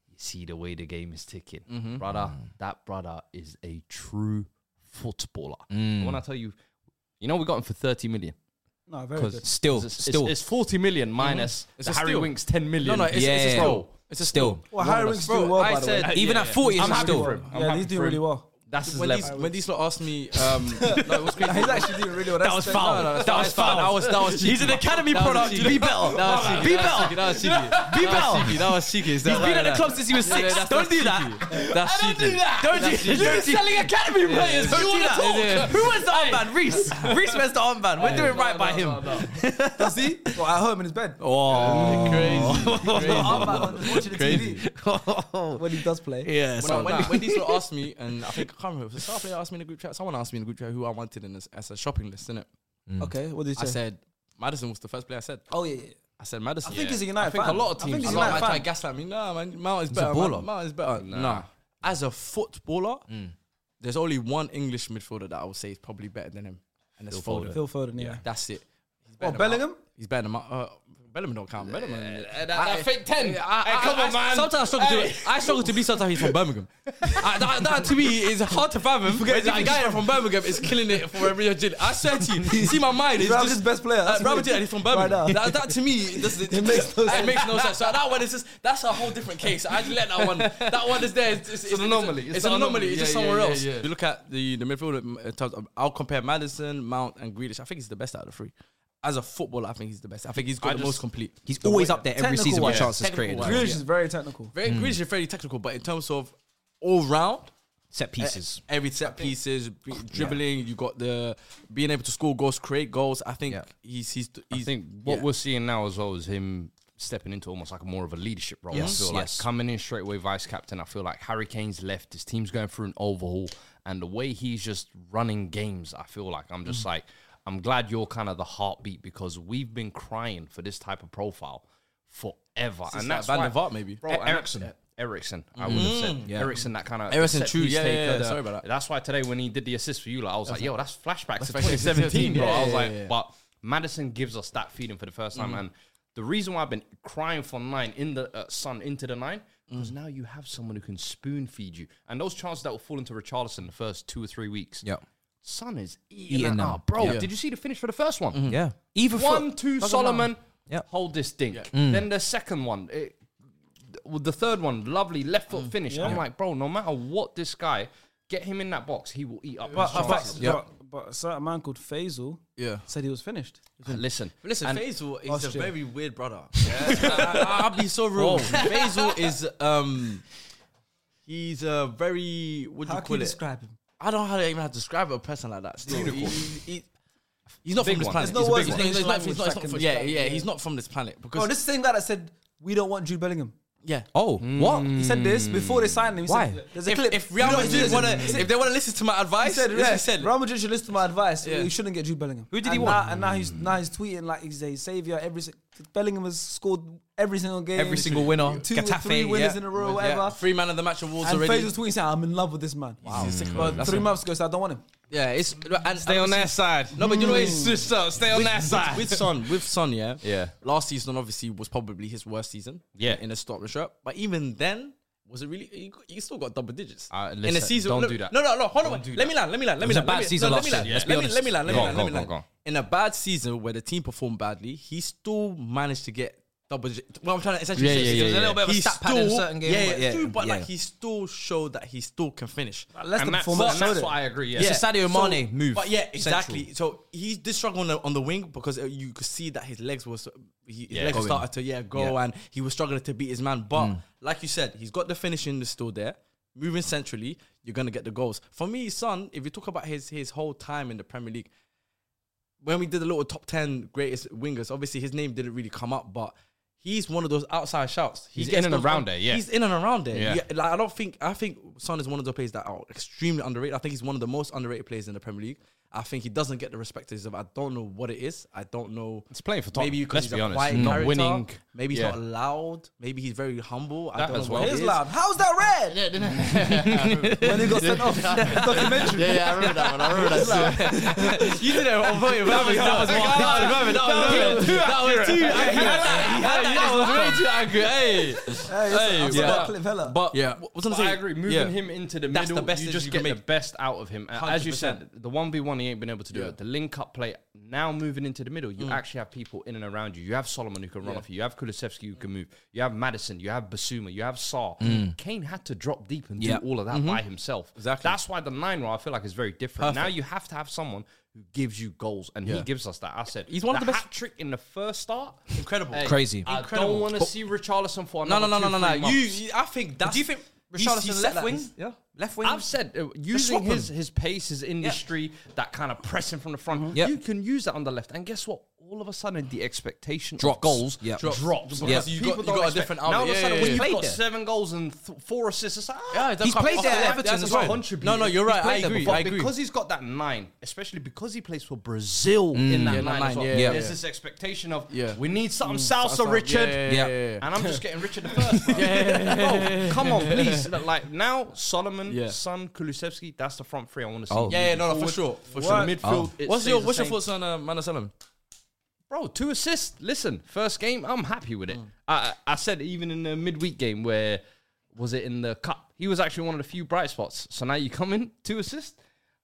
E: You see the way the game is ticking. Brother, that brother is a true footballer. When I tell you, you know, we got him for 30 million.
B: No, very good.
E: Because
D: Still,
E: it's, it's-
D: still. Mm-hmm.
E: it's, 40 million minus
C: It's
E: the
C: a
E: Harry
C: steal.
E: Winks 10
C: No,
E: million.
C: no, it's,
D: Yeah.
C: it's a
E: Bro,
C: steal. It's a
D: Still.
C: steal.
B: Well, Harry Winks doing well,
E: I
B: by the
E: said-
B: way.
D: Even
E: yeah,
D: at
E: yeah.
D: 40, it's
E: I'm
D: a
E: happy
D: still.
E: for him. I'm
B: Yeah,
E: happy
B: he's doing
E: for him.
B: really well.
E: That's his
C: When these,
E: level.
C: when these lot asked me, um, no, it was crazy.
B: He's actually doing really well. That's
D: That was
B: the-
D: foul.
C: No, no, that's
D: that
C: fine,
D: was
C: it's fine.
D: foul.
C: That was- that was
D: He's an
C: cheeky.
D: academy
C: That was
D: product.
C: cheeky.
D: Be
C: That
D: better.
C: was cheeky.
D: Be
C: That was
D: better.
C: cheeky. That was cheeky.
D: Be
C: That was
D: better.
C: cheeky. That was cheeky. He's
D: He's been at the club since he was six. Don't do that.
C: That's cheeky.
D: do that. Don't
C: That's
D: do
C: cheeky.
D: You're selling academy players.
C: yeah.
D: You
C: Don't do
D: want to
C: that.
D: talk?
C: Yeah.
D: Who wears the armband? Reese. Reese wears the armband. We're doing right by him.
B: Does he? Well, at home in his bed.
D: Oh,
B: I'm back on- watching the
C: Crazy.
B: TV when he does play.
D: yeah.
C: When, I- when, when these lot asked me, and I think I can't remember, if it was a staff player asked me in the group chat. Someone asked me in the group chat who I wanted in as, as a shopping list, innit?
B: Okay, what did
C: I
B: you say?
C: said Madison was the first player I said.
B: Oh yeah, yeah.
C: I said Madison.
B: I think he's a United
E: think
B: fan.
E: a lot of
B: I think
E: teams-
B: he's a
E: a lot
C: Like,
B: United
C: I try
B: fan.
C: to gaslight me. Nah, man, Mount is better.
D: baller.
C: Man, Mount is better. Nah. As a footballer, there's only one English midfielder that I would say is probably better than him, and it's Foden.
B: Phil Foden, yeah.
C: That's it. He's
B: Well,
C: better than
B: Bellingham.
C: Mount. He's better than Mount. Uh, Bellingham don't count. Bellingham.
E: that- that fake 10. Hey, come on, man.
C: Sometimes I struggle
E: Hey.
C: to. I struggle to believe sometimes he's from Birmingham. I, that, that to me is hard to fathom. Forget
E: that
C: that guy from Birmingham is killing it for every agenda. I swear to you, see my mind
B: He's
C: is just
B: his best player.
C: uh,
B: That's
C: Robert
B: weird.
C: Dylan, he's from Birmingham.
B: Right now.
C: that, that to me, it doesn't-
B: It makes no sense.
C: It makes no sense. So that one is just that's a whole different case. I just let that one. That one is there. It's, it's,
E: an anomaly.
C: It's,
E: It's
C: an
E: an
C: anomaly.
E: anomaly.
C: It's just
E: Yeah, yeah,
C: somewhere
E: yeah,
C: else.
E: yeah.
C: You look at the the midfield um, in terms of. I'll compare Madison, Mount, and Grealish. I think he's the best out of the three. As a footballer, I think he's the best. I think he's got
E: I
C: the
E: just-
C: most complete.
D: He's always up there every
B: Technical
D: season with
B: wise.
D: chances
C: Technical
D: created.
C: wise.
B: Grealish is very technical.
C: Very
E: Hmm.
C: Grealish is very technical, but in terms of all round,
D: Set pieces.
C: every set pieces, be- dribbling, you got the being able to score goals, create goals. I think
D: Yeah.
C: he's he's
E: I
C: he's
E: think what
C: yeah.
E: we're seeing now as well is him stepping into almost like a more of a leadership role.
D: Yes,
E: I feel like
D: yes.
E: coming in straight away vice captain. I feel like Harry Kane's left. His team's going through an overhaul, and the way he's just running games, I feel like I'm
C: Mm.
E: just like I'm glad you're kind of the heartbeat because we've been crying for this type of profile forever,
C: like
E: and that's
C: Van
E: why-
C: der Vaart, maybe.
E: bro.
C: E- Mm.
E: Ericsson. Ericsson, I would have said Ericsson. That kind of
C: Eriksen, true, yeah, yeah, yeah,
E: the-
C: sorry about that.
E: That's why today when he did the assist for you, like, I was like, yo, that's flashbacks to
C: flashbacks to
E: 2017,
C: 2017, yeah,
E: bro. I was
C: yeah,
E: like,
C: yeah, yeah.
E: but Madison gives us that feeling for the first time, and the reason why I've been crying for nine in the uh, sun into the nine because now you have someone who can spoon feed you, and those chances that will fall into Richarlison in the first two or three weeks,
D: Yeah.
E: Son is eating,
D: Eating
E: it
D: them.
E: up, bro.
D: Yeah.
E: Did you see the finish for the first one?
D: Yeah. Either
E: One,
D: foot.
E: two,
D: Doesn't
E: Solomon.
D: matter. Yep.
E: Hold this dink. Then the second one. It, with the third one, lovely left foot finish. I'm like, bro, no matter what this guy, get him in that box, he will eat up.
B: But,
E: his
B: but,
E: chances.
B: but, But a certain man called Faisal
C: Yeah.
B: said he was finished.
E: Listen,
C: But listen,
E: and-
C: Faisal is
B: Austria.
C: a very weird brother. I, I, I'll be so rude. Faisal is um, he's a very what do you call it?
B: him?
C: I don't know how to even how to describe a person like that. Still, he, he- he- he's not
E: Big
C: from this
E: one.
C: planet.
E: There's
C: He's
B: no
C: a big
B: words
C: one.
B: in
C: He's not-
B: English
C: he's not- he's not
B: language
C: from-
B: that
C: Yeah,
B: can
C: yeah,
B: describe
C: he's not from this planet because
B: Oh, this thing that I said we don't want Jude Bellingham.
C: yeah.
D: Oh, what?
B: He said
C: Mm.
B: this before they signed him. He
D: Why?
B: Said, There's a
C: If,
B: clip.
C: if Real
B: You know what he
C: Madrid
B: said?
C: want to,
B: He said-
C: if they want to listen to my advice,
B: he said,
C: this is
B: yeah,
C: said.
B: Real Madrid should listen to my advice.
C: Yeah.
B: You shouldn't get Jude Bellingham.
D: Who did he
B: and
D: want?
B: Now, and now he's now he's tweeting like he's a savior. Every si- Bellingham has scored every single game.
D: Every single winner.
B: Two
D: Getafe,
B: or three winners
D: yeah.
B: in a row,
C: Yeah,
B: whatever.
C: Three man of the match awards
B: And
C: already.
B: Faisal tweeting saying, "I'm in love with this man."
C: Wow.
B: But three months ago, so I don't want him.
C: Yeah, it's and
E: stay on their side.
C: No, but you know what
B: Hmm.
C: it's
E: Switch up, stay on
C: with,
E: their
C: with-
E: side.
C: With Son, with Son, yeah.
E: Yeah.
C: Last season obviously was probably his worst season.
E: Yeah.
C: In a Scottish shirt, but even then, was it really? You, you still got double digits
E: Uh,
C: in a
E: listen,
C: season.
E: don't
C: no,
E: do that.
C: No, no, no. Hold on.
E: Don't do
C: Let me land. Let me land. Let me
D: was a
C: land.
D: bad
C: let me,
D: season
C: no,
D: last
C: let me land,
D: year, let's be
C: let, me,
D: honest.
C: let me land. Let
E: Go
C: me
E: on,
C: land.
E: go
C: Let
E: on,
C: me
E: go on,
C: land.
E: go on.
C: In a bad season where the team performed badly, he still managed to get. Double digit. Well, I'm trying to essentially
E: Yeah,
C: say
E: yeah,
C: is
E: yeah,
C: he
E: yeah.
D: Bit of a
C: he
D: stat pad in certain games,
C: yeah,
D: but
C: yeah,
D: yeah,
C: true, but
D: yeah.
C: like he still showed that he still can finish.
B: Unless the
E: and that's,
B: performance
E: and
B: showed
E: that's
B: it.
E: what I agree. Yeah,
C: Yeah.
D: It's a Sadio Mane move,
C: But yeah, exactly. So he did struggle on the, on the wing because uh, you could see that his legs was he, his
E: Yeah,
C: legs
E: going. Mm.
C: started to yeah go
D: Yeah.
C: and he was struggling to beat his man. But like you said, he's got the finishing that's still there. Moving centrally, you're gonna get the goals. For me, son, if you talk about his his whole time in the Premier League, when we did the little top ten greatest wingers, obviously his name didn't really come up, but. He's one of those outside shouts. He
E: He's
C: gets
E: in and
C: those-
E: around there, yeah.
C: He's in and around there.
E: Yeah.
C: Yeah. Like I don't think I think Son is one of the players that are extremely underrated. I think he's one of the most underrated players in the Premier League. I think he doesn't get the respect deserved. I don't know what it is. I don't know.
E: He's playing for Tottenham,
C: Maybe because
E: let's
C: he's
E: be
C: a
E: honest.
C: quiet
E: Not
C: character.
E: winning.
C: Maybe he's
E: Yeah.
C: not loud. Maybe he's very humble. I
E: That
C: don't
E: as
C: know what
E: well.
C: it
B: He's
C: is.
B: loud. How's that red?
C: Yeah, didn't I?
B: When he got sent off, documentary.
C: Yeah, yeah, I remember that one. I remember that. you did it on point. That was that was one. That was that was that was too. That was too accurate. Hey.
B: Hey, it's-
C: Hey,
B: I saw
C: yeah.
B: that clip, hella.
C: But
D: Yeah.
C: what was I
E: But
C: saying?
E: I agree. Moving
C: Yeah.
E: him into the
C: That's the
E: middle,
C: best
E: you
C: that
E: just
C: you
E: get
C: can
E: the
C: make.
E: best out of him. And As you said,
C: 100%.
E: the one v one he ain't been able to do
C: Yeah.
E: it. The link up play. Now moving into the middle, you actually have people in and around you. You have Solomon who can run
C: Yeah.
E: off you. You have Kulusevski who can move. You have Madison. You have Basuma. You have Saar.
C: Mm.
E: Kane had to drop deep and
D: Yeah.
E: do all of that by himself.
C: Exactly.
E: That's why the nine role I feel like is very different. Now you have to have someone who gives you goals, and he
C: Yeah.
E: gives us that. I said
C: He's one of the best-
E: hat trick in the first start.
C: Incredible.
E: Hey,
D: Crazy.
E: I
C: Incredible.
E: don't want to see Richarlison for
C: No,
E: another
C: no, no, no,
E: two,
C: no,
E: three
C: no.
E: months.
C: You, you, I think that's.
D: Do you think
C: you see
D: Richarlison
C: set
D: left
C: like
D: wing?
C: this. Yeah.
D: left wing.
E: I've said uh, using
D: swap
E: his,
D: him.
E: his pace, his industry, that kind of pressing from the front,
D: Yep.
E: you can use that on the left. And guess what? All of a sudden, the expectation
D: Drops.
E: of goals
D: Yep.
E: drops.
C: Drops.
E: because
C: Yeah. You
E: people
C: got- you got
E: don't
C: a
E: expect-
C: different
E: Now all
C: outlet.
E: of a
C: Yeah,
E: sudden,
C: yeah,
E: when
C: yeah.
E: you've
D: Played
E: got
D: there.
E: seven goals and th- four assists, it's like, ah,
C: Yeah, that's
D: He's
C: quite-
D: played
C: off
D: there
C: the
D: at
C: left,
D: Everton
C: that's
D: as
C: fine.
D: well.
E: contributed.
C: No, no, you're right. I
D: He's played there
C: agree.
E: But
C: I agree.
E: because he's got that nine, especially because he plays for Brazil in that
C: Yeah, that
E: Mm. nine, as
C: nine,
E: well,
C: yeah,
E: there's
C: yeah.
E: this expectation of
C: Yeah.
E: we need something salsa,
C: Salsa,
E: Richard.
C: yeah, yeah, yeah, yeah.
E: And I'm just getting Richard the first. bro. Bro, come on, please. Look, Like now, Solomon,
C: Yeah.
E: Son, Kulusevski, that's the front three I want to see.
D: Oh.
C: yeah, yeah, no, no, for sure, for
E: What?
C: sure.
E: Midfield, it
C: What's
E: stays
C: your
E: the
C: What's your
E: same.
C: thoughts on uh, Manasalem?
E: Bro, two assists. Listen, first game, I'm happy with it.
C: Mm.
E: I, I I said even in the midweek game where was it in the cup? He was actually one of the few bright spots. So now you come in two assists.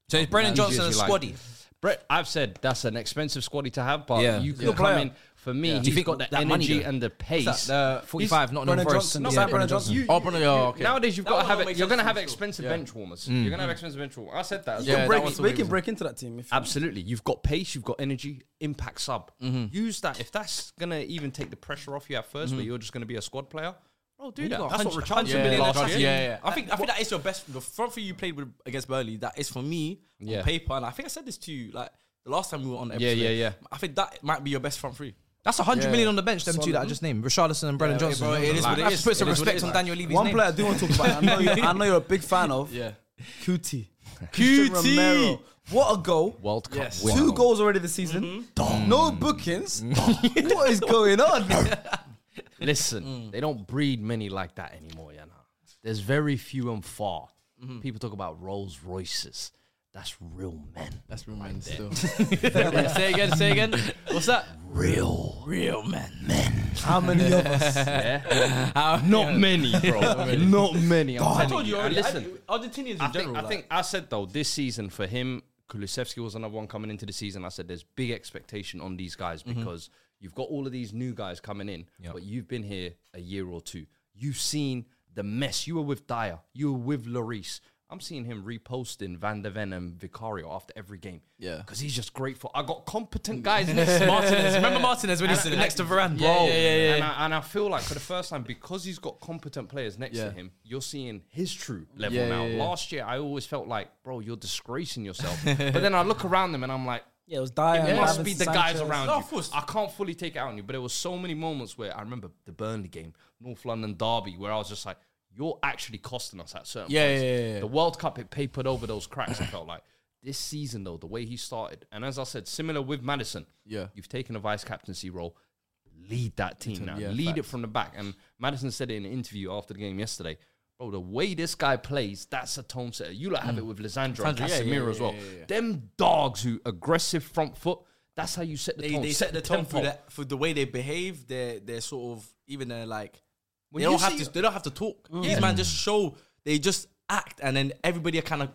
D: So it's Brennan
E: Nah,
D: Johnson and
E: easy as you
D: Squaddy.
E: like. Brett, I've said that's an expensive squaddy to have, but
D: Yeah.
E: you
D: He's
E: can
B: a good
E: come
B: player.
E: in. For me,
D: Yeah.
E: he's
D: Do you think
E: got the
D: that money
E: energy
D: though?
E: and the pace.
D: What's that, the 45, not
B: Brennan
D: Forest.
B: Johnson.
E: No,
B: Yeah,
E: but
B: Brennan
E: Johnson.
B: Johnson.
E: You,
C: Oh, Brennan- yeah, okay.
E: Nowadays, you've
C: That
E: got to
C: one
E: have
C: don't
E: it.
C: make
E: You're going to
C: sense
E: have
C: for sure.
E: expensive
C: Yeah.
E: bench warmers. You're going to have expensive bench warmers. I said Mm. that. as
C: Yeah,
E: well.
C: that
B: break,
C: one's
B: we
C: amazing.
B: can break into that team. If you-
E: Absolutely. You've got pace, you've got energy, impact sub. Use that. If that's going to even take the pressure off you at 1st where you're just going to be a squad player, oh, do
D: You
E: that.
D: got
E: That's what
D: 100
E: Richardson
D: Yeah,
E: did
D: yeah,
E: last
D: yeah,
E: year.
D: yeah,
C: I think I think that is your best. The front three you played with against Burnley, that is for me
E: Yeah.
C: on paper, and I think I said this to you like the last time we were on. the
E: Yeah,
C: episode,
E: yeah, yeah.
C: I think that might be your best front three.
D: That's 100 million on the bench, them two that I just named. Richarlison and Brennan
C: Yeah,
D: Johnson.
C: bro, it is what it
D: I have to
C: is.
D: put some
C: It is what it
D: respect
C: is.
D: on Daniel Levy's
B: One
D: name.
B: player I do want to talk about. I know, you, I know you're a big fan of
C: Yeah,
B: QT.
C: QT.
B: Romero. What a goal!
E: World Cup.
C: Yes.
E: winner.
B: Two goals already this
E: Mm-hmm.
B: season. No bookings. what is going on?
E: Listen,
C: mm.
E: they don't breed many like that anymore, you know. There's very few and far.
C: Mm-hmm.
E: People talk about Rolls Royces. That's real men.
C: that's remains still. say again, say again. What's that?
E: Real.
C: Real man.
B: How many of us?
E: Not many, bro. Not many. I'm
C: I
E: telling
C: told you
E: And
C: already.
E: Listen,
C: I, Argentinians in general.
E: I think, I
C: like-
E: think I said though this season for him, Kulusevski was another one coming into the season. I said there's big expectation on these guys
C: Mm-hmm.
E: because you've got all of these new guys coming in, but you've been here a year or two. You've seen the mess. You were with Dyer. You were with Lloris. I'm seeing him reposting Van de Ven and Vicario after every game.
C: Yeah. Mm.
E: Because he's just grateful. I got competent guys next to Martinez. Remember
D: Martinez when he's
E: And I-
D: next to Varane?
E: Bro,
C: Yeah, yeah, yeah, yeah.
E: And, I, and I feel like for the first time, because he's got competent players next
C: Yeah.
E: to him, you're seeing his true level
C: Yeah,
E: now.
C: yeah, yeah.
E: Last year, I always felt like, bro, you're disgracing yourself. but then I look around them and I'm like,
B: Yeah, it was Dyer.
E: it must
B: Davinson
E: be the guys
B: Sanchez.
E: around
C: No,
E: you.
C: of course.
E: I can't fully take it out on you, but there were so many moments where I remember the Burnley game, North London derby, where I was just like, "You're actually costing us at certain
C: Yeah,
E: points."
C: yeah, yeah, yeah.
E: The World Cup it papered over those cracks. I felt like this season though, the way he started, and as I said, similar with Madison.
C: Yeah.
E: you've taken a vice captaincy role. Lead that team now.
C: yeah,
E: Lead it
C: facts.
E: from the back. And Madison said it in an interview after the game yesterday. Bro, the way this guy plays, that's a tone setter. You like have it with Lisandro and
C: Mm. Lisandro, yeah, yeah,
E: Casemiro
C: yeah,
E: as well.
C: yeah, yeah, yeah.
E: Them dogs who aggressive front foot. That's how you set the
C: They,
E: tone.
C: they set the tone for
E: tempo.
C: that for the way they behave. Their their sort of even their like
E: When
C: they
E: you
C: don't have
E: see-
C: to. They don't have to talk. These man just show. They just act, and then everybody kind of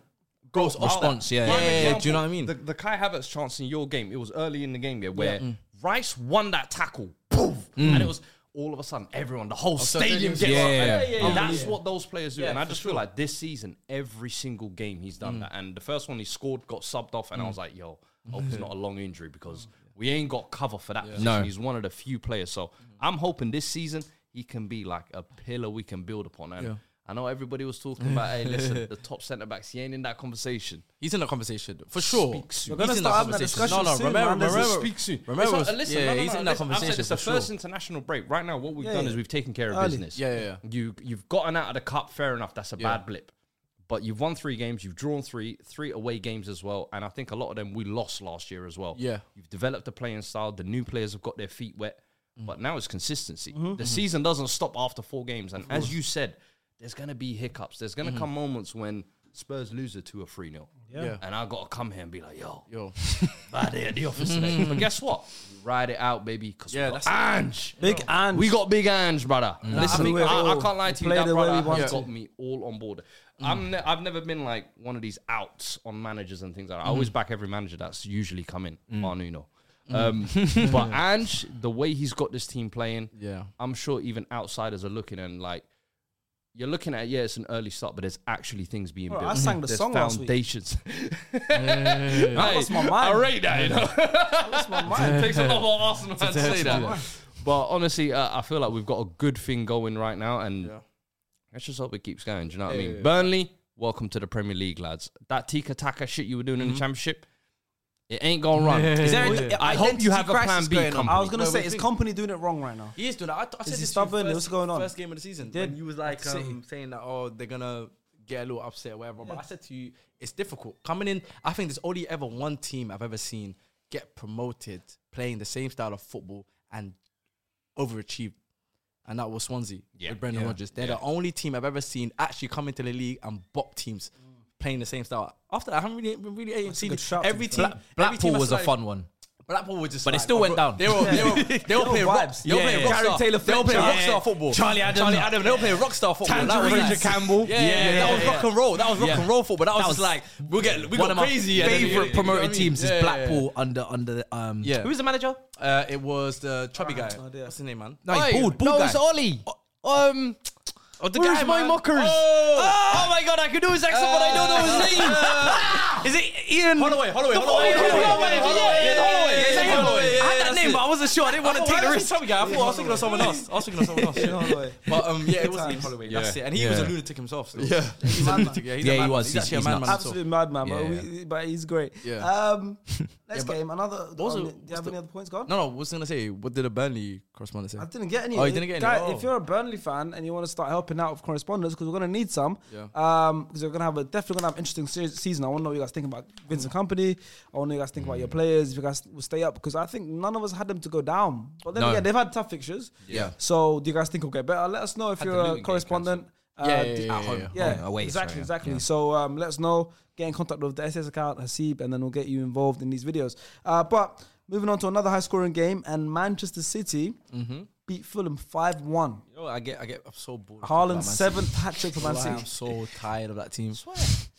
C: goes off that.
D: response, yeah,
C: yeah,
E: Prime
C: yeah, yeah. Do
E: example,
C: you know what I mean?
E: The, the Kai Havertz chance in your game, it was early in the game there where
C: Mm.
E: Rice won that tackle, poof, and it was all of a sudden everyone, the whole
C: Oh, so
E: stadium
C: stadium's-
E: gets
C: yeah,
E: up.
C: yeah,
E: And
C: yeah, yeah,
E: that's
C: yeah.
E: what those players do. and I
C: for Mm.
E: just feel like this season, every single game he's done that. And the first one he scored got subbed off, and I was like, yo, I hope
C: Mm.
E: it's not a long injury because we ain't got cover for that position.
C: Oh, No. Mm-hmm.
E: He's one of the few players. So I'm hoping this season he can be like a pillar we can build upon. And I know everybody was talking about, hey, listen, the top centre backs, he ain't in that conversation.
C: He's in the conversation for sure.
E: soon.
C: We're
B: gonna start having that
C: No,
B: discussion
C: no,
B: soon,
C: remember,
B: man. Let's
C: remember,
B: just
E: speak soon.
C: Remember,
E: It's not- listen,
C: yeah,
E: no, no,
C: he's
E: no,
C: in that
E: listen, I've said
C: conversation
E: it's
C: for
E: the first
C: sure.
E: international break. Right now, what we've
B: Yeah,
E: done
B: yeah.
E: is we've taken care of
B: Early.
E: business.
C: Yeah, yeah, yeah.
E: You you've gotten out of the cup. Fair enough. That's a
C: Yeah.
E: bad blip. But you've won three games. You've drawn three three away games as well. And I think a lot of them we lost last year as well.
C: Yeah.
E: You've developed a playing style. The new players have got their feet wet.
C: Mm.
E: But now it's consistency.
C: Mm-hmm,
E: The season doesn't stop after four games. And as you said, there's gonna be hiccups. There's gonna come moments when Spurs lose a two or three nil.
C: Mm-hmm. Yeah.
E: And I gotta come here and be like, yo,
C: Yo,
E: bad day at the office today. but guess what? Ride it out, baby. Cause
C: Yeah,
E: we got Ange.
B: Big and
E: We got big Ange, brother. Listen,
B: think we
E: I, I
B: all
E: can't lie to you.
B: play
E: That
B: the way we
E: brother
B: want Mm.
E: has
B: to.
E: got me all on board. I'm ne- I've never been like one of these outs on managers and things like that. I
B: Mm.
E: always back every manager that's usually come in. Marnuno. Um,
B: Mm.
E: but Ange, the way he's got this team playing,
C: Yeah.
E: I'm sure even outsiders are looking and like, you're looking at yeah, it's an early start, but there's actually things being
B: Bro, I
E: built.
B: sang the
E: There's
B: song last week.
E: foundations.
B: I lost my
E: I
B: mind.
E: rate that, you know.
B: I lost my mind.
E: It takes a lot more Arsenal fans to
C: to
E: say
C: do
E: that.
C: that.
E: But honestly, uh, I feel like we've got a good thing going right now, and let's just hope it keeps going. Do you know what I mean? Burnley, welcome to the Premier League, lads. That Tika Taka shit you were doing in
C: Mm-hmm.
E: the Championship, it ain't gonna run.
D: Is there an
E: I hope you
D: identity
E: have a
D: crisis
E: plan B.
D: going on?
E: Company.
B: I was gonna
C: Wait,
B: say,
C: wait,
B: is
C: wait.
B: company doing it wrong right now?
C: he is doing that. I, th- I said
B: he
C: this
B: stubborn?
C: to you
B: What's going on?
C: First game of the season.
B: did.
C: When you was like
B: City.
C: um, saying that, oh, they're gonna get a little upset, or whatever. But I said to you, it's difficult coming in. I think there's only ever one team I've ever seen get promoted playing the same style of football and overachieved. And that was Swansea
E: Yeah.
C: with Brendan
E: Yeah.
C: Rodgers. They're
E: Yeah.
C: the only team I've ever seen actually come into the league and bop teams playing the same style. After that, I haven't really, really seen
B: Mm. good shout, to
C: every
B: be
C: team. every team
D: Blackpool
C: I
D: was a
C: started-
D: fun one.
C: Blackpool were just,
D: But it
C: like-
D: still went down.
C: They were, they were, they were
B: Yo,
C: playing rock,
B: vibes.
C: they were
B: Yeah,
C: playing
B: yeah.
C: rock
B: Gary
C: star.
B: Taylor
C: they were playing
B: Fletcher.
C: rock star football.
D: Charlie Adam.
C: Charlie Adam. They were playing rock star football. That was
D: Tangerine
C: nice.
D: Campbell.
C: Yeah, yeah,
D: Yeah,
C: that
D: yeah,
C: was
D: yeah.
C: rock and roll. That was rock
D: Yeah.
C: and roll football. That was
D: That
C: just
D: was
C: like we get we
D: One
C: got
D: of my
C: crazy. and then- you know what
D: favorite
C: I mean?
D: promoted teams
C: Yeah,
D: is
C: yeah, yeah.
D: Blackpool under under the, um.
C: Yeah.
D: Who was the manager?
C: Uh, it was the chubby guy.
B: no idea.
C: What's his name, man?
D: No, he's bald. Bald
E: no,
D: guy.
E: it's Ollie. Um,
C: Oh, the
E: where's
C: guy,
E: my
C: man.
E: mockers?
C: Oh,
E: Oh, my god, I could do his accent, but I don't know his name.
D: Is it Ian?
C: Holloway, Holloway,
D: The-
C: Holloway,
E: Holloway,
D: oh, Holloway,
E: Holloway,
D: Holloway,
E: yeah,
D: Holloway.
E: yeah,
D: Is it
E: yeah,
D: him?
C: Holloway,
D: I
C: yeah,
D: had that
C: that's
D: name,
C: it.
D: but I wasn't sure. I didn't want to take the risk.
C: Chubby guy. I thought I was thinking of someone else. I was thinking of someone else.
B: Holloway.
C: But um, yeah, it was
B: Times.
C: Holloway.
E: Yeah.
C: That's it. And he was a
E: Yeah.
C: lunatic himself. Still. Yeah, he's a
B: Madman.
C: lunatic. Yeah, he's a
D: Yeah, he
C: madman.
D: was.
C: He's
D: He's-
C: actually a
D: he's
C: madman.
D: nuts.
C: himself.
B: Absolute madman, but,
D: Yeah.
B: we, but he's great.
C: Yeah.
B: Um, next
C: but
B: game, another.
C: those
B: um,
C: are-
B: do you have
C: what's
B: any
C: the-
B: other points, gone?
C: No, no. I was gonna say, what did the Burnley correspondent say?
B: I didn't get any.
C: Oh, you didn't get any.
B: Guy,
C: Oh.
B: If you're a Burnley fan and you want to start helping out with correspondence, because we're going to need some,
C: Yeah.
B: because we're going to have a definitely going to have an interesting se- season. I want to know what you guys think about Vincent
C: Mm.
B: Company. I want to know what you guys think about your players. If you guys will stay up, because I think none of us had them to go down. But then
C: No.
B: again, they've had tough fixtures.
C: Yeah.
B: So do you guys think will get better? Let us know if
E: the
B: you're
E: Luton
B: a
E: game
B: correspondent. Uh,
C: Yeah, yeah,
B: d-
C: yeah,
B: at
C: yeah,
B: home.
C: Oh, yeah.
B: yeah.
D: Home, away,
B: exactly,
D: sorry, yeah.
B: exactly. So um, let us know. Get in contact with the SS account, Hasib, and then we'll get you involved in these videos. Uh, but moving on to another high-scoring game, and Manchester City
C: Mm-hmm.
B: beat Fulham five-one.
C: Yo, I get, I get, I'm so bored. of talking about Man
B: Haaland's
C: City.
B: seventh hat trick for Man
C: Why
B: City.
C: I'm so tired of that team.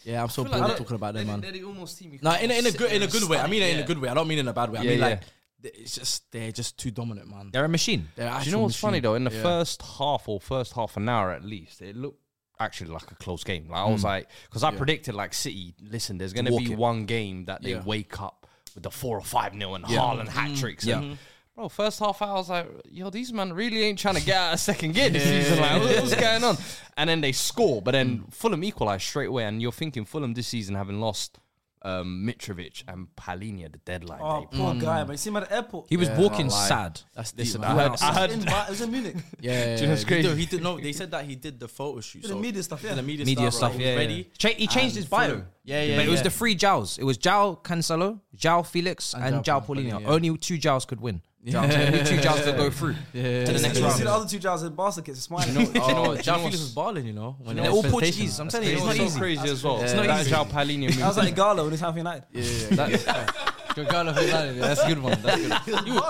C: Yeah, I'm so bored of talking about them, man.
E: almost team.
C: No, in a, in a good in a good way. I mean it in
E: yeah.
C: a good way. I don't mean in a bad way. I
E: Yeah,
C: mean like
E: yeah.
C: th- it's just they're just too dominant, man.
D: They're a machine.
C: They're
E: Do you know what's funny though? In the
C: Yeah.
E: first half or first half an hour at least, it looked actually like a close game. Like I was like, because I predicted like City. Listen, there's gonna
C: Walk
E: be
C: it.
E: one game that they
C: Yeah.
E: wake up with the four or five nil and
C: Yeah.
E: Haaland hat tricks.
D: Yeah.
E: and- Bro, first half hour, I was like, yo, these men really ain't trying to get out of second gear this season. Like, what- what's going on? And then they score, but then Fulham equalise straight away. And you're thinking Fulham this season, having lost um, Mitrovic and Palinia at the deadline.
B: Oh,
E: day,
C: Mm.
B: poor guy, man. You see him at the airport.
D: He was
C: Yeah,
D: walking
C: not lying.
D: sad.
C: That's deep,
E: Listen,
C: man.
E: I heard, I
B: It was
E: heard,
B: in, it was in Munich.
C: Yeah,
E: Do you know what's
C: he did-
E: crazy?
C: He did, no, they said that he did the photo shoot.
B: the
C: so-
B: media stuff,
C: did
B: yeah.
C: The media,
D: Media
C: stuff.
D: stuff.
C: right?
E: yeah, yeah.
C: Ready.
D: Cha- he changed
C: and
D: his bio.
C: Fulham. Yeah, yeah.
D: but it was
C: yeah.
D: the three Jaos. It was Jao Cancelo, Jao Felix, and, Jao
C: João
D: Paulinho.
C: Paulinho, yeah.
D: Only two Jaos could win. João- Only two Jaos could go through to the next
B: You see
D: round.
B: the other two guys in Barca kids smiling.
C: Oh, João
E: do you know
C: Felix
E: what's-
C: was balling, you know. When
D: They're
C: they
D: all
C: presentation.
D: Portuguese. I'm telling you,
E: It's
D: it's
E: not
D: not easy.
E: crazy as well.
C: It's
E: That
C: not
E: is
C: easy.
E: how Paulinho
B: I was
E: moved.
B: like Igalo when he's half United.
C: Yeah, yeah, yeah. That- Gonzalo Fernandes, That's a good one. That's a good. one. You,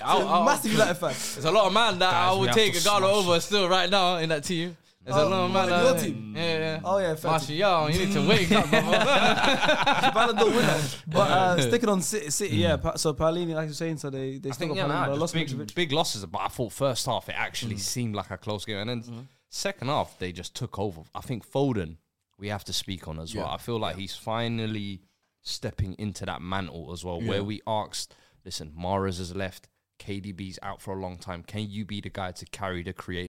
C: I'll- I'll-
B: Massive United fan.
C: There's a lot of man that
E: Guys,
C: I
E: we
C: would
E: have
C: take
E: to
C: Igalo
E: smash
C: over still right now in that team. There's a
B: Oh,
C: lot of man.
B: your
C: that-
B: team?
C: uh, Yeah, yeah.
B: Oh, yeah, fair
C: Martial, you need to wake up. brother.
B: Ballon d'Or winner. But uh, sticking on City, City yeah.
C: Mm.
B: Pa- so Paolini, like you're saying, so they, they
E: I
B: still
E: think
B: got
E: yeah,
B: Paolini,
E: nah,
B: but
E: just
B: lost
E: big,
B: Mitrovic.
E: big losses. But I thought first half it actually seemed like a close game, and then second half they just took over. I think Foden, we have to speak on as well.
C: Yeah.
E: I feel like he's finally stepping into that mantle as well, where we asked, listen, Mares has left, KDB's out for a long time. Can you be the guy to carry the create?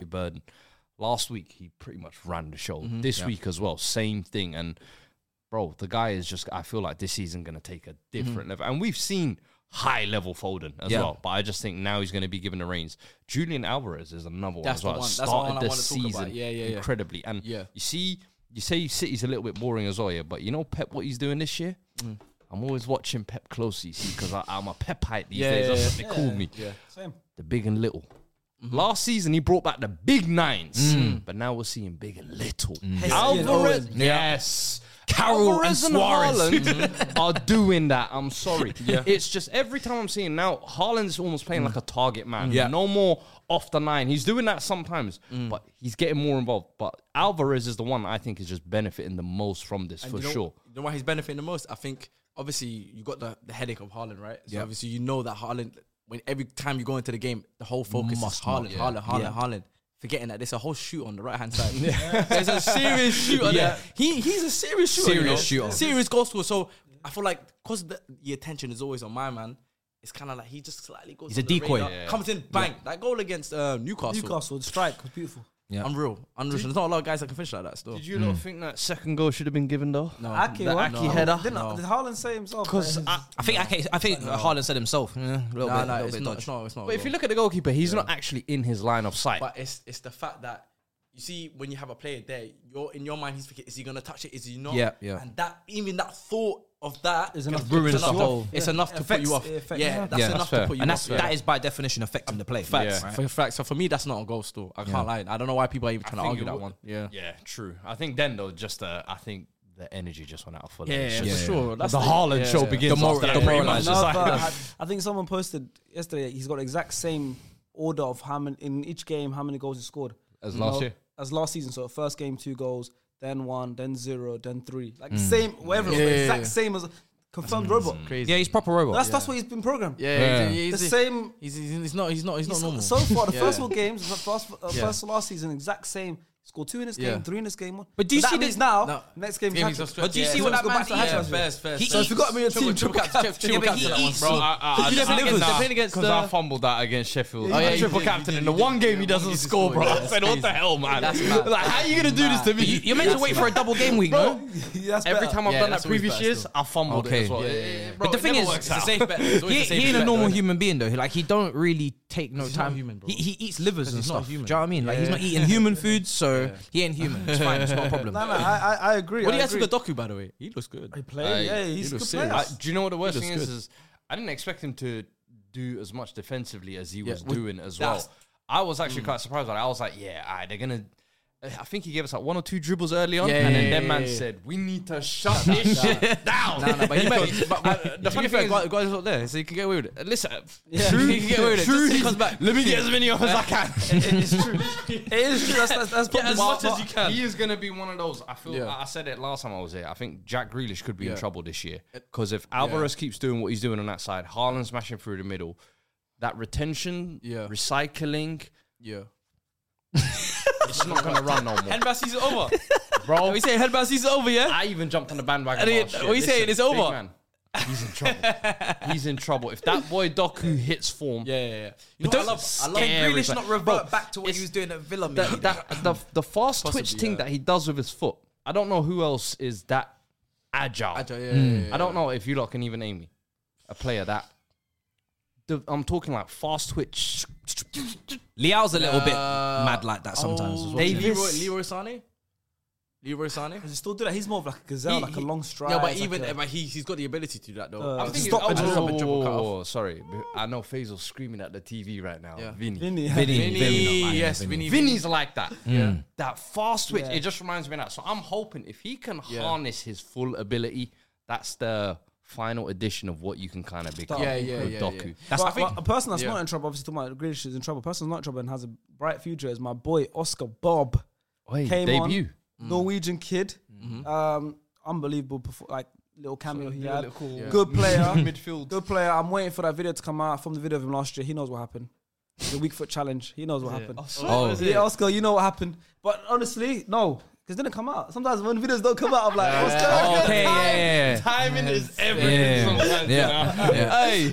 E: Your burden. Last week he pretty much ran the show.
C: Mm-hmm.
E: This week as well, same thing. And bro, the guy is just. I feel like this season going to take
C: Mm-hmm.
E: a different level. And we've seen high level Foden as
C: Yeah.
E: well, but I just think now he's going to be given the reins. Julian Alvarez is another
C: That's the
E: one
C: one. That's
E: as well.
C: the
E: Started
C: one I
E: the
C: wanna talk about.
E: season
C: Yeah, yeah, yeah.
E: incredibly. And
C: Yeah.
E: you see, you say City's a little bit boring as well, yeah. But you know Pep, what he's doing this year.
C: Mm.
E: I'm always watching Pep closely because I'm a Pepite these
C: Yeah,
E: days.
C: yeah,
E: That's
C: yeah.
E: what they call me
B: Same.
E: the big and little. Last season he brought back the big nines, but now we're seeing big and little. Alvarez, yes,
D: Carroll
E: Alvarez
D: and Suarez.
E: Haaland are doing that. I'm sorry, it's just every time I'm seeing now Haaland's almost playing like a target man.
C: Yeah.
E: no more off the line. He's doing that sometimes, but he's getting more involved. But Alvarez is the one I think is just benefiting the most from this for
C: you know,
E: sure.
C: You know why he's benefiting the most? I think obviously you got the, the headache of Haaland, right? So obviously you know that Haaland when every time you go into the game, the whole focus
D: Must
C: is Haaland,
D: not, yeah.
C: Haaland, Haaland, Haaland. Forgetting that there's a whole shoot on the right hand side. There's a serious shoot on
E: Yeah.
C: there. He he's a serious shooter. you
D: Serious
C: know?
D: shooter.
C: Serious goal scorer. So I feel like because the, the attention is always on my man, it's kind of like he just slightly goes.
D: He's a
C: on the
D: decoy.
C: radar,
D: Yeah.
C: Comes in, bang! That goal against uh, Newcastle.
B: Newcastle, the strike was beautiful.
C: Unreal, unreal. There's not a lot of guys that can finish like that. Still,
E: Did you not think that second goal should have been given though?
C: No.
B: Aki,
C: That
B: what?
C: Oh, Aki
E: header.
B: Didn't,
C: No.
B: Did Haaland say himself?
E: Because
B: that
E: I,
D: I think okay, I think Harlan said himself. Yeah, a little
C: Nah,
D: bit,
C: nah,
D: little
C: it's
D: bit
C: not,
D: dodgy.
C: it's not. It's not.
E: But
C: a
E: if you
C: goal.
E: look at the goalkeeper, he's not actually in his line of sight.
C: But it's it's the fact that you see when you have a player there, you're in your mind he's thinking, is he gonna touch it? Is he not?
D: Yeah, yeah.
C: And that even that thought of that
B: Is
C: can-
B: enough
C: it's
B: to ruin
C: enough
B: the
C: to-
B: whole-
C: It's
B: Yeah.
C: enough to
B: Affects-
C: put you off.
B: it affects-
C: yeah,
B: yeah.
C: that's
E: Yeah,
C: enough
E: that's fair.
C: to put you
D: and
C: off.
D: that's that is by definition affecting the play.
C: facts.
E: Yeah.
C: For, facts. So for me, that's not a goal. Still, I can't lie. I don't know why people are even trying to argue that one. Yeah.
E: Yeah, true. I think then though, just uh, I think the energy just went out of full.
C: Yeah, yeah, for sure. That's
E: the
C: the-
E: Haaland
C: yeah,
E: show
C: yeah.
E: begins.
C: Demor-
E: after that,
C: demoralising.
E: pretty much. It's like-
B: Another- I, I think someone posted yesterday. He's got the exact same order of how many in each game, how many goals he scored
E: As
B: You
E: last year?
B: as last season. So first game, two goals, then one, then zero, then three. Like same, whatever,
C: Mm. Yeah, yeah,
B: exact
C: yeah. Mm.
B: same as confirmed robot.
C: Crazy.
D: Yeah, he's proper robot.
B: That's that's what he's been programmed.
C: Yeah,
E: Yeah.
C: He's,
B: the
C: he's,
B: same.
C: He's, he's, he's not. He's not. He's,
B: he's-
C: not normal.
B: So far, the
C: Yeah.
B: first four games, the first, uh,
C: Yeah.
B: first last season, exact same Scored two in this
C: Yeah.
B: game, three in this game.
D: But do you
B: that
D: see
B: means
D: the-
B: now?
C: No.
B: Next game,
C: Game
B: hat
C: is
B: trick.
C: Australia.
D: But do you
C: Yeah,
D: see
C: so
D: what
C: let's
D: that
C: go
D: man's
C: back to-
D: done?
C: yeah, first, first.
D: He
C: So
D: eats-
C: I forgot me a team. Triple cap, triple
D: Yeah, but
C: cap
D: he
C: to that one,
D: eats-
E: Bro, I, I, I,
D: He just
E: I,
D: delivers.
E: nah,
D: He's playing
C: against,
E: 'cause
C: uh,
E: I fumbled that against Sheffield.
C: yeah,
E: I
C: he
E: triple
C: did, he
E: captain
C: did, he
E: in the
C: did.
E: one game he
C: Yeah,
E: doesn't
C: he did
E: score,
C: score,
E: bro.
C: yeah,
E: I
C: that's
E: said, what the
C: crazy.
E: hell, man?
C: That's mad.
E: Like, how are you gonna do this to me?
D: You- You're meant to wait for a double game week, no?
B: That's
E: Every
B: better.
E: time I've
C: Yeah,
E: done
C: that's always
E: that previous
C: better
E: years,
C: still.
E: I fumbled
C: Okay.
E: it.
C: Yeah, yeah, yeah. Bro,
D: But the
C: it
D: thing
C: never
D: is,
C: works
D: it's a
C: out.
D: safe bet.
C: It's always the
D: He, he
C: safest
D: ain't a
C: bet,
D: normal
C: though, innit?
D: human being though. He, like he don't really take no
C: He's not
D: time.
C: human, bro.
D: He, he eats livers and
C: he's not
D: stuff.
C: human.
D: Do you know what I mean? Like he's not
C: Yeah.
D: eating human food, so he ain't human. It's fine. It's not a problem.
B: No, no, I, I, I agree.
C: What do you
B: I
C: guys think
B: agree.
C: of Doku, by the way? He looks good.
B: He played.
E: I-
B: Yeah,
C: he
B: he's a
C: looks
B: good
C: serious.
B: player.
E: I, do you know what the worst
C: He
E: thing
C: looks
E: is,
C: good.
E: is? I didn't expect him to do as much defensively as he was
C: well,
E: doing as
C: that's-
E: well. I was actually
C: Mm.
E: quite surprised by that. I was like, yeah, all right, they're gonna. I think he gave us like one or two dribbles early on,
C: Yeah,
E: and then
C: yeah,
E: that
C: yeah,
E: man
C: yeah.
E: said, "We need to shut this shit down."
C: No, no, but he might. But, but,
E: the
C: to
E: funny
C: be fair,
E: thing
C: Guard-
E: is-
C: Guardiola's not there, so you can get away with it. Listen,
B: Yeah.
C: true, you can get away with it.
E: True.
C: Just say he comes back.
E: Let me get as many of as I can.
B: It's true. it is true. That's that's, that's probably
C: as
B: why-
C: much as
B: why-
C: you can.
E: He is going to be one of those. I feel.
C: Yeah.
E: I I said it last time I was here. I think Jack Grealish could be
C: Yeah.
E: in trouble this year because if Alvarez keeps doing what he's doing on that side, Haaland smashing through the middle, that retention,
C: Yeah.
E: recycling,
C: Yeah.
E: it's not going to run no more,
C: Headback season over.
E: bro.
C: we say headback season over, yeah?
E: I even jumped on the bandwagon.
C: And he-
E: last year.
C: what are you saying? It's
E: big
C: over?
E: man, he's in trouble. he's in trouble. If that boy Doku hits form,
C: Yeah, yeah, yeah. You
E: But
C: know, I
E: don't-
C: love. I
E: Can
C: love
E: Grealish
C: Grealish
E: not
C: not
E: re-
C: re-
D: Revert
E: Bro,
D: back to what
E: it's-
D: he was doing at Villa.
E: that,
D: maybe.
E: that the the fast twitch
C: Possibly,
E: thing
C: yeah.
E: that he does with his foot. I don't know who else is that agile.
C: Agile, yeah, Mm. yeah, yeah,
E: I don't know if you lot can even name me a player that. The, I'm talking like fast twitch.
D: Liao's a little bit
C: Uh,
D: mad like that sometimes.
C: Oh,
D: as well.
E: Davies.
C: Leroy, Leroy Sane? Leroy Sane?
B: Does he still do that? He's more of like a gazelle,
C: He-
B: like a
C: he-
B: long stride.
C: Yeah, but
B: like
C: even
B: a-
C: but he he's got the ability to do that though.
B: Uh,
C: I'm thinking.
B: stop
C: oh,
B: and
C: just
B: dribble.
C: stop and dribble cut off.
E: Oh, sorry. I know Faisal's screaming at the TV right now.
C: Yeah.
E: Vinny.
B: Vinny,
C: Vinny,
D: Vinny, not lying,
C: yes, Vinny.
D: Vinny.
E: Vinny's like that.
C: Yeah.
E: That fast switch.
B: Yeah.
E: It just reminds me of that. So I'm hoping if he can
C: Yeah.
E: harness his full ability, that's the final edition of what you can kind of become.
C: Yeah, yeah,
E: with
C: yeah,
E: Doku.
C: yeah.
B: That's
D: I
B: but,
D: think-
B: but a person that's
C: yeah.
B: not in trouble, obviously talking about Grealish is in trouble. A person not in trouble and has a bright future is my boy Oscar Bob.
E: Oi,
B: Came
E: debut.
B: on, Norwegian kid, um, unbelievable, perfor- like little cameo he had.
E: little-
B: Good player,
E: Midfield.
B: Good player. I'm waiting for that video to come out from the video of him last year. He knows what happened. The weak foot challenge. He knows what happened.
C: Oh, is it?
B: Yeah, Oscar, you know what happened. But honestly, no, because it didn't come out. Sometimes when videos don't come out, I'm like, Oscar,
D: Okay, yeah, yeah, yeah.
E: Timing is everything.
D: Yeah,
E: sometimes, you know?
D: yeah. yeah.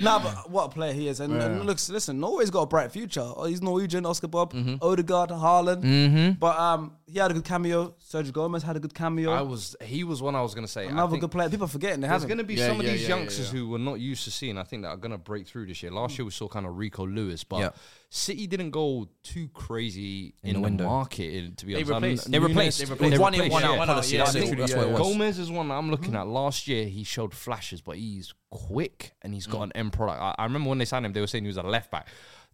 B: nah, but what a player he is. And, and looks, listen, Norway's got a bright future. Oh, He's Norwegian, Oscar Bob, Odegaard, Haaland. But um, he had a good cameo. Sergio Gomez had a good cameo.
E: I was. He was one I was gonna say. I
B: Another
E: think
B: good player. People are forgetting they
E: There's
B: haven't.
E: gonna be
C: Yeah,
E: some of
C: yeah,
E: these
C: yeah, yeah,
E: youngsters
C: yeah.
E: who we're not used to seeing. I think that are gonna break through this year. Last year we saw kind of Rico Lewis, but
D: Hmm. Yeah.
E: City didn't go too crazy in,
D: the
E: the,
D: window.
E: market. in- to be honest, I don't-
C: replaced-
D: They
E: Nunes-
D: replaced.
E: they
D: They
E: replaced-
D: one in,
E: replaced,
D: one
E: yeah.
D: out
C: yeah,
D: policy.
C: yeah,
D: That's
C: yeah,
D: it.
C: yeah,
D: That's what it
C: yeah. Hmm.
D: was.
E: Gomez is one that I'm looking at. Last year, he showed flashes, but he's quick and he's
D: Hmm.
E: got an end product. I, I remember when they signed him, they were saying he was a left back.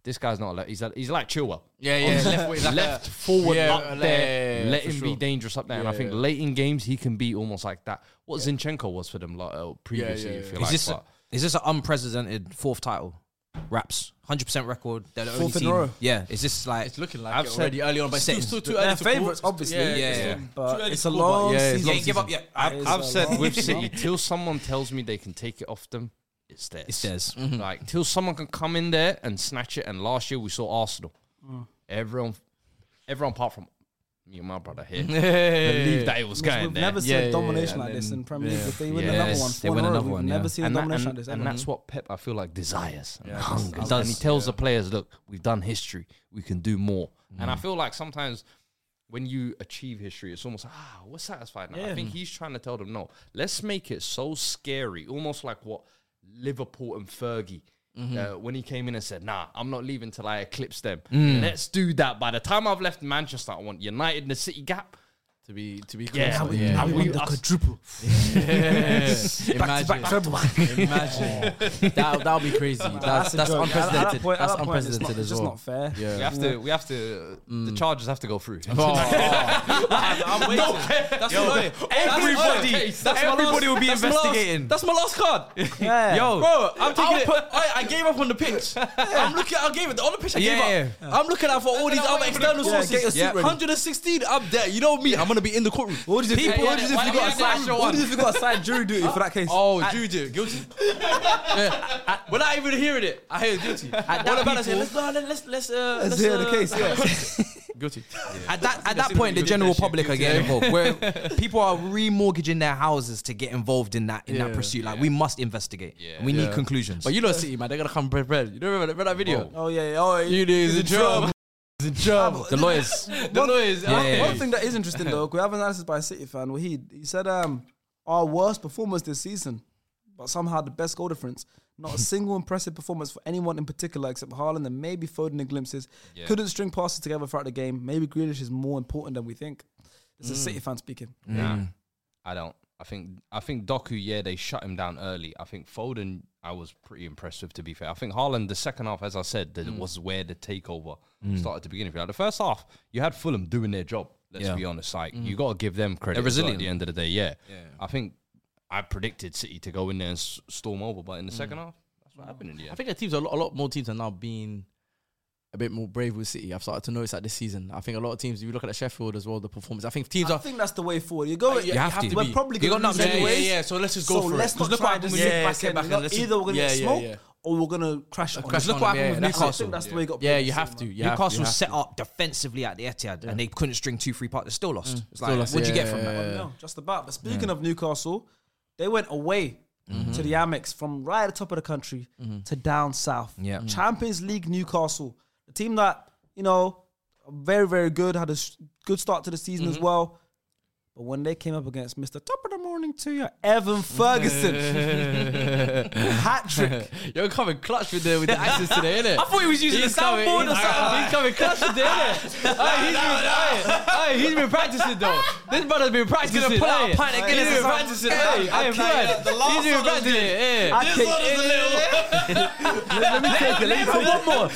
E: This guy's not a left. He's a, he's like Chilwell.
C: Yeah, yeah, left wing, like
E: left
C: a-
E: forward
C: yeah,
E: up
C: yeah,
E: there.
C: yeah, yeah,
E: let
C: for
E: him be
C: sure.
E: dangerous up there. and I
C: Yeah,
E: think
C: yeah.
E: late in games he can be almost like that. What Zinchenko was for them like, uh, previously,
C: yeah,
E: if
C: yeah.
E: you
D: Is
E: like.
D: this a,
E: but-
D: is this an unprecedented fourth title? Raps, hundred percent record. They're the only
B: Fourth in a
D: team.
B: row.
D: Yeah, is this like?
C: It's looking like
E: I've
C: it
E: said-
C: already early on, but it's still,
D: Six.
C: still too
B: They're
C: early. to call.
B: favourites, obviously.
C: Yeah,
D: Yeah,
C: yeah.
D: yeah.
C: Too
B: but
C: early
B: it's
C: to
B: a
C: call, but
B: long
C: yeah, it's
B: season.
D: yeah, give up. Yeah, I,
B: It's
D: I,
E: I've
B: a
E: said
B: long
E: with
B: time.
E: City, till someone tells me they can take it off them, it's theirs.
D: It's theirs.
E: Like till someone can come in there and snatch it. And last year we saw Arsenal. Everyone, everyone apart from me and my brother here, believed that it was
B: Because
E: going
B: We've
E: there.
B: never seen
C: Yeah, yeah,
B: domination
C: yeah,
B: like
C: and
B: this in
C: then-
B: Premier League.
C: yeah.
B: If they win
E: Yes,
B: another one, four
D: they
B: in a
D: win
B: row,
D: another
B: we've
D: one,
B: never
D: yeah.
B: seen
E: and, that-
B: domination
E: and-
B: like this.
E: and
B: ever.
E: that's what Pep, I feel like, desires and
C: that's-
E: hungers.
C: that's-
E: And he tells the players, look, we've done history, we can do more. And
D: Mm.
E: I feel like sometimes when you achieve history, it's almost, ah, we're satisfied now. I think he's trying to tell them, no, let's make it so scary, almost like what Liverpool and Fergie.
D: Mm-hmm.
E: Uh, when he came in and said, "Nah, I'm not leaving till I eclipse them.
D: Mm.
E: Let's do that." By the time I've left Manchester, I want United and the City gap.
C: To be to be
E: Yeah,
C: close,
E: we-
C: yeah.
E: and we- us-
C: Imagine, imagine. that that'll be crazy. That's that's
B: joke. At- at that
C: unprecedented.
B: point- at that point,
C: That's
B: it's
C: unprecedented
B: not-
C: as
B: It's
C: well.
B: just not fair.
E: We have to. We have to. The Chargers have to go through.
C: Mm.
D: I'm waiting. That's my lawyer.
C: everybody-
D: That's my everybody will be investigating.
C: That's my last card.
B: Yeah.
D: Yo,
C: Bro, I'm taking
D: I'll
C: it.
D: put-
C: I, I gave up on the pitch. I'm looking. I gave it on the pitch. I
D: Yeah.
C: gave up. I'm looking out for all these other
B: Yeah,
C: external
B: get your
C: sources.
B: seat ready.
C: 116. I'm there. You know me. I'm gonna be in the courtroom.
B: What do you
C: People,
B: think? What do you
C: why
B: think you
C: do you
B: got
C: have to ask
B: assigned? What
C: your
B: do
C: one?
B: you think you got assigned jury duty for that case?
C: Oh, Juju, guilty. yeah. I, we're not even hearing it. I hear guilty. What about us? Let's, no, let- let's, let's, uh,
B: Let's
C: let's,
B: hear the
C: uh,
B: case, yeah.
C: Guilty.
D: At that at that point, the general public are getting involved. Where people are remortgaging their houses to get involved in that in that
C: Yeah.
D: pursuit. Like we must investigate. We need conclusions.
C: But you know, City, man, they're gonna come bread bread. You don't remember that, remember that video?
B: Oh yeah, yeah. Oh,
C: You did a job. It's a job. The lawyers. The
B: One-
C: lawyers.
B: One-
C: Yeah.
B: One thing that is interesting though, we have an analysis by a City fan. Where he he said, um, our worst performance this season, but somehow the best goal difference. Not a single impressive performance for anyone in particular except Haaland and maybe Foden in glimpses. Couldn't string passes together throughout the game. Maybe Grealish is more important than we think. This
C: Mm.
B: is a City fan speaking.
E: Nah, I don't. I think I think Doku. Yeah, they shut him down early. I think Foden. I was pretty impressed with. To be fair, I think Haaland, the second half, as I said, that was where the takeover started to begin. If you like, the first half, you had Fulham doing their job. Let's
D: Yeah.
E: be honest. Like you got to give them credit.
C: They're
E: as well
C: resilient.
E: at the end of the day. Yeah. I think I predicted City to go in there and s- storm over, but in the second half, that's what happened in the end.
C: I think the teams, a lot, a lot more teams are now being a bit more brave with City. I've started to notice that this season. I think a lot of teams, if you look at the Sheffield as well, the performance. I think teams
B: I
C: are.
B: think that's the way forward. You go.
C: Uh, you have to
B: We're
C: be.
B: probably
C: You
B: going
C: got
B: to lose
C: nothing. Yeah,
B: anyways.
C: yeah, yeah. So let's just go
B: so
C: for it.
B: let's
C: Just
B: Not
C: look
B: try and
C: what
B: just
C: happened with-
B: sit
C: yeah,
B: back
C: sit
B: and
C: back and
B: look,
C: let's-
B: either we're going to
C: yeah,
B: get
C: yeah,
B: smoked
C: yeah.
B: or we're going to crash. on
C: Crash
B: them.
C: on them, yeah, that's
B: I
C: Newcastle.
B: think that's the way you got.
C: Yeah,
B: played
C: you
B: this
C: have
B: season,
C: to.
B: man.
C: You have to, you
D: Newcastle
C: have
D: set
C: to.
D: up defensively at the Etihad and they couldn't string two free parts. They still lost. It's like,
C: Mm. Still lost,
D: what'd you
C: yeah,
D: get from
C: yeah,
D: that?
C: yeah, yeah.
B: No, just about. But speaking of Newcastle, they went away to the Amex from right at the top of the country to down south.
D: Yeah. Mhm.
B: Champions League Newcastle, a team that you know, are very very good, had a s- good start to the season as well. But when they came up against Mister Top of the Morning to you, Evan Ferguson, hat trick.
C: You're coming clutch with the with the axes today, innit? I thought he was using
D: the soundboard or something.
C: He's coming clutch today, innit? Aye, he's been- aye, aye, he's been practicing though. This brother's been practicing.
D: gonna pull out
C: aye.
D: a pint of Guinness
C: He's been
D: or
C: practicing.
D: something.
C: aye, I am glad. He's been practicing. it, aye.
B: I take- Let me take it. Let me take it.
D: Let him have one more.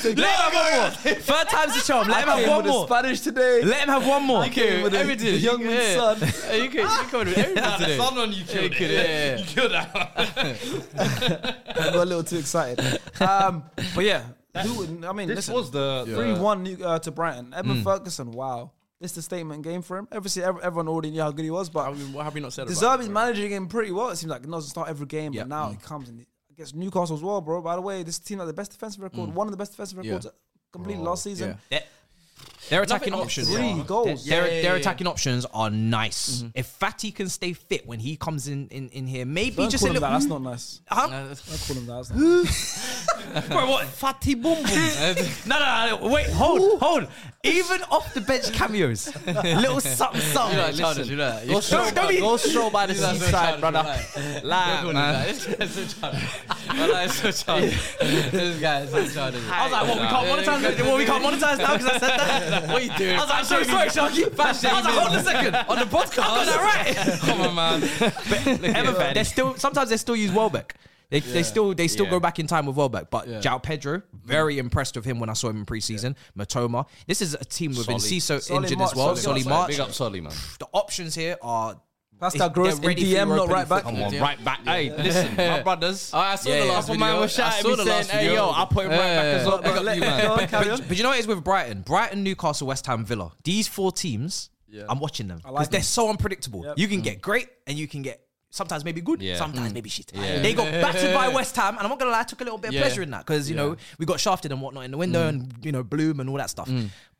D: Third time's the charm. Let him
B: I
D: have
B: came
D: one
B: with a
D: more.
B: Spanish today.
D: Let him have one more.
C: You came with everything.
B: the young
C: You-
B: man's
C: yeah.
B: son.
C: Hey, You came you came with everything today.
E: on you,
C: Yeah, you could, yeah, yeah.
B: I got a little too excited. Um, but yeah, who, I mean,
E: This
B: listen,
E: was the
B: three one uh, to Brighton. Evan Ferguson, wow, this the statement game for him. Obviously, ev- everyone already knew how good he was,
C: I
B: but
C: mean, what have you not said about?
B: Deserby's managing him pretty well. It seems like he doesn't start every game, but now it comes and against Newcastle as well, bro. By the way, this team had the best defensive record, one of the best defensive
C: Yeah.
B: records completely last season.
C: yeah.
D: Their, their attacking
C: Nothing-
D: options.
B: Three
D: are-
B: goals.
D: Their,
C: Yeah, yeah,
D: their
C: yeah. Mm-hmm.
D: attacking options are nice. If Fatty can stay fit when he comes in in, in here, maybe
B: Don't
D: just
B: call
D: a
B: him that.
D: little.
B: That's not nice.
D: Huh?
B: Don't call him that. That's not nice.
D: Bro, what? Fatty Boom Boom. no, no, no, wait, hold, hold. Even off the bench cameos, little something, something.
C: You're like, childish, you know that. You're
D: Don't- don't be-
C: by the
D: These are so childish,
C: Lie,
D: man.
C: This guy's so childish. Wallah, it's so childish. This guy is so childish.
D: I was like, what, we can't monetize it? What, we can't monetize now because I said that?
C: What are you
D: I
C: doing?
D: was like, I'm so sorry, Sharky. I was like, hold on a second. On the podcast? I got that right.
C: Come on, man.
D: Ever, they still sometimes they still use Welbeck. They, they still they still go back in time with Welbeck, but
C: Yeah.
D: Jao Pedro very impressed with him when I saw him in preseason. Matoma, this is a team with
E: Solly.
D: Enciso
B: Solly
D: injured
B: March,
D: as well.
B: Solly
D: Solly
B: March.
D: March.
E: big up Solly, man.
D: The options here are
B: Pascal
D: It's-
B: Gross
D: they're
B: in
D: ready for
B: DM, not
D: Europa
B: right back.
D: League.
E: Come on, right back. Hey, listen, my brothers.
C: Oh, I saw
D: Yeah,
C: the
D: yeah.
C: last
E: Apple
C: video.
E: man was shouting
C: I saw
E: me
C: the
E: saying,
C: last
E: "Hey,
C: video.
E: yo, I'll put him right back as well."
C: Big up
B: Let-
C: you, man.
B: go on, carry on.
D: But you know what it is with Brighton? Brighton, Newcastle, West Ham, Villa. These four teams, I'm watching them because
B: like
D: they're
B: them.
D: so unpredictable. You can get great and you can get sometimes maybe good,
E: Yeah.
D: sometimes maybe shit.
E: Yeah.
D: They got battered by West Ham, and I'm not gonna lie, I took a little bit
C: Yeah.
D: of pleasure in that because you know we got shafted and whatnot in the window and you know Bloom and all that stuff.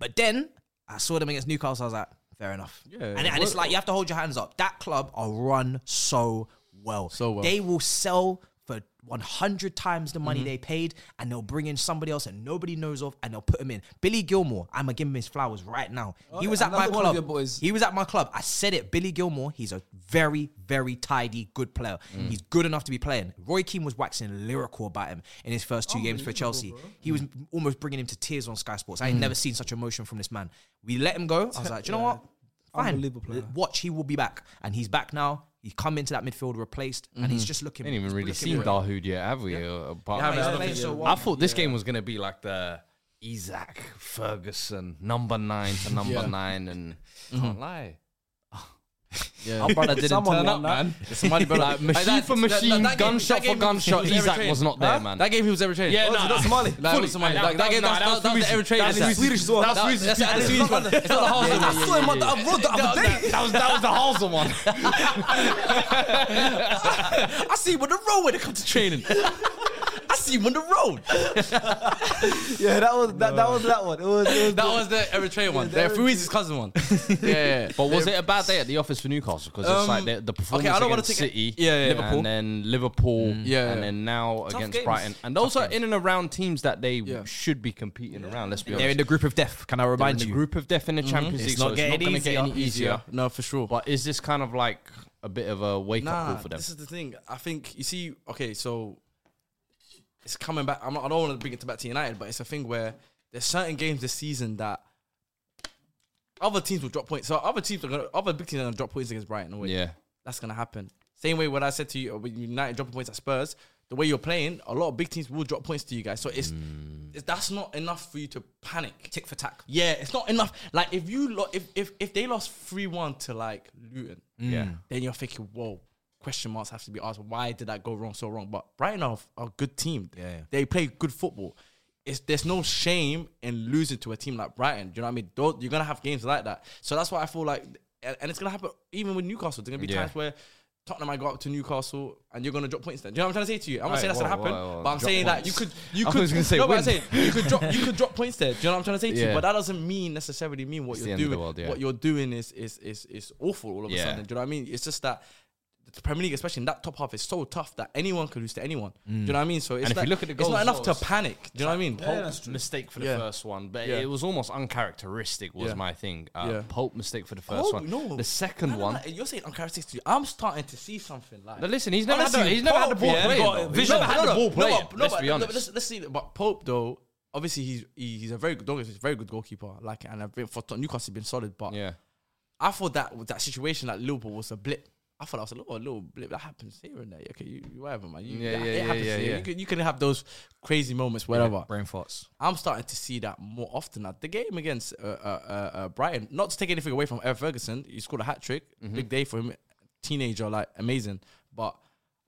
D: But then I saw them against Newcastle. I was like, fair enough. and, and it's like you have to hold your hands up. That club are run so well.
C: So well.
D: They will sell for 100 times the
B: Mm-hmm.
D: money they paid and they'll bring in somebody else and nobody knows of and they'll put him in. Billy Gilmore, I'm going to give him his flowers right now. he
B: yeah,
D: was at my
B: Oh, another one of your
D: club.
B: boys.
D: He was at my club. I said it. Billy Gilmore, he's a very, very tidy, good player.
B: Mm.
D: He's good enough to be playing. Roy Keane was waxing lyrical about him in his first
B: Oh,
D: two games for Chelsea. He was almost bringing him to tears on Sky Sports.
B: Mm.
D: I ain't never seen such emotion from this man. We let him go. I was like, do you know what? Fine.
B: Unbelievable player.
D: Watch, he will be back. And he's back now. He come into that midfield replaced, and he's just looking.
E: We ain't even
D: he's
E: really
D: looking
E: seen
D: great.
E: Dahoud yet, have we? Uh, apart
D: Yeah,
E: from-
D: he's playing so well.
E: I thought this game was going to be like the Isaac Ferguson number nine to number nine, and can't lie. Our brother didn't
B: Someone
E: turn
B: won that.
E: up, man.
C: Somebody, bro, like,
E: Machine
C: that-
E: for
C: that-
E: machine,
C: that- that game-
E: gunshot
C: that game he was-
E: for
C: he
E: gunshot.
C: was ever
E: Isaac
C: trained.
E: was not there, man.
C: That game he was ever training.
E: Yeah, nah,
B: Was it Somali?
C: Like, it was Somali.
E: That-
C: Like, that
E: that-
C: game,
E: nah,
C: that's
E: that was
C: not- that's the
E: Swedish.
C: ever training.
E: That was
C: That's
E: Swedish as well.
C: That's Swedish. That's the Swedish one. It's not the whole
B: I saw him on the I rode the other day.
E: that, was the Halsey one.
C: I see him on the road when it comes to training. I see him on the road.
B: yeah, that was that, that was that one. It was, it was
C: That was the Eritrean one. The Fuiz's cousin one. Yeah, yeah.
E: But was it a bad day at the office for Newcastle? Because
C: Um,
E: it's like the, the performance
C: okay, I don't wanna
E: against
C: take it-
E: City,
C: Yeah, yeah, yeah.
E: Liverpool, and then Liverpool,
C: Yeah, yeah.
E: and then now against
D: games.
E: Brighton, and those are in and around teams that they should be competing around. Let's be honest.
D: They're in the group of death. Can I
E: They're in
D: remind
E: the
D: you?
E: group of death in
C: Mm-hmm.
E: the Champions League,
D: It's
E: so
D: not
E: it's not
D: getting
E: going to get
D: easier.
E: any easier.
C: No, for sure.
E: But is this kind of like a bit of a wake up
C: nah,
E: call for them?
C: this is the thing. I think you see. Okay, so it's coming back. I'm not, I don't want to bring it to back to United, but it's a thing where there's certain games this season that other teams will drop points. So other teams are gonna, other big teams are gonna drop points against Brighton away.
E: Yeah.
C: that's gonna happen. Same way what I said to you uh, with United dropping points at Spurs. The way you're playing, a lot of big teams will drop points to you guys. So it's,
E: Mm.
C: it's that's not enough for you to panic.
D: tick for tack.
C: Yeah, it's not enough. Like if you lo- if if if they lost three one to like Luton,
E: Yeah.
C: then you're thinking, whoa, question marks have to be asked. Why did that go wrong so wrong? But Brighton are are a good team.
D: Yeah, yeah.
C: They play good football. It's, there's no shame in losing to a team like Brighton. Do you know what I mean? Tho- you're gonna have games like that. So that's why I feel like, and, and it's gonna happen even with Newcastle. There's gonna be
E: Yeah.
C: times where Tottenham might go up to Newcastle and you're gonna drop points. Then do you know what I'm trying to say to you? I'm not
E: Right,
C: saying that's gonna
E: whoa,
C: happen,
E: whoa, whoa,
C: but I'm
E: drop
C: saying that you
E: points.
C: could you
E: I thought
C: could
E: he was gonna say
C: no, but I'm
E: win.
C: saying you could drop you could drop points there. Do you know what I'm trying to say to you?
E: Yeah.
C: But that doesn't mean necessarily mean what
E: It's the
C: you're
E: end of the
C: doing.
E: world, yeah.
C: What you're doing is is is is awful all of a
E: Yeah.
C: sudden. Do you know what I mean? It's just that the Premier League, especially in that top half, is so tough that anyone could lose to anyone. Do you know what I mean? So it's
E: Mm. And if you
C: like-
E: look at the
C: it's not
E: goals
C: enough to
E: also,
C: panic. Do you know what I mean?
E: Pope mistake for the
C: Yeah.
E: first one, but
C: Yeah.
E: it was almost uncharacteristic. Was
C: Yeah.
E: my thing. Uh,
C: Yeah.
E: Pope mistake for the first
C: Oh,
E: one.
C: no.
E: The second
C: No, no,
E: one.
C: no, you're saying uncharacteristic. I'm starting to see something like.
E: Now listen, he's never had the-
C: Honestly,
E: he's never had the
C: Pope,
E: ball
C: yeah,
E: playing,
C: got
E: though.
C: it.
E: He's
C: No,
E: never had
C: no,
E: the ball
C: no,
E: playing.
C: but- no,
E: Let's
C: but-
E: be
C: no,
E: honest.
C: but Let's let's see. But Pope though, obviously he's he, he's a very good dog. He's a very good goalkeeper. Like and I've been, for Newcastle, he's been solid. But
E: yeah.
C: I thought that with that situation at Liverpool was a blip. I thought that was a little, a little blip that happens here and there. Okay, you, you whatever, man. You,
E: Yeah,
C: that-
E: yeah,
C: it
E: yeah,
C: happens
E: yeah,
C: here.
E: yeah.
C: You, can, you can have those crazy moments, wherever.
D: Brain farts.
C: I'm starting to see that more often. At the game against uh, uh, uh, uh, Brighton, not to take anything away from Eric Ferguson, he scored a hat trick.
E: Mm-hmm.
C: Big day for him, teenager, like amazing. But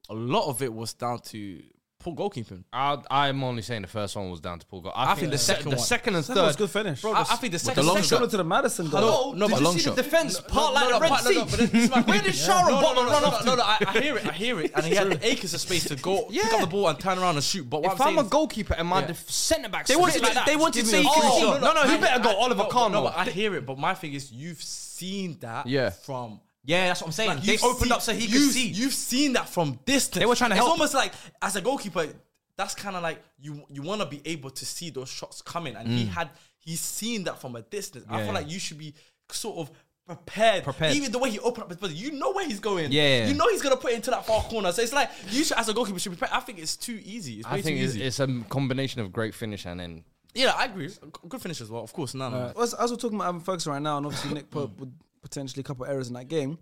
C: a lot of it was down to poor goalkeeping.
E: I, I'm only saying the first one was down to Paul. Gold. I, think, the, second, the
C: one-
E: second and
B: that was
E: third.
B: good finish.
C: I, I think the second,
B: long
C: second-
B: shot to the Madison
C: Hello?
B: goal.
C: No,
E: Did
C: but
E: you
C: long
E: see
C: shot.
E: the defense part like
C: no,
E: the Red
C: part- no,
E: Sea?
C: no, but this is my- Where did Sharon
E: No, no,
C: Butler
E: no,
C: run
E: no,
C: off? No, no, I, I hear it, I hear it, and he had acres of space to go pick up the ball and turn around and shoot. But what
E: If
C: I'm,
E: I'm
C: saying
E: a goalkeeper and my
C: Yeah.
E: centre back,
D: They wanted to- they wanted to say you can see.
E: oh, no, no, he better go
C: I-
E: Oliver
C: no, but-
E: Kahn.
C: No,
E: No,
C: but I hear it, but my thing is, you've seen that.
E: Yeah.
C: From.
D: Yeah, that's what I'm saying.
C: Like,
D: they
C: you've
D: opened
C: seen-
D: up so he could
C: you've-
D: see.
C: You've seen that from distance.
D: They were trying to
C: It's
D: help.
C: almost like as a goalkeeper, that's kind of like you you want to be able to see those shots coming, and he had he's seen that from a distance. I feel
D: Mm. yeah.
C: like you should be sort of. Prepared.
D: Prepared.
C: Even the way he opened up his body, you know where he's going.
D: Yeah.
C: You know he's gonna put it into that far corner. So it's like you should, as a goalkeeper, should be prepared. I think it's too easy. It's way
E: I think
C: too
E: it's,
C: easy.
E: it's a combination of great finish and then
C: yeah, I agree. Good finish as well, of course. No, no.
B: Uh, as, as we're talking about Evan Ferguson right now, and obviously Nick Pope with potentially a couple of errors in that game,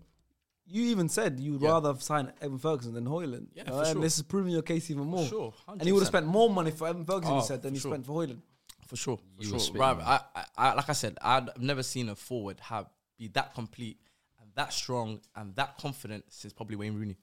B: you even said you'd rather sign Evan Ferguson than Hoyland.
C: Yeah,
B: You
C: for
B: know, and
C: sure.
B: this is proving your case even more.
C: sure,
B: and he would have
C: 100%.
B: spent more money for Evan Ferguson,
C: Oh,
B: he said, than
C: for
B: he
C: sure.
B: spent for Hoyland.
C: for sure, for
E: were
C: sure.
E: spitting,
C: Right,
E: man.
C: I, I, I, like I said, I'd- I've never seen a forward have be that complete and that strong and that confident since probably Wayne Rooney.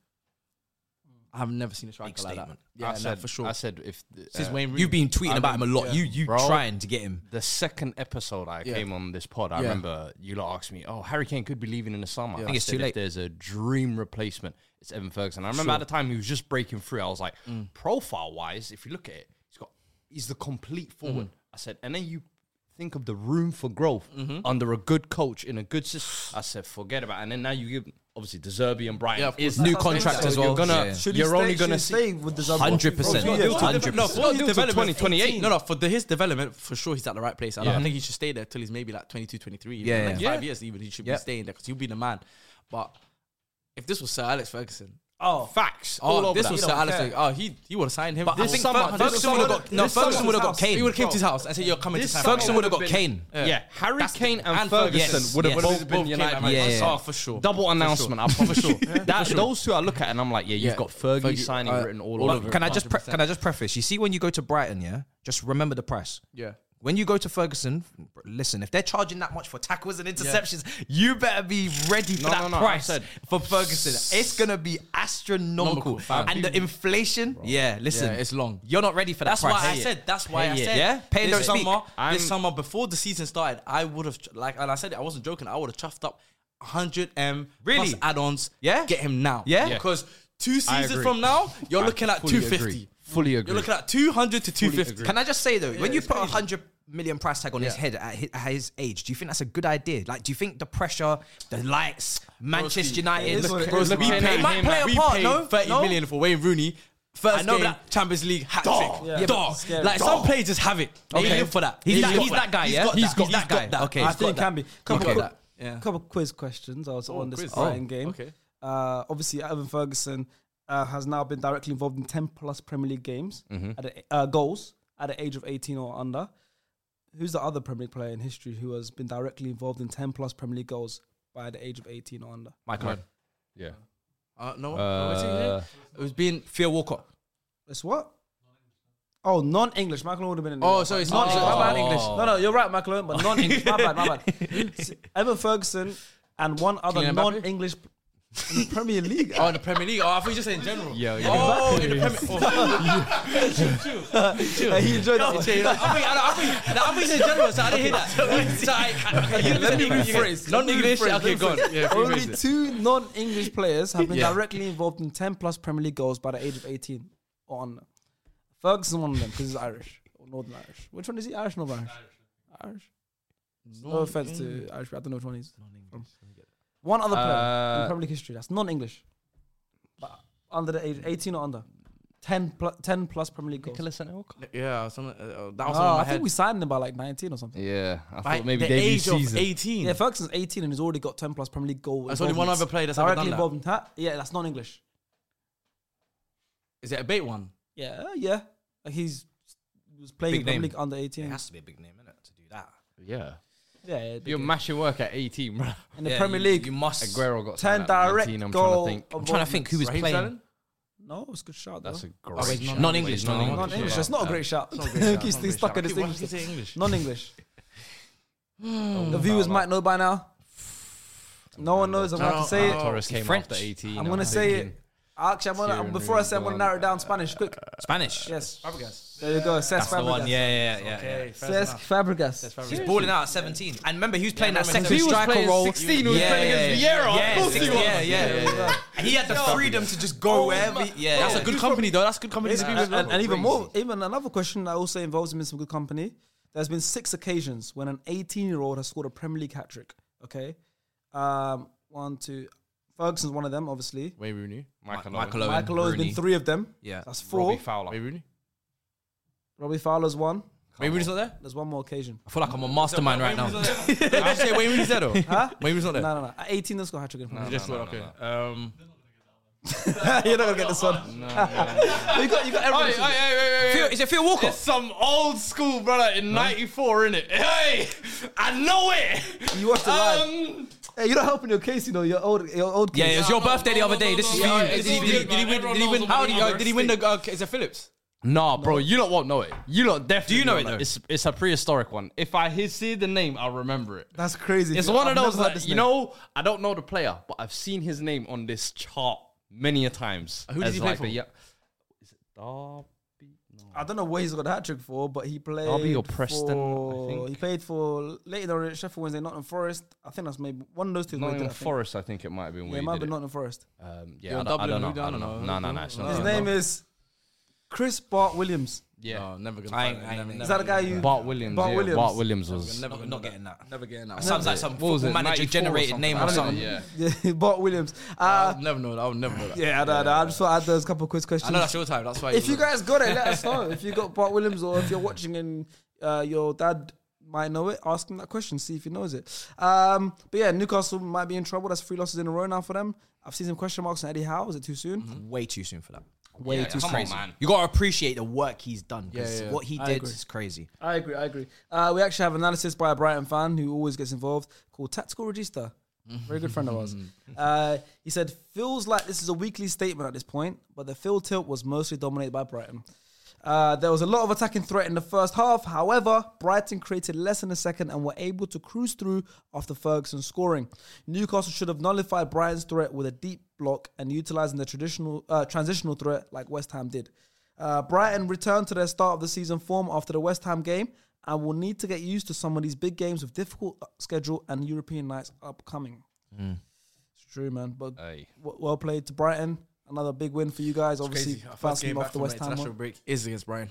C: I've never seen a striker like that.
D: statement.
C: Yeah,
E: Hmm. I
C: no,
E: said
C: for sure.
E: I said if the-
C: since
E: uh,
C: Wayne Rooney,
D: You've been tweeting
E: I
D: about him a
E: mean,
D: lot.
E: yeah.
D: You you
E: Bro.
D: trying to get him.
E: the second episode I
C: Yeah.
E: came on this pod, I
C: Yeah.
E: remember you lot asked me, "Oh, Harry Kane could be leaving in the summer." I
D: think it's
E: said,
D: too
E: "If
D: late."
E: There's a dream replacement. It's Evan Ferguson. I remember at the time he was just breaking through. I was like,
B: Mm.
E: profile wise, if you look at it, he's got he's the complete
B: Mm-hmm.
E: forward. I said, and then you think of the room for growth
B: Mm-hmm.
E: under a good coach in a good system. I said, forget about. it. And then now you give obviously the Zerbi and Brighton
C: Yeah, of
E: is
C: course. New
E: that something
D: contract
E: that
D: as well.
E: You're gonna
D: Yeah.
B: Should he
E: you're
B: stay-
E: only gonna
B: should he
E: see
B: stay with the Zagreb?
D: 100%.
B: For a few
D: No,
B: years.
E: for all the- no, for all the
C: Till
E: development,
C: 2028.
E: 18.
C: No, no, for the, his development, for sure, he's at the right place. And I
E: Yeah.
C: think he should stay there till he's maybe like 22, 23.
D: Yeah,
C: Yeah, like
D: yeah.
C: five years even. He should
D: Yeah.
C: be staying there because he'll be the man. But if this was Sir Alex Ferguson,
B: Oh,
E: facts.
C: oh,
E: all over
C: this
E: that.
C: was
E: You
C: Sir
E: don't
C: Alex.
E: care.
C: Ferguson. Oh, he he would have signed him.
D: But I
C: This
D: think
C: summer.
D: Fer- Ferguson
C: This
D: would have
C: summer-
D: got no.
C: this
D: Ferguson
C: summer-
D: would have got Kane.
C: He would have came to his house and said, "You're coming
E: This
C: to
E: summer
C: town."
D: Ferguson would have got
E: been-
D: Kane.
E: Yeah, Harry
C: That's the
E: Kane
C: thing.
E: and,
C: And
E: Ferguson
D: Ferguson.
E: would have
D: Yes.
E: both been
C: Both
E: United.
C: came at
D: Yeah,
E: Yeah,
D: yeah, yeah.
C: for sure.
E: Double
C: For sure.
E: announcement. I promise you. That, Those two I look at and I'm like, yeah, you've
C: Yeah.
E: got Fergie,
C: Fergie,
E: signing
C: uh,
E: written all
C: all
E: over.
C: over
E: it.
C: it.
D: Can I just pre-
C: 100%.
D: can I just preface? You see, when you go to Brighton, yeah, just remember the price.
C: Yeah.
D: When you go to Ferguson, listen, if they're charging that much for tackles and interceptions, you better be ready for
E: No,
D: that
E: no, no, I
D: price
E: said-
D: for Ferguson. It's gonna be astronomical,
C: Nomical, fam.
D: and the inflation. Yeah, listen,
C: Yeah, it's long.
D: You're not ready for that.
C: That's
D: price.
C: why I said. That's why
D: Pay
C: I
D: it.
C: said.
D: Yeah, pay and
C: this
D: don't speak.
C: summer.
E: I'm-
C: This summer, before the season started, I would have like, and I said it. I wasn't joking. I would have chuffed up 100 m
D: Really?
C: plus add-ons.
D: Yeah?
C: get him now.
D: Yeah? Yeah.
C: because two
E: I
C: seasons
E: agree.
C: from now, you're
E: I
C: looking at
E: fully
C: 250.
E: agree. Fully agree.
C: You're looking at 200 to 250.
E: agree.
D: Can I just say though, when you put a hundred million price tag on his head at his, at his age, do you think that's a good idea? Like, do you think the pressure, the lights, Manchester United,
C: Look,
D: look,
C: bro,
D: look,
C: we
E: man.
C: paid-
E: It
D: might play a
C: we
D: part,
C: paid
D: no?
C: 30
D: No?
C: million for Wayne Rooney.
D: I
C: First
D: know,
C: game,
D: but that-
C: Champions League hat
D: Dog.
C: trick.
B: Yeah, but
C: Dog.
B: it's scary.
C: Like some
D: Dog.
C: players just have it. They
D: Okay.
C: live for that.
D: He's
C: They
D: that-
C: live
D: he's
C: for
D: that guy, yeah? He's got that guy. Okay,
B: I
D: he's
B: think it can be. Couple,
C: got
B: quick-
C: that. Yeah.
B: couple quiz questions. I was on this
C: quiz.
B: exciting
C: Oh,
B: game.
C: okay.
B: Uh, obviously, Evan Ferguson uh, has now been directly involved in ten plus Premier League games
C: Mm-hmm.
B: at a, uh, goals at the age of eighteen or under. Who's the other Premier League player in history who has been directly involved in ten plus Premier League goals by the age of eighteen or under?
D: Michael,
E: yeah.
C: Uh, no, no, what's his name?
E: Uh,
C: it was being
D: Theo Walcott.
B: It's what? Oh, non-English. Michael would have been in.
C: Oh,
B: there.
C: so it's
B: Not
C: not
B: English. My bad,
C: Oh.
B: English. No, no, you're right, Michael, but non-English. my bad, my bad. Evan Ferguson and one other
C: Kylian Mbappe?
B: non-English in the Premier League.
C: Oh, in the Premier League. Oh, I thought you just said in general.
E: Yeah, yeah.
C: Oh, in the Premier. Oh. Chill, chill, chill.
B: he enjoyed that
C: I
B: one.
C: think I think I think it's in general, so I didn't hear that. So I, you
B: Let me
C: said English,
B: rephrase.
C: Non English. Okay, go on. Yeah,
B: Only
C: rephrase it.
B: two non-English players have been
C: Yeah.
B: directly involved in 10 plus Premier League goals by the age of 18 or under. Ferguson one of them because he's Irish or Northern Irish. Which one is he? Irish, Northern Irish. Irish. No offense to Irish, but I don't know which one he's from. One other player in
E: Uh,
B: Premier League history that's non-English, but under the age 18 or under, 10 plus 10 plus Premier League goals.
E: Nicolas Anelka?
C: Yeah, something, uh, that was
B: Oh,
C: on my
B: I
C: head.
B: think we signed him by like 19 or something.
E: Yeah, I
C: By
E: thought maybe
C: the
E: debut
C: age
E: season.
C: of 18.
B: Yeah, Ferguson's 18 and he's already got 10 plus Premier League goal.
C: That's only one
B: involvements.
C: other player that's ever
B: directly
C: done that.
B: involved in that. Yeah, that's non-English.
C: Is it a bait one?
B: Yeah, uh, yeah. Like he's was playing
E: Big
B: in Premier
E: name.
B: League under
D: It
B: 18.
D: has to be a big name, innit, to do that.
E: Yeah,
B: Yeah, yeah, big
E: you're
B: name.
E: mashing work at 18, bro.
B: in the
D: Yeah,
B: Premier
D: you-
B: League.
D: you must.
E: Aguero got signed
B: ten
E: at
B: direct
E: 19, I'm
B: goal.
E: trying to think.
D: I'm trying to think who was
C: Raheem
D: playing.
C: Sterling?
B: No, it was a good shot.
E: That's
B: though.
E: a great.
C: wait,
E: shot.
D: non-English,
E: Wait,
D: non-English.
B: non-English. That's not a great shot. He's still stuck at his English.
C: English.
B: Non-English. the viewers might know by now. No one knows. I'm about to say it.
E: Torres came
D: French.
E: after 18.
B: I'm gonna say it. Actually, I'm gonna
E: Kieran
B: before I say, I'm
E: Rooney,
B: gonna narrow it down Spanish. Quick,
D: Spanish.
B: yes.
C: Fabregas.
B: There you go. Cesc
D: That's the one.
B: Fabregas.
D: Yeah, yeah, yeah. yeah, yeah.
B: Cesc Fabregas.
D: He's balling out at 17. And remember, he was playing that
E: He
D: second
E: was
D: striker
E: playing
D: role.
E: 16, he was playing against Vieira, of
D: Yeah,
E: course he
D: 16,
E: was. Oh,
D: yeah, yeah, yeah, yeah. And he had the freedom to just go wherever. he- Yeah,
C: That's a good company, though. That's good company. to be with.
B: and, and- and even more, even another question that also involves him in some good company. There's been six occasions when an 18 year old has scored a Premier League hat trick. Okay, um, one, two. Ferguson's one of them, obviously.
C: Wayne Rooney.
E: Michael Owen.
D: Michael Owen.
B: Michael Owen's been
D: Rooney.
B: three of them.
D: Yeah.
B: that's four.
E: Robbie
B: Robbie,
E: Fowler.
C: Wayne Rooney.
B: Fowler's one.
C: Wayne Rooney's not there?
B: There's one more occasion.
C: I feel like I'm a mastermind right now. Did I say Wayne Rooney's there, though? Huh? Wayne Rooney's not
B: No,
C: there?
B: no, no. At 18, let's go hat trick in front.
C: Just okay. Um,
B: You're not gonna get this one. you got, you got
E: Hey, hey,
B: everything.
E: hey, hey,
D: Phil-
E: hey.
D: Is it Phil Walker?
E: It's some old school brother in '94, innit? Hey, I know it.
B: You watched it live.
E: Um,
B: Hey, you're not helping your case. You know, your old, your old. Case.
D: Yeah, it was your birthday the other day. This is for
E: Yeah,
D: you.
E: it's
C: Did he, did, he, did he win? Did he win? How did, uh, did he win the? Uh, is it Phillips?
E: Nah, bro, you lot won't know it. You lot definitely. Do
D: you know it, though?
E: It's it's a prehistoric one. If I hear, see the name, I'll remember it.
B: That's crazy.
E: It's
B: I've
E: one of
B: never
E: those
B: heard
E: that
B: this
E: you
B: name.
E: know. I don't know the player, but I've seen his name on this chart many a times.
C: Who did
E: as
C: he play
E: like
C: for?
E: a yo- Is it Derby?
B: I don't know where he's got a hat trick for, but he played.
E: or Preston, I
B: for-
E: think.
B: He played for Leighton or Sheffield Wednesday, Nottingham Forest. I think that's maybe one of those two. is where he
E: Nottingham
B: did, I think.
E: Forest, I think it might have been.
B: Yeah,
E: where
B: it
E: he
B: might
E: did
B: be
E: it.
B: Nottingham Forest.
E: Um,
C: You're
E: yeah, I
C: in
E: don't, I
C: Dublin,
E: don't
C: who
E: know.
C: do-
E: I don't know. No, no, no. It's not
B: His
E: Dublin.
B: name is Chris Bart Williams.
E: Yeah.
C: No, never gonna.
D: I
C: find
D: ain't-
C: that.
D: I ain't-
C: Never-
D: never-
B: Is that the guy you?
E: Bart Williams.
B: Bart
E: yeah,
B: Williams.
E: Bart Williams was.
D: Never, not getting that.
C: Never getting that.
D: Sounds like some
E: What was
D: football
E: it, 94
D: manager
E: or
D: generated
E: something?
D: name
E: I
D: or
E: don't
D: something.
E: know, yeah.
B: Yeah, Bart Williams. Uh,
C: I'll never know that. I would never know that.
B: yeah, I, don't know. I just thought I'd those couple quiz
C: I
B: questions.
C: know that's your time. That's why.
B: if you guys got it, let us know. If you got Bart Williams or if you're watching and uh, your dad might know it, ask him that question, see if he knows it. Um, but yeah, Newcastle might be in trouble. That's three losses in a row now for them. I've seen some question marks on Eddie Howe. Is it too soon?
D: Way too soon for that.
B: Way too soon.
D: Come on, man. You got to appreciate the work he's done. Because
C: Yeah, yeah.
D: what he
B: I
D: did
B: agree.
D: is crazy.
B: I agree. I agree. Uh, we actually have analysis by a Brighton fan who always gets involved called Tactical Regista. Very good friend of ours. Uh, he said, feels like this is a weekly statement at this point, but the field tilt was mostly dominated by Brighton. Uh, there was a lot of attacking threat in the first half. However, Brighton created less in the second and were able to cruise through after Ferguson scoring. Newcastle should have nullified Brighton's threat with a deep block and utilizing the traditional uh, transitional threat like West Ham did. Uh, Brighton returned to their start of the season form after the West Ham game and will need to get used to some of these big games with difficult uh, schedule and European nights upcoming. It's true, man. But
E: Aye.
B: w- well played to Brighton. Another big win for you guys. Obviously,
C: Crazy. Our first
B: bouncing
C: game back
B: off the
C: from an
B: West Ham.
C: international
B: one.
C: break is against Brighton.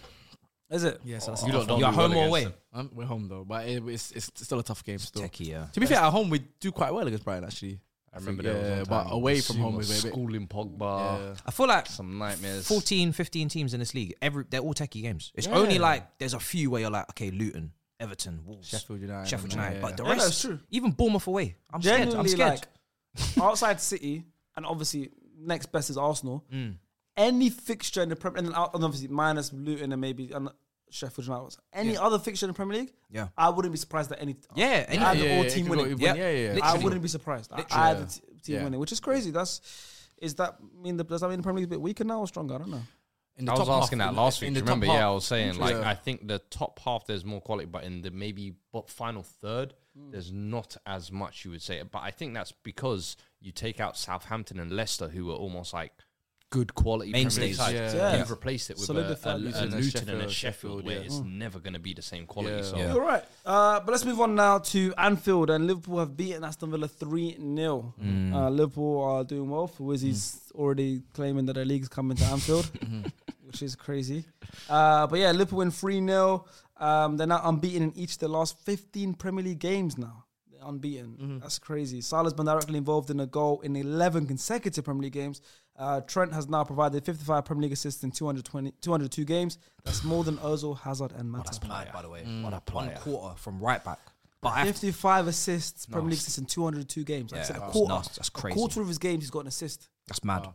B: Is it?
C: Yes, that's
E: You lot don't
D: You're
E: do
D: home
E: well
D: or
E: against
D: away?
E: them.
C: Um, we're home though, but it, it's it's still a tough game. Still,
D: Techie, yeah.
C: to be fair, at home we do quite well against Brighton actually.
E: I remember
C: think,
E: there was
C: yeah,
E: one
C: but
E: time
C: away from
E: Basuma
C: home is a bit.
E: schooling Pogba.
D: I feel like
E: Some nightmares.
D: 14, 15 teams in this league. Every they're all techie games. It's
C: Yeah.
D: only like there's a few where you're like, okay, Luton, Everton, Wolves,
C: Sheffield United,
D: Sheffield
C: and that,
D: United.
C: yeah.
D: But the
B: Yeah,
D: rest,
B: that's true.
D: even Bournemouth away. I'm scared. I'm
B: Genuinely,
D: scared.
B: like outside City, and obviously next best is Arsenal.
C: Mm.
B: Any fixture in the Premier, and, then out- and obviously minus Luton and maybe and Sheffield United. Any other fixture in the Premier League,
D: Yeah.
B: I wouldn't be surprised at any.
D: yeah, any,
B: I had
C: yeah,
B: all
C: yeah,
B: team
C: you
B: winning.
C: got-
D: Yeah.
C: yeah, yeah,
B: I
C: yeah.
B: wouldn't be surprised. I,
D: Literally.
B: I had the t- team
C: Yeah.
B: winning, which is crazy. That's is that mean the does that mean the Premier League a bit weaker now or stronger? I don't know.
C: In the
E: I was
C: top half,
E: asking
C: in
E: that
C: the-
E: last
C: in
E: week.
C: the
E: do you remember?
C: top
E: Yeah, I
C: half.
E: was saying like
C: Yeah.
E: I think the top half there's more quality, but in the maybe but final third
C: Hmm.
E: there's not as much you would say. But I think that's because you take out Southampton and Leicester, who were almost like good quality Premier League
D: Mainstays.
E: sides.
C: Yeah.
B: Yeah.
E: You've replaced it with a, a,
B: Solidified
E: a
B: Luton
E: Luton
C: and
E: and
C: Sheffield,
E: a Sheffield,
C: Sheffield,
E: where
C: yeah. Hmm.
E: it's never going to be the same quality.
C: Yeah.
E: So
C: Yeah.
B: All right, uh, but let's move on now to Anfield and Liverpool have beaten Aston Villa three 0 Uh, Liverpool are doing well. For Wizzy's already claiming that the league's coming to Anfield, which is crazy. Uh, but yeah, Liverpool win three 0 um, They're now unbeaten in each of the last fifteen Premier League games. Now they're unbeaten. That's crazy. Salah's been directly involved in a goal in eleven consecutive Premier League games. Uh, Trent has now provided 55 Premier League assists in 220, 202 games. That's more than Ozil, Hazard, and Mata.
D: That's player, by the way.
B: Mm.
D: What a player. One quarter from right back. But I have to,
B: 55 assists, Premier League assists in 202 games. Like I
D: Yeah,
B: said, a
D: that's
B: quarter,
D: nuts. That's
B: a
D: crazy.
B: quarter of his games, he's got an assist.
D: that's mad.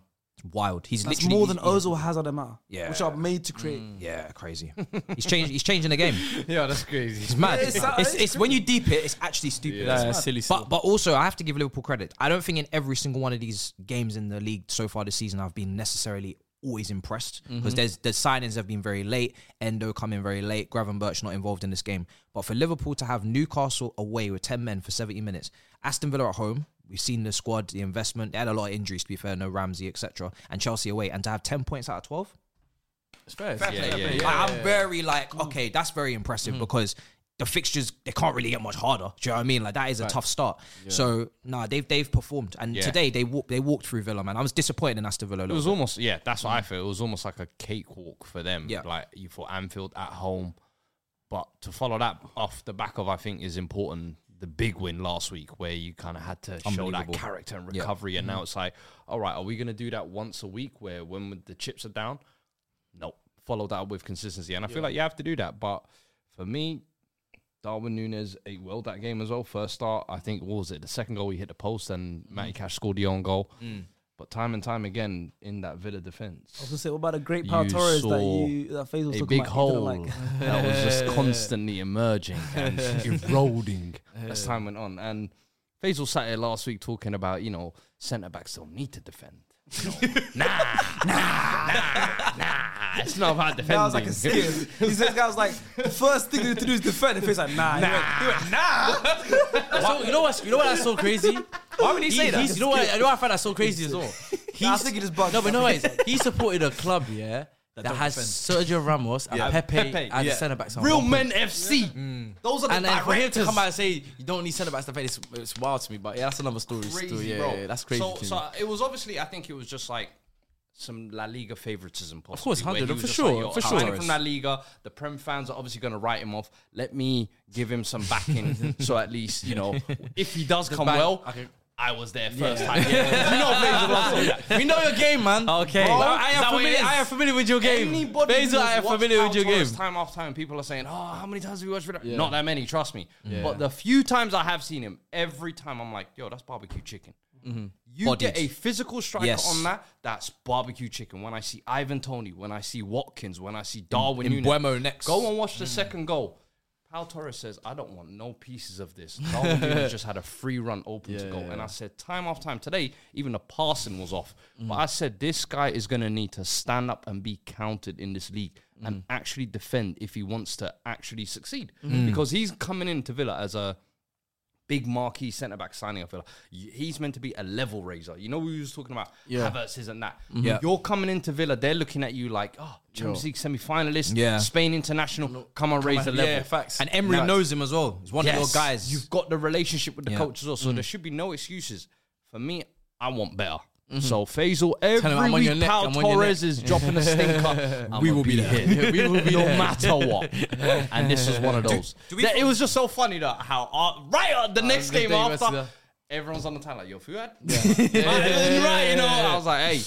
D: It's wild. He's
B: That's
D: literally
B: more than
D: he-
B: Ozil, Hazard, and Mata,
D: Yeah. Mm.
B: which are made to create.
D: Yeah, crazy. he's changing. He's changing the game.
E: yeah, that's crazy.
D: It's mad.
B: Yeah,
D: it's
B: it's- that
D: it's,
B: is
D: it's when you deep it, it's actually stupid.
C: Yeah, it's silly
D: But but also, I have to give Liverpool credit. I don't think in every single one of these games in the league so far this season, I've been necessarily always impressed because there's the signings have been very late. Endo coming very late. Graven Birch not involved in this game. But for Liverpool to have Newcastle away with ten men for seventy minutes, Aston Villa at home. We've seen the squad, the investment. They had a lot of injuries, to be fair. No Ramsey, etc. And Chelsea away, and to have ten points out of twelve.
C: It's fair. Yeah,
E: play,
C: yeah,
E: fair
C: yeah.
E: play.
D: Like, I'm very like, okay, that's very impressive because the fixtures they can't really get much harder. Do you know what I mean? Like that is a tough start. So nah, they've they've performed, and
E: Yeah.
D: today they walked they walked through Villa, man. I was disappointed in Aston Villa. a
E: It
D: little
E: was
D: bit. Mm.
E: almost yeah. That's what I feel. It was almost like a cakewalk for them.
D: Yeah.
E: like you thought Anfield at home, but to follow that off the back of I think is important. The big win last week where you kind of had to show that
D: Unbelievable.
E: character and
D: Yeah. Mm.
E: recovery, and now it's like, all right, are we going to do that once a week where when the chips are down? No, follow that up with consistency, and I feel like you have to do that. But for me, Darwin Nunes ate well that game as well. First start, I think what was it the second goal he hit the post, and Matty Cash scored the own goal. But time and time again in that Villa
B: I was
E: defense,
B: gonna say, what about the great Pau
E: You
B: Torres that
E: saw
B: you that Faisal was
E: a
B: talking about? You
E: big
B: didn't
E: hole
B: Like.
E: that was just constantly emerging and eroding as time went on. And Faisal sat here last week talking about you know centre backs don't need to defend. You know, nah, nah, nah, nah. It's not about defending.
B: That was like a skit. He said, "Guy was like, the first thing you need to do is defend." And Faisal like, "Nah, nah."
C: So, you know what's you know what that's so crazy? Why would
D: he say that?
C: He's, you know what? You know what I find that so crazy as well. He's,
B: I think he just bugged.
C: No, but no, ways. He supported a club, yeah, that, has Sergio Ramos and Pepe,
E: Pepe,
C: and
E: yeah.
C: centre backs. on
E: Real
C: one
E: men FC.
D: Those are
C: and then for him to come out and say you don't need centre backs to play, it's, it's wild to me. But yeah, that's another story. still. Yeah, yeah, that's crazy.
E: So,
C: to
E: so
C: me.
E: it was obviously, I think it was just like some La Liga favoritism, possibly.
C: course,
E: where
C: 100,
E: he was
C: for
E: just
C: sure,
E: "Yo,
C: for
E: I'm signing
C: sure.
E: From La Liga, the Prem fans are obviously going to write him off. Let me give him some backing, so at least you know if he does come
C: back-
E: well.
C: okay.
E: I was there first time. Yeah. you know, Faisal loves to do that.
C: we know your game, man. Okay,
E: Bro,
C: I,
E: is
C: am
E: that what it
C: familiar,
E: is?
C: I am familiar with your game.
E: Anybody
C: Basil,
E: who
C: I am
E: has watched
C: familiar with your
E: Pau
C: game.
E: Torres Time after time, people are saying, "Oh, how many times have you watched Red?" Not that many, trust me. But the few times I have seen him, every time I'm like, "Yo, that's barbecue chicken." You
D: Bodied.
E: get a physical striker
D: Yes.
E: on that. That's barbecue chicken. When I see Ivan Tony, when I see Watkins, when I see Darwin Nunes,
C: Embuemo next.
E: Go and watch the second goal. Pal Torres says, "I don't want no pieces of this." Darwin Nunes just had a free run open to goal, and I said, time after time today, even the passing was off. But I said, this guy is going to need to stand up and be counted in this league and actually defend if he wants to actually succeed, because he's coming into Villa as a big marquee centre back signing. I feel like he's meant to be a level raiser. You know, we was talking about
C: Yeah.
E: Havertz isn't that.
D: Yeah.
E: You're coming into Villa, they're looking at you like, oh, Champions League semi finalist,
D: Yeah.
E: Spain international, come on, raise the level.
C: Yeah, facts.
D: and Emery
E: Nah.
D: knows him as well. He's one of your guys.
E: You've got the relationship with the
D: Yeah.
E: coach as well, so there should be no excuses. For me, I want better. So Faisal, every
C: Tell him I'm on
E: week
C: your neck,
E: Pau
C: I'm on your
E: Torres
C: neck.
E: is dropping a stinker. we will be, here.
C: We will be
E: no
C: there.
E: matter what. And this was one of those. That- it was just so funny that how uh, right uh, the next
C: the
E: game
C: day was uh,
E: after
C: the-
E: everyone's on the time like yo Fuad. Yeah. right, you know. I was like, hey,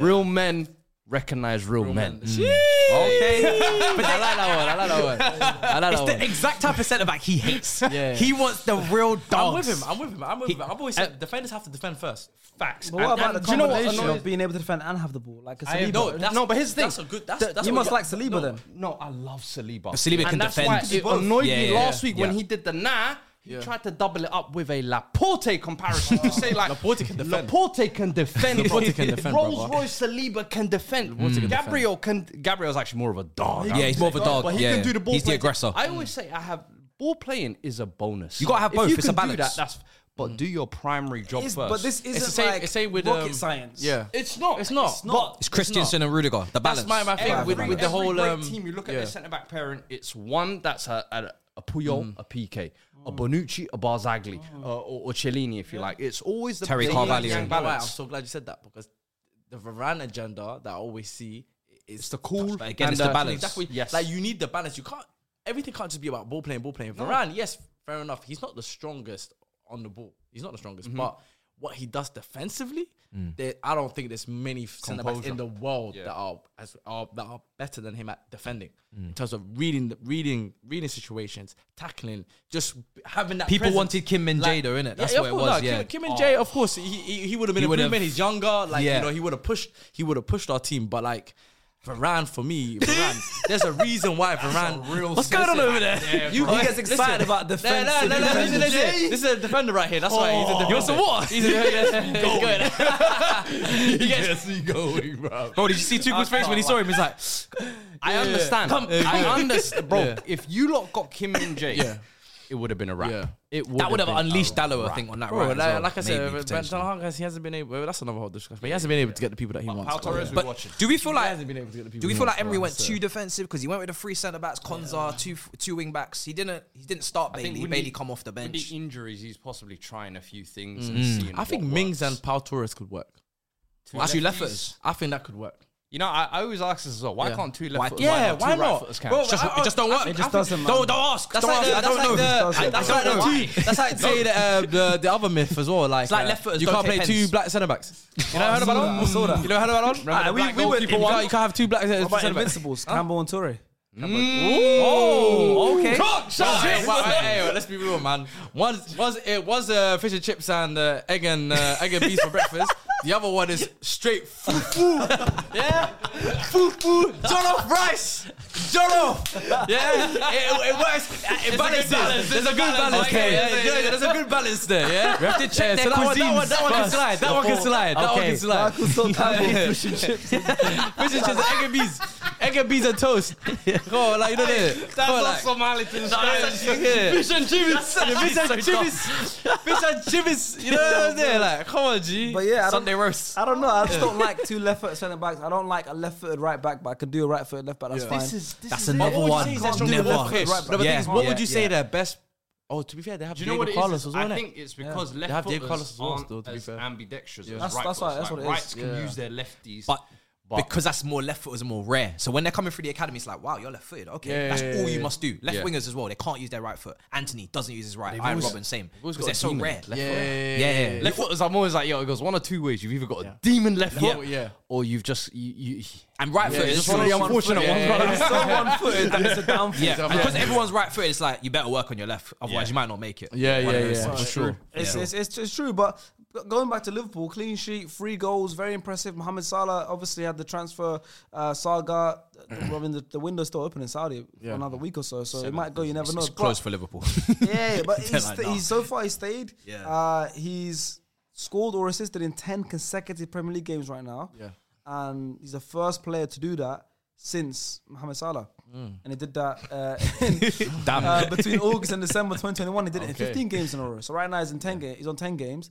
E: real men recognize real, men. Mm.
C: Okay. but I like that one. I like that one. I like that
D: It's the
C: one.
D: exact type of centre back he hates.
C: Yeah.
D: He wants the real
C: I'm
D: dogs.
C: with him. I'm with him. I'm with him. I've always said defenders have to defend first.
E: Facts.
B: But what
E: And-
B: about
E: and
B: the
E: do you know what
B: combination
E: annoys-
B: of being able to defend and have the ball? Like a
E: I
B: Saliba.
E: know, that's- No, but here's the
C: That's
E: thing.
C: a good. That's, that's
B: you must
C: what got-
B: like Saliba
C: no.
B: then.
E: No, I love Saliba.
D: Saliba
E: and
D: can
E: that's
D: defend.
E: why
D: He
E: it
D: both-
E: annoyed
D: Yeah,
E: me
D: yeah,
E: last
D: yeah.
E: week when
D: Yeah.
E: he did the nah. He tried to double it up with a Laporte comparison to say like
C: Laporte can defend.
E: Laporte can defend.
C: Laporte can defend, brother.
E: Rolls Royce Saliba can defend. Gabriel can. Gabriel's actually more of a dog. I
D: Yeah,
E: would
D: he's more of a
E: say.
D: dog,
E: But he
D: yeah.
E: can do the ball.
D: He's the
E: playing.
D: aggressor.
E: I always say I have ball playing is a bonus.
D: You gotta have
E: If
D: both,
E: you
D: it's
E: can
D: a
E: do
D: balance.
E: that, that's. But do your primary job
B: Is-
E: first.
B: but this isn't
C: It's the same.
B: like
C: it's same with
B: rocket
C: um,
B: science.
C: Yeah.
E: It's not.
C: It's not.
E: It's not.
D: It's Christiansen and Rudiger. The balance.
C: That's my, my thing
E: every,
C: with, with the
E: every
C: whole
E: great
C: um,
E: team. You look at
C: yeah.
E: their centre back pairing. It's one that's a a, a Puyol,
C: Mm-hmm.
E: a PK,
C: Mm.
E: a Bonucci, a Barzagli, uh, or, or Cellini, if you like. It's always the
D: Terry
E: the yin
D: Carvalho.
E: and
D: You know
E: yang
C: Why, I'm
E: balance.
C: so glad you said that because the Varane agenda that I always see is
E: the cool
C: But
D: again,
E: and
D: it's the
E: uh,
D: balance.
C: Exactly.
E: Yes.
C: Like you need the balance. You can't. Everything can't just be about ball playing, ball playing. Varane, yes, fair enough. He's not the strongest on the ball. He's not the strongest,
D: Mm-hmm.
C: but what he does defensively,
D: Mm.
C: there, I don't think there's many centre backs in the world that are as are that are better than him at defending
D: Mm.
C: in terms of reading, the, reading, reading situations, tackling, just having that.
D: People
C: presence.
D: wanted Kim and Jae though, innit? That's
C: yeah, of
D: what it
C: course,
D: was,
C: no,
D: yeah.
C: Kim, Kim and Jay, of course, he he, he would have been
D: He
C: a
D: would've-
C: improvement. He's younger, like
D: Yeah.
C: you know, he would have pushed. He would have pushed our team, but like. Varane for me, Varane. there's a reason why Varane. Real what's going on over there? you
B: bro. He gets excited about
C: No,
B: defense.
C: no, no, no, listen, listen. This is a defender right here. That's why he's a defender. You're Oh. some what? He's a defender. He's going. he gets he going, bro.
D: Bro, did you see Tuchel's face when he saw him? He's like,
E: I understand.
C: Come,
E: I
C: come.
E: understand, bro.
C: Yeah.
E: If you lot got Kim and Jay,
C: Yeah.
E: it would have been a wrap.
C: Yeah.
E: It would
D: that would have
E: been
D: unleashed
E: a
D: Dallo, I
E: wrap.
D: think, on that
C: Bro, like,
D: right. as well,
C: like I said,
D: maybe,
C: Ben
D: potentially.
C: Hag, he hasn't been able. Well, that's another whole discussion. But he hasn't been able to get the people that he wants.
E: Pau Torres, we're
D: But
E: watching.
D: do we feel like
C: hasn't been able to get the people
D: do we
C: he
D: feel like
C: wants,
D: Emery
C: right,
D: went
C: so-
D: too defensive because he went with the three centre backs, Konza, two two wing backs. He didn't he didn't start
E: I think
D: Bailey.
E: with
D: Bailey
E: the-
D: come off the
E: with
D: bench.
E: The injuries, he's possibly trying a few things and seeing.
C: Mm. I think
E: what
C: Mings
E: works.
C: and Pau Torres could work.
E: Two
D: Actually,
E: lefties.
D: lefties.
C: I think that could work.
E: You know, I, I always ask this as well. Why
C: Yeah.
E: can't two
D: Why-
E: left footers?
C: yeah,
E: work? Two
C: why
E: right
C: not?
E: footers can.
C: Bro,
E: Just-
C: I-
D: It just don't work.
B: It just doesn't, man.
D: Don't, don't ask.
C: That's
D: don't
C: like
D: ask.
C: the-
D: I
C: that's
D: don't
C: like
D: know.
B: the-
D: I, I
B: that's
D: don't know.
C: Dude, that's like say the, uh, the the other myth as well. Like
D: It's like
C: uh,
D: left footers
C: You
D: don't
C: can't play
D: take
C: two
D: pens.
C: black centre backs. You know how
B: Oh, I
C: heard
B: saw
C: about
B: that, I
C: that?
B: saw that.
C: You know how heard about that?
E: Remember the
C: Ah, we-
E: black
C: we were-
E: goalkeeper
C: You
E: one?
C: can't you can't have two black centre
B: What about
C: centre backs.
B: Invincibles? Campbell and Torre.
D: Oh, okay.
C: Well, hey, well, hey, well, let's be real, man. One was it was uh, fish and chips and uh, egg and uh, egg and beans for breakfast. The other one is straight fufu. yeah, fufu. Jollof rice. Jollof. Yeah, it, it works. It balances.
D: balance.
C: There's a good balance.
D: Okay.
C: Yeah, yeah, yeah, there's a good balance there. Yeah. We have to
D: check their
C: that one, that, one, that one can
D: cuisines
C: slide. That one can
D: before-
C: slide. That one
D: Okay.
C: can slide. Fish and chips, egg and beans, egg and beans and toast. Go on, like you know that. Go on, like.
E: Somalitan
C: Fish and chips. Fish and chips. Fish and chips. You know what I'm saying? Like, come on, G.
B: But
E: um,
B: yeah, I don't,
D: Sunday roast.
E: uh,
B: I don't know. I just don't like two left-footed centre backs. I don't like a left-footed right back, but I can do a right-footed left back. That's fine.
D: That's another one. Never.
C: Okay,
B: Right,
C: No, but
D: yeah,
C: thing is, what
D: yeah,
C: would you say
D: yeah.
C: their best? Oh, to be fair, they have
E: Do you know
C: Diego
E: what it is?
C: Carlos as
E: It's-
C: well.
E: I
C: innit?
E: think it's because
C: They have
E: left
C: Diego Carlos
E: footers
C: as well
E: aren't
C: still, to be
E: as
C: fair.
E: ambidextrous as
B: That's-
E: right
B: that's
E: footers.
B: why- that's
E: Like,
B: what it is.
E: rights can
C: Yeah.
E: use their lefties,
D: But,
E: But-
D: because that's more left footers are more rare. So when they're coming through the academy, it's like, wow, you're left footed. Okay,
C: Yeah,
D: that's
C: yeah,
D: all
C: yeah,
D: you
C: yeah.
D: must do. Left
E: Yeah.
D: wingers as well, they can't use their right foot. Anthony doesn't use his right. Iron
C: always-
D: Robin, same.
C: always
D: Because
C: got
D: they're
C: a
D: so
C: demon.
D: rare.
C: Yeah,
D: Left
C: yeah,
D: footer.
C: yeah,
D: yeah,
C: yeah,
D: yeah.
E: left footers. I'm always like, yo, it goes one or two ways. You've either got a demon left
C: Yeah.
E: foot,
C: Yeah.
E: or you've just you. you
D: And right foot
E: it's
D: is
E: just
D: true.
E: one of the unfortunate
C: Yeah,
E: ones.
C: yeah,
E: right?
B: It's so one-footed that it's a down foot.
D: Yeah, because everyone's right footed, it's like you better work on your left, otherwise
E: Yeah.
D: you might not make it.
C: Yeah,
D: One of
C: yeah,
D: those
C: yeah,
D: things.
C: for sure.
B: It's, it's, it's, it's true, but going back to Liverpool, clean sheet, three goals, very impressive. Mohamed Salah obviously had the transfer. Uh, Saga, I mean, the, the window's still open in Saudi for another week or so, so it might go. You never know.
D: It's
B: But-
D: close for Liverpool.
B: Yeah, but
D: They're
B: he's,
D: like,
B: st-
D: nah.
B: he's so far he stayed.
D: Yeah.
B: Uh, he's scored or assisted in ten consecutive Premier League games right now.
C: Yeah.
B: and he's the first player to do that since Mohamed Salah, and he did that uh, in,
D: Damn.
B: uh, between August and December 2021. He did it in
C: Okay.
B: 15 games in a row. So right now he's in 10 games. He's on 10 games.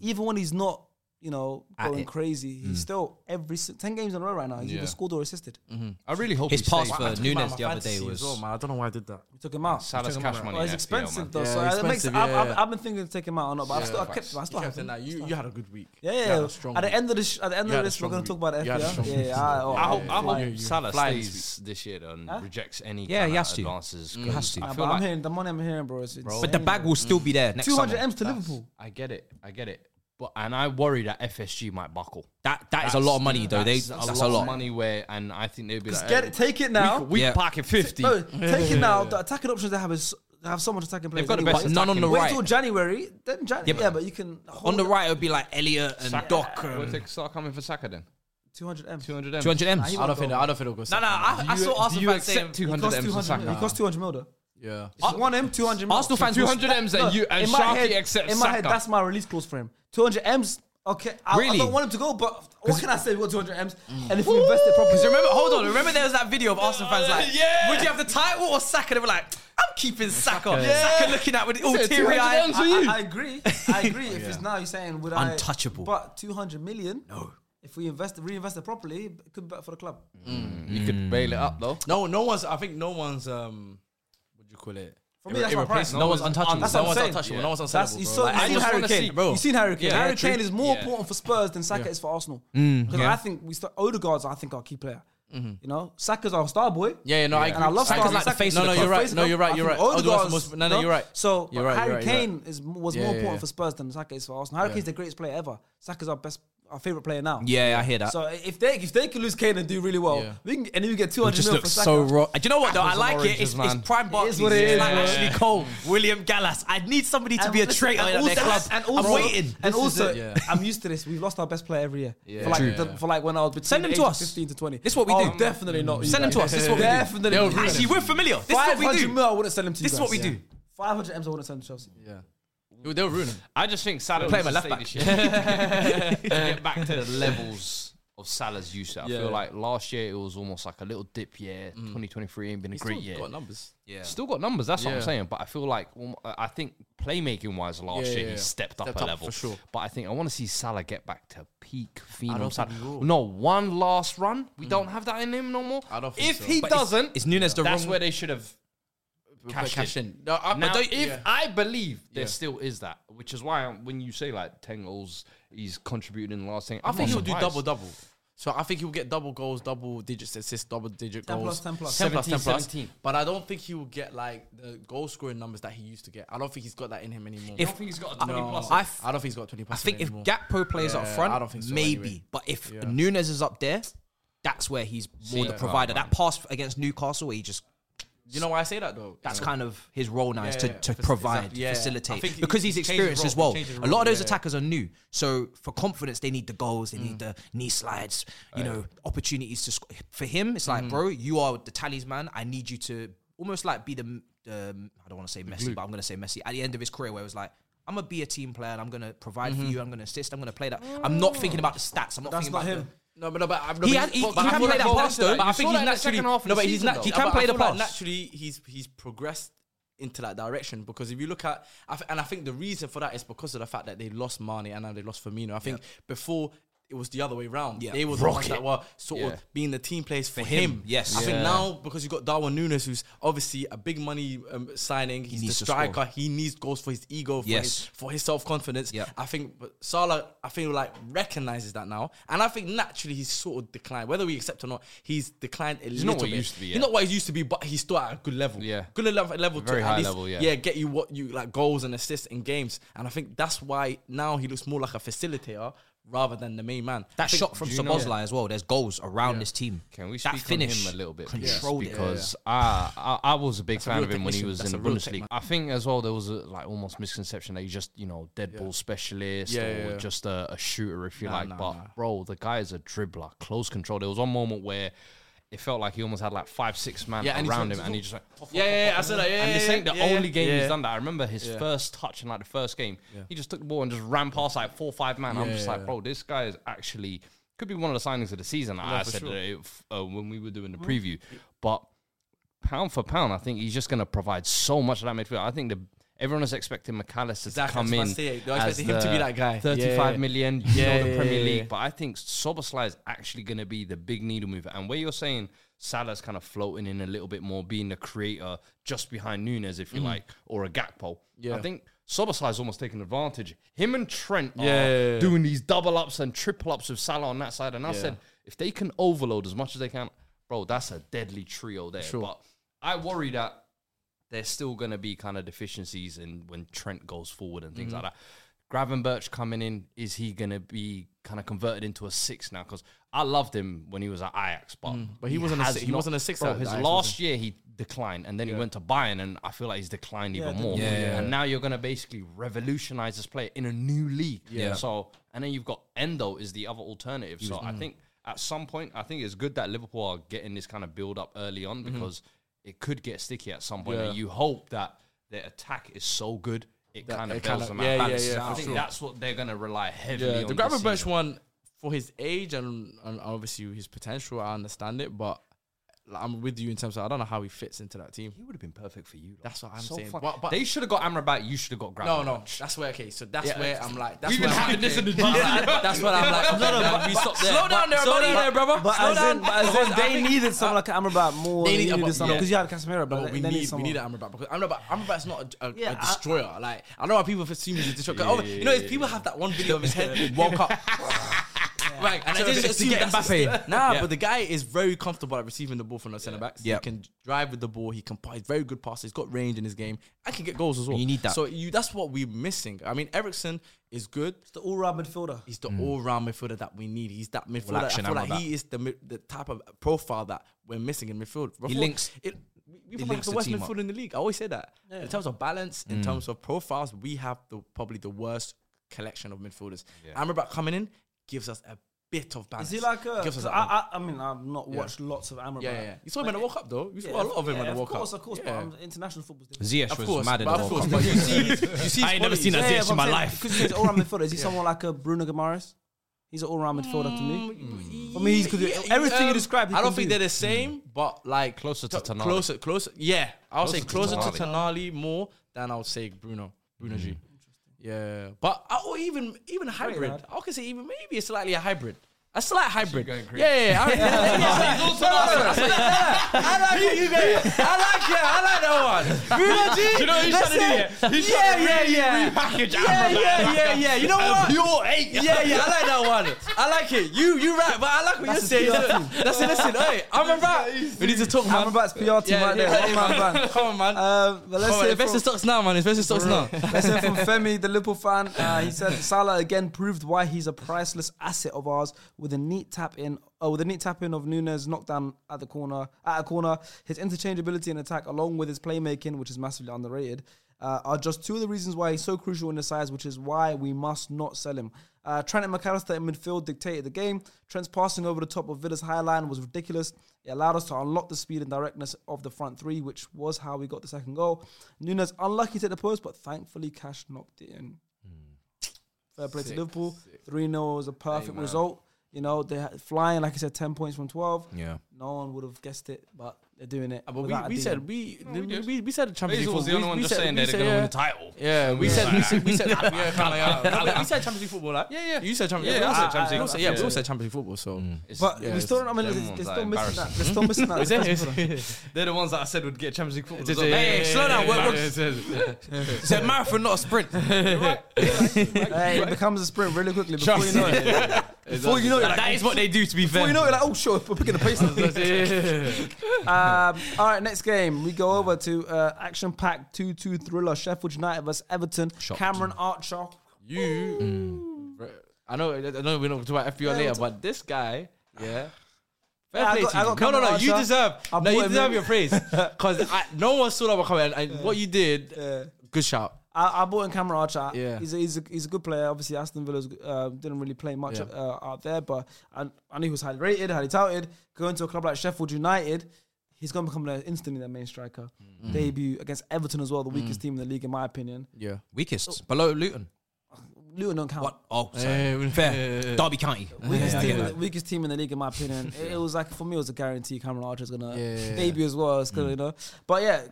B: Even when he's not you know,
D: At
B: going
D: it.
B: crazy. He's still every si- ten games in a row right now. He's
E: Yeah.
B: either scored or assisted.
E: I really hope
D: His
E: he
D: pass
E: stays.
D: for
E: Wow.
D: Nunes the other day was.
C: man. I don't know why I did that.
B: We took him out.
E: Salah's
B: Took him
E: cash
B: out.
E: money
B: Well,
E: in
B: it's
E: FPL, man.
B: expensive though,
C: Yeah,
B: so it makes.
C: expensive,
B: I've, I've,
C: yeah.
B: I've been thinking of taking him out or not, but I've still I've kept him. I still have him.
C: you, you had a good week.
B: Yeah,
C: You had
B: yeah.
C: a strong
B: At the
C: week.
B: end of the sh- at the end
C: You had
B: of
C: a
B: this, we're
C: strong
B: gonna
C: week.
B: talk about FPL.
C: You had a strong
B: yeah,
C: week.
B: yeah. I, oh,
E: I hope,
B: yeah,
E: I hope
B: yeah.
E: Salah
C: Fly
E: stays
C: this
E: this year though and rejects any
D: Yeah,
E: kind
D: he has
E: of
D: to.
E: advances.
D: He has to.
E: I
B: Nah,
E: feel
B: but I'm
E: like
B: hearing the money I'm hearing, bro. It's, it's
D: But the bag will still be there next
B: 200
D: summer.
B: m's to Liverpool.
E: I get it. I get it. But and I worry that FSG might buckle.
D: That that is a lot of money though. They
E: That's,
D: that's
E: a, lot of money where, and I think they'll be like,
B: Get
E: "Hey,
B: it, take it now.
E: We, we
D: Yeah.
E: pocket fifty.
B: Bro, take it now. The attacking options they have is they have so much attacking players.
E: got the
B: anyway.
E: best But none on
D: attacking the
B: Wait
D: right.
B: till January, then January. Yeah,
D: Yeah,
B: but,
D: but-
B: you can
D: On
B: hold
D: the right, it would be like Elliot and Doc.
E: Well, if
D: Um,
E: they start coming for Saka then.
B: 200 m's.
E: 200 M.
D: 200 M's.
C: I don't think. I don't think it'll go.
D: No, no, I, I saw
E: Do
D: Arsenal
E: you
D: fans saying
E: accept
B: He
E: 200
B: costs
E: M's for
B: 200 mil. He
E: Saka?
B: costs 200 mil though.
C: Yeah.
B: It's one M, 200 mil.
D: Arsenal fans will
E: 200 M's and you and
B: in my
E: Sharky
B: head-
E: accepts
B: In my head,
E: Saka.
B: that's my release clause for him. 200 m's. Okay, I, I
D: Really?
B: don't want him to go, but what can I say? We got 200 m's, and if we invest it properly,
D: Because remember, hold on, remember there was that video of Arsenal fans like,
E: Yeah.
D: would you have the title or Saka? They were like, I'm keeping Saka. Saka,
E: Yeah.
D: looking at with all
E: said
D: teary
E: 200
D: eyed.
E: M's for you.
B: I, I agree. I agree. If it's now, you're saying would I
D: Untouchable.
B: But 200 million. No. If we invest, reinvest it properly, it could be better for the club.
E: You could bail it up though.
C: No, no one's. I think no one's. Um, what do you call it?
B: For me, that's my price.
C: No one's untouchable.
B: That's
C: No
B: what I'm
C: one's
B: saying.
C: untouchable. No one's
B: That's,
C: unsellable.
B: you
C: bro.
B: saw,
C: Like,
B: you
C: I
B: seen
C: just
B: Harry
C: wanna see-
B: Kane. you seen Harry Kane.
C: Yeah, Mm,
B: Harry
C: true.
B: Kane is more
E: Yeah.
B: important for Spurs than Saka is for Arsenal. Because I think we start, Odegaard's, I think, our key player. You know, Saka's our star boy.
C: Mm-hmm. Yeah, yeah, no, I
B: and
C: agree.
B: I love
C: Saka's
B: Saka.
C: like the
B: Saka-
C: face of the club. Face of the club. I think
B: Odegaard's
C: Odegaard's the most- no, no,
B: you know?
C: you're right.
B: So
C: You're
B: but
C: right, you're
B: Harry
C: right, you're right.
B: Kane is was
C: Yeah,
B: more
C: yeah,
B: important
C: yeah.
B: for Spurs than Saka is for Arsenal. Harry Kane's the greatest player ever. Saka's our best, our favorite player now.
D: Yeah, I hear that.
B: So if they if they can lose Kane and do really well,
C: Yeah.
B: we can and we get two
D: It
B: hundred
D: just
B: mil for
D: looks
B: Saka.
D: so raw. Uh, Do you know what though? I
E: Apples and
D: like it. It's,
E: oranges, man.
D: it's prime Barkley.
B: what it is,
D: like
B: man.
D: Ashley Cole, William Gallas. I need somebody to
B: And
D: be a
B: listen,
D: traitor
B: and
D: at their club.
B: also- and also-
D: I'm waiting.
B: And
C: is
B: also,
C: it, yeah.
B: I'm used to this. We've lost our best player every year.
E: Yeah.
B: For like,
E: True.
B: the, for like when I was between
D: Send them
B: the
D: to
B: age of
D: us.
B: 15 to 20.
D: This is what we
B: oh,
D: do.
B: Definitely not. you
D: Send them
B: guys.
D: to us. This is what we do.
B: definitely
C: They'll
B: not.
C: ruin
D: Actually, we're familiar. This is what we
B: 500
D: do.
B: mil, I wouldn't sell them to you
D: This is
B: guys.
D: what we do.
B: 500 M's, I wouldn't sell them to Chelsea.
C: Dude, They'll ruin him.
E: I just think Salah
D: Play
E: needs
D: him
E: to
D: at
E: stay
D: left
E: this year. to get, get back to the levels of Salah's use. I
C: Yeah.
E: feel like last year it was almost like a little dip year. 2023 ain't been a
C: He's
E: great
C: still
E: year.
C: got numbers.
D: Yeah.
E: Still got numbers. That's what I'm
C: Yeah.
E: saying. But I feel like um, I think playmaking wise last
C: Yeah,
E: year
C: yeah,
E: he
C: yeah.
E: stepped, up
C: Stepped
E: a
C: up
E: level
C: for sure.
E: But I think I want to see Salah get back to peak phenom.
C: don't think
E: Salah.
C: he will. Mm.
E: No one last run. We don't have that in him no more.
C: I don't think
E: if
C: so.
E: he
C: But
D: it's-
E: doesn't,
D: it's Nunes the
E: that's
D: wrong-
E: where they should have cashed
C: cash
E: in.
C: in. No, I,
E: Now,
C: but don't,
E: if
C: yeah.
E: I believe there
C: Yeah.
E: still is that, which is why I'm- when you say like ten goals, he's contributing in the last thing.
C: I think he'll do double double. So I think he'll get double goals, double digits assists, double digit
B: 10 plus,
C: goals.
B: 10 plus.
C: 10 plus, 10
E: 17,
C: plus.
E: 17.
C: But I don't think he will get like the goal scoring numbers that he used to get. I don't think he's got that in him anymore.
E: I
D: If-
E: don't think he's got a twenty
C: No,
E: plus.
C: I,
D: I
E: I,
D: f-
C: don't think he's got 20
D: I
C: plus.
D: think if
C: anymore.
D: Gakpo plays up
C: Yeah,
D: front,
C: I don't think so
D: maybe.
C: anyway.
D: But if
C: Yeah.
D: Nunes is up there, that's where he's more the
E: yeah.
D: provider. That pass against Newcastle, where he just
C: You know why I say that though?
D: that's kind of his role now is
C: Yeah,
D: to,
C: yeah,
D: to
C: faci-
D: provide,
C: exactly, yeah. I
D: facilitate,
C: think he-
D: because he's
C: he changed his
D: experienced
C: role,
D: as well.
C: he changed his
D: A lot
C: role,
D: of those
C: yeah, yeah.
D: attackers are new, so for confidence they need the goals, they need the knee slides, you know, opportunities to. Sc- for him, it's like, bro, you are the talisman. I need you to almost like be the. the I don't want to say Messi, but I'm gonna say Messi at the end of his career, where it was like. I'm gonna be a team player and I'm gonna provide for you. I'm gonna assist. I'm gonna play that. I'm not thinking about the stats. I'm not
B: That's
D: thinking
B: not
D: about
B: him.
D: the-
C: No, but no, but, no,
D: He
C: but
D: had- he-
C: but-
D: he
C: but I
D: can
C: feel
D: play that
C: well,
D: pass, though.
C: But
E: You
C: I think
E: saw that
C: he's
E: in the
C: naturally
E: second half of
C: no,
E: the
C: but he's
E: season,
C: nat-
E: though.
C: he
E: Yeah,
C: can
D: but
C: play
D: I
C: the
D: feel like
C: pass. naturally, he's he's progressed into that direction because if you look at, I th- and I think the reason for that is because of the fact that they lost Mane and now they lost Firmino. I think before. It was the other way round.
D: Yeah.
C: They were the ones that were sort
E: Yeah.
C: of being the team players for,
D: him,
C: him.
D: yes.
C: I think
E: Yeah.
C: now because you've got Darwin Nunes, who's obviously a big money um, signing, he's
D: needs to
C: the
D: score.
C: striker. He needs goals for his ego, for
D: Yes.
C: his for his self confidence.
D: Yeah.
C: I think but Salah, I think like recognizes that now, and I think naturally he's sort of declined, whether we accept or not. He's declined a
E: not
C: little
E: what he
C: bit.
E: used to be, yeah.
C: He's not what he used to be, but he's still at a good level.
E: Yeah.
C: good level, level
E: Very
C: to
E: high
C: at least,
E: level, yeah.
C: get you what you like goals and assists in games, and I think that's why now he looks more like a facilitator rather than the main man. I
D: That
C: think-
D: shot from
E: do you know-
D: Sabozlai as well. There's goals around this team.
E: can we
D: that
E: speak
D: finish
E: on him a little bit? please?
D: Controlled it.
E: because I, I I was a big fan
C: real
E: of him when he
C: technician.
E: was
C: That's
E: in
C: a
E: the
C: real
E: Bundesliga.
C: technician.
E: I think as well there was a like almost misconception that he's just you know dead ball specialist
C: Yeah,
E: or
C: yeah, yeah.
E: just a, a shooter if you
C: Nah,
E: like.
C: nah,
E: but
C: nah.
E: bro, the guy is a dribbler, close control. There was one moment where. It felt like he almost had like five, six man
C: Yeah, and he's
E: around
C: like-
E: him, and he just like,
C: Yeah, yeah, yeah, I said that. Yeah,
E: and
C: yeah,
E: this ain't
C: yeah,
E: the
C: yeah, yeah.
E: only game
C: Yeah.
E: he's done that. I remember his first touch in like the first game. He just took the ball and just ran past like four, five man. I'm just like, bro, this guy is actually could be one of the signings of the season. I said that if, uh, when we were
C: Mm.
E: doing the preview, but pound for pound, I think he's just going to provide so much of that midfield. I think the Everyone was expecting McAllister
C: Exactly,
E: to come
C: I
E: in.
C: was about to say, they were
E: as
C: expecting him to be
E: the
C: that guy. Yeah,
E: 35
C: yeah.
E: million, you
C: Yeah,
E: know the
C: yeah,
E: Premier
C: yeah,
E: League.
C: yeah.
E: But I think Soboslai is actually going to be the big needle mover. And where you're saying Salah's kind of floating in a little bit more, being the creator just behind Nunes, if you like, or a Gakpo.
C: Mm. Yeah.
E: I think Soboslai's almost taking advantage. Him and Trent are
C: Yeah, yeah, yeah.
E: doing these double ups and triple ups with Salah on that side. And I
C: Yeah.
E: said, if they can overload as much as they can, bro, that's a deadly trio there.
C: Sure.
E: But I worry that there's still going to be kind of deficiencies in when Trent goes forward and
C: Mm-hmm.
E: things like that. Graven Birch coming in, is he going to be kind of converted into a six now? Because I loved him when he was at Ajax, but
C: Mm. but he wasn't a
E: has
C: si- he wasn't a six
E: Bro,
C: at
E: his
C: Ajax, was
E: last year he declined, and then he went to Bayern, and I feel like he's declined even more. And now you're going to basically revolutionize this player in a new league. Yeah. So and then you've got Endo is the other alternative. So I think at some point, I think it's good that Liverpool are getting this kind of build up early on because it could get sticky at some point.
C: Yeah.
E: And you hope that their attack is so good it
C: That
E: kind
C: it
E: of
C: kinda-
E: bails them
C: yeah, yeah,
E: out. balances
C: yeah,
E: it out.
C: for
E: I think
C: sure.
E: that's what they're going to rely heavily
C: Yeah,
E: on.
C: the
E: this
C: Grammar Birch
E: season.
C: one for his age and, and obviously his potential, I understand it, but like, I'm with you in terms of I don't know how he fits into that team.
E: He would have been perfect for you. though.
C: That's what I'm
E: So
C: saying.
E: fuck-
C: But- but-
E: they should have got Amrabat. You should have got
C: No,
E: Grammar.
C: no, that's where okay. So that's where I'm like, that's
E: We've
C: where
E: been
C: I'm
E: having this in the
C: But I- That's what I'm like. No, no, we stop there.
B: Slow
C: down there, buddy. There, brother.
B: But
C: Slow
B: as
C: down.
B: in, but as in
C: I
B: they
C: think-
B: needed someone like Amrabat more.
C: They
B: They
C: need-
B: needed
C: but-
B: someone
C: yeah.
B: because you had Casemiro, but
C: No,
B: they-
C: we
B: they
C: need, we
B: someone.
C: need an Amrabat because Amrabat Amrabat's not a, a,
B: Yeah,
C: a
B: I-
C: destroyer. like I know how people assume he's a destroyer. 'cause, oh, you know, if people have that one video of his head with World Cup, right? And I just
D: to
C: assume
D: get
C: that's
D: Mbappe.
C: Nah, but the guy is very comfortable at receiving the ball from the centre backs.
D: Yeah.
C: He can drive with the ball. He can pass. He's very good passer. He's got range in his game. I can get goals as well.
D: You need that.
C: So you that's what we're missing. I mean, Ericsson is good.
B: the all-round midfielder.
C: He's the all-round midfielder that we need. He's that midfielder. I
D: Mm. action
C: feel like
D: Amrabat.
C: he is the mi- the type of profile that we're missing in midfield. Rafael-
D: links-
C: It, we we probably have
D: links
C: the
D: the
C: worst
D: team up. Mm.
C: midfield in the league. I always say that. In terms of balance, in terms of profiles, we have the probably the worst collection of midfielders. Amrabat coming in gives us a bit of balance.
B: Is he like a?
C: gives
B: 'cause
C: us that
B: I,
C: balance.
B: I, I mean, I've not watched lots of Amrabat.
C: yeah, yeah, yeah. You saw him in the World Cup though. You saw a lot of him in the World
B: Of course,
C: Cup.
B: of course,
C: Yeah.
B: but um, international football's different.
D: Ziyech
C: Of
D: was
C: course,
D: mad in
C: but
D: the
C: of
D: World
C: course, but
D: Cup.
C: you see, you see,
D: I
C: his
D: ain't never
C: qualities.
D: seen a
B: Yeah, yeah,
D: Ziyech
B: but
D: in my
B: I'm saying-
D: life.
B: Because he's an all-round midfielder. Is he someone like a Bruno Guimaraes? He's an all-round midfielder to me.
C: Mm. um,
B: I mean, he's could do everything you described, he
C: I don't
B: can
C: think
B: do.
C: they're the same, but like
E: Mm. Closer to Tonali.
C: Closer, closer. Yeah, I would say
E: Closer
C: closer
E: to Mm.
C: to Tonali more than I would say Bruno, Bruno G. Yeah, but I- or even even a hybrid.
B: lad.
C: I could say even maybe it's slightly a hybrid. A slight hybrid. Yeah, yeah, I- yeah, yeah, yeah. No, no, no, no, no, no. I like it, you guys. I like it. I like that one. Bruno G.
E: You know what he's
C: that's
E: trying to do
C: it.
E: here? He's
C: yeah,
E: trying to
C: yeah,
E: really
C: yeah.
E: repackage
C: yeah,
E: Amrabat
C: yeah,
E: like
C: yeah,
E: a-
C: yeah. Um, You know what?
E: pure eight.
C: Yeah, yeah, I like that one. I like it. You, you right, but I like what
B: That's
C: you're
B: his
C: saying.
B: PR
C: Look, That's it. Listen, hey, I'm a rap. We need to talk, man.
B: Amrabat's PR team
C: Yeah,
B: right
C: yeah,
B: there.
C: yeah,
B: One man band.
C: Come on, man.
B: Um, but let's
D: Oh,
C: Come on,
B: hear
C: invest
B: from-
C: in stocks now, man. Invest in stocks now.
B: Let's hear from Femi, the Liverpool fan. Uh, he said Salah again proved why he's a priceless asset of ours with a neat tap in. Oh, with a neat tap in of Nunes knockdown at the corner, at a corner. His interchangeability in attack, along with his playmaking, which is massively underrated, uh, are just two of the reasons why he's so crucial in the sides, which is why we must not sell him. Uh, Trent and McAllister in midfield dictated the game. Trent's passing over the top of Villa's high line was ridiculous. It allowed us to unlock the speed and directness of the front three, which was how we got the second goal. Nunes unlucky to the post, but thankfully Cash knocked it in.
C: Hmm.
B: Fair play to Liverpool. 3 0 was a perfect result. You know, they're flying, like I said, 10 points from 12.
D: Yeah.
B: No one would have guessed it, but they're doing it.
C: Ah, But we,
B: without a
C: we
B: deal.
C: said we,
E: Oh,
C: we, we, we said the Champions
E: Basil
C: League.
E: was the
C: football.
E: only
C: We-
E: one
C: we
E: just
C: said-
E: saying
C: we
E: they're
C: said,
E: going to win
C: yeah.
E: the title.
C: Yeah, we said we said we said yeah, kinda, yeah. No, but we said Champions League football. Like,
E: Yeah, yeah.
C: You said Champions
E: Yeah,
C: League.
E: I
C: we
E: said
C: all
E: Champions League Mm.
C: we all said- Yeah, we
E: football.
C: all said Champions League football. So
B: But we still, I mean,
E: Them
B: they're, they're still
E: ones are
B: missing that.
E: embarrassing.
B: They're still missing that. defensive corner.
E: They're the ones that I said would get Champions League football.
C: Yeah,
E: as well.
C: yeah,
E: Hey,
C: yeah,
E: slow
C: yeah,
E: down.
C: yeah,
E: we're-
C: yeah,
E: we're-
D: It's a marathon, not a sprint.
B: Hey, it becomes a sprint really quickly before you know it. before you know it, like,
D: That is what they do, to be
B: before
D: fair.
B: you know it, like, oh sure, we're picking the pace. up. um, all right, next game we go over to uh, action-packed two-two thriller: Sheffield United versus Everton. Cameron Archer.
C: you, Mm. I know, I know we're not talking about FBO later, but this guy, yeah. Fair
B: Yeah, I
C: play
B: got-
C: to
B: I
C: you.
B: got
C: no, no, no.
B: Cameron
C: You
B: Archer.
C: deserve.
B: I
C: no, you
B: bought him
C: deserve
B: in.
C: your praise because no one saw that one coming. And, and what you did, good shout.
B: I, I bought in Cameron Archer.
C: Yeah.
B: he's a, he's a, he's a good player. Obviously, Aston Villa's uh, didn't really play much
C: Yeah.
B: uh, out there, but I, I knew he was highly rated, highly touted. Going to a club like Sheffield United, he's going to become the, instantly their main striker. Debut against Everton as well, the weakest team in the league in my opinion.
C: Yeah.
D: Weakest. Below Luton.
B: Luton don't count.
D: What? Oh, sorry. Fair. Derby County.
B: Weakest,
D: Yeah,
B: team,
D: I get
B: in
D: that.
B: the, weakest team in the league, in my opinion. it, it was like for me, it was a guarantee. Cameron Archer's gonna
C: Yeah.
D: Mm.
B: debut as well. It's gonna, you know. But yeah,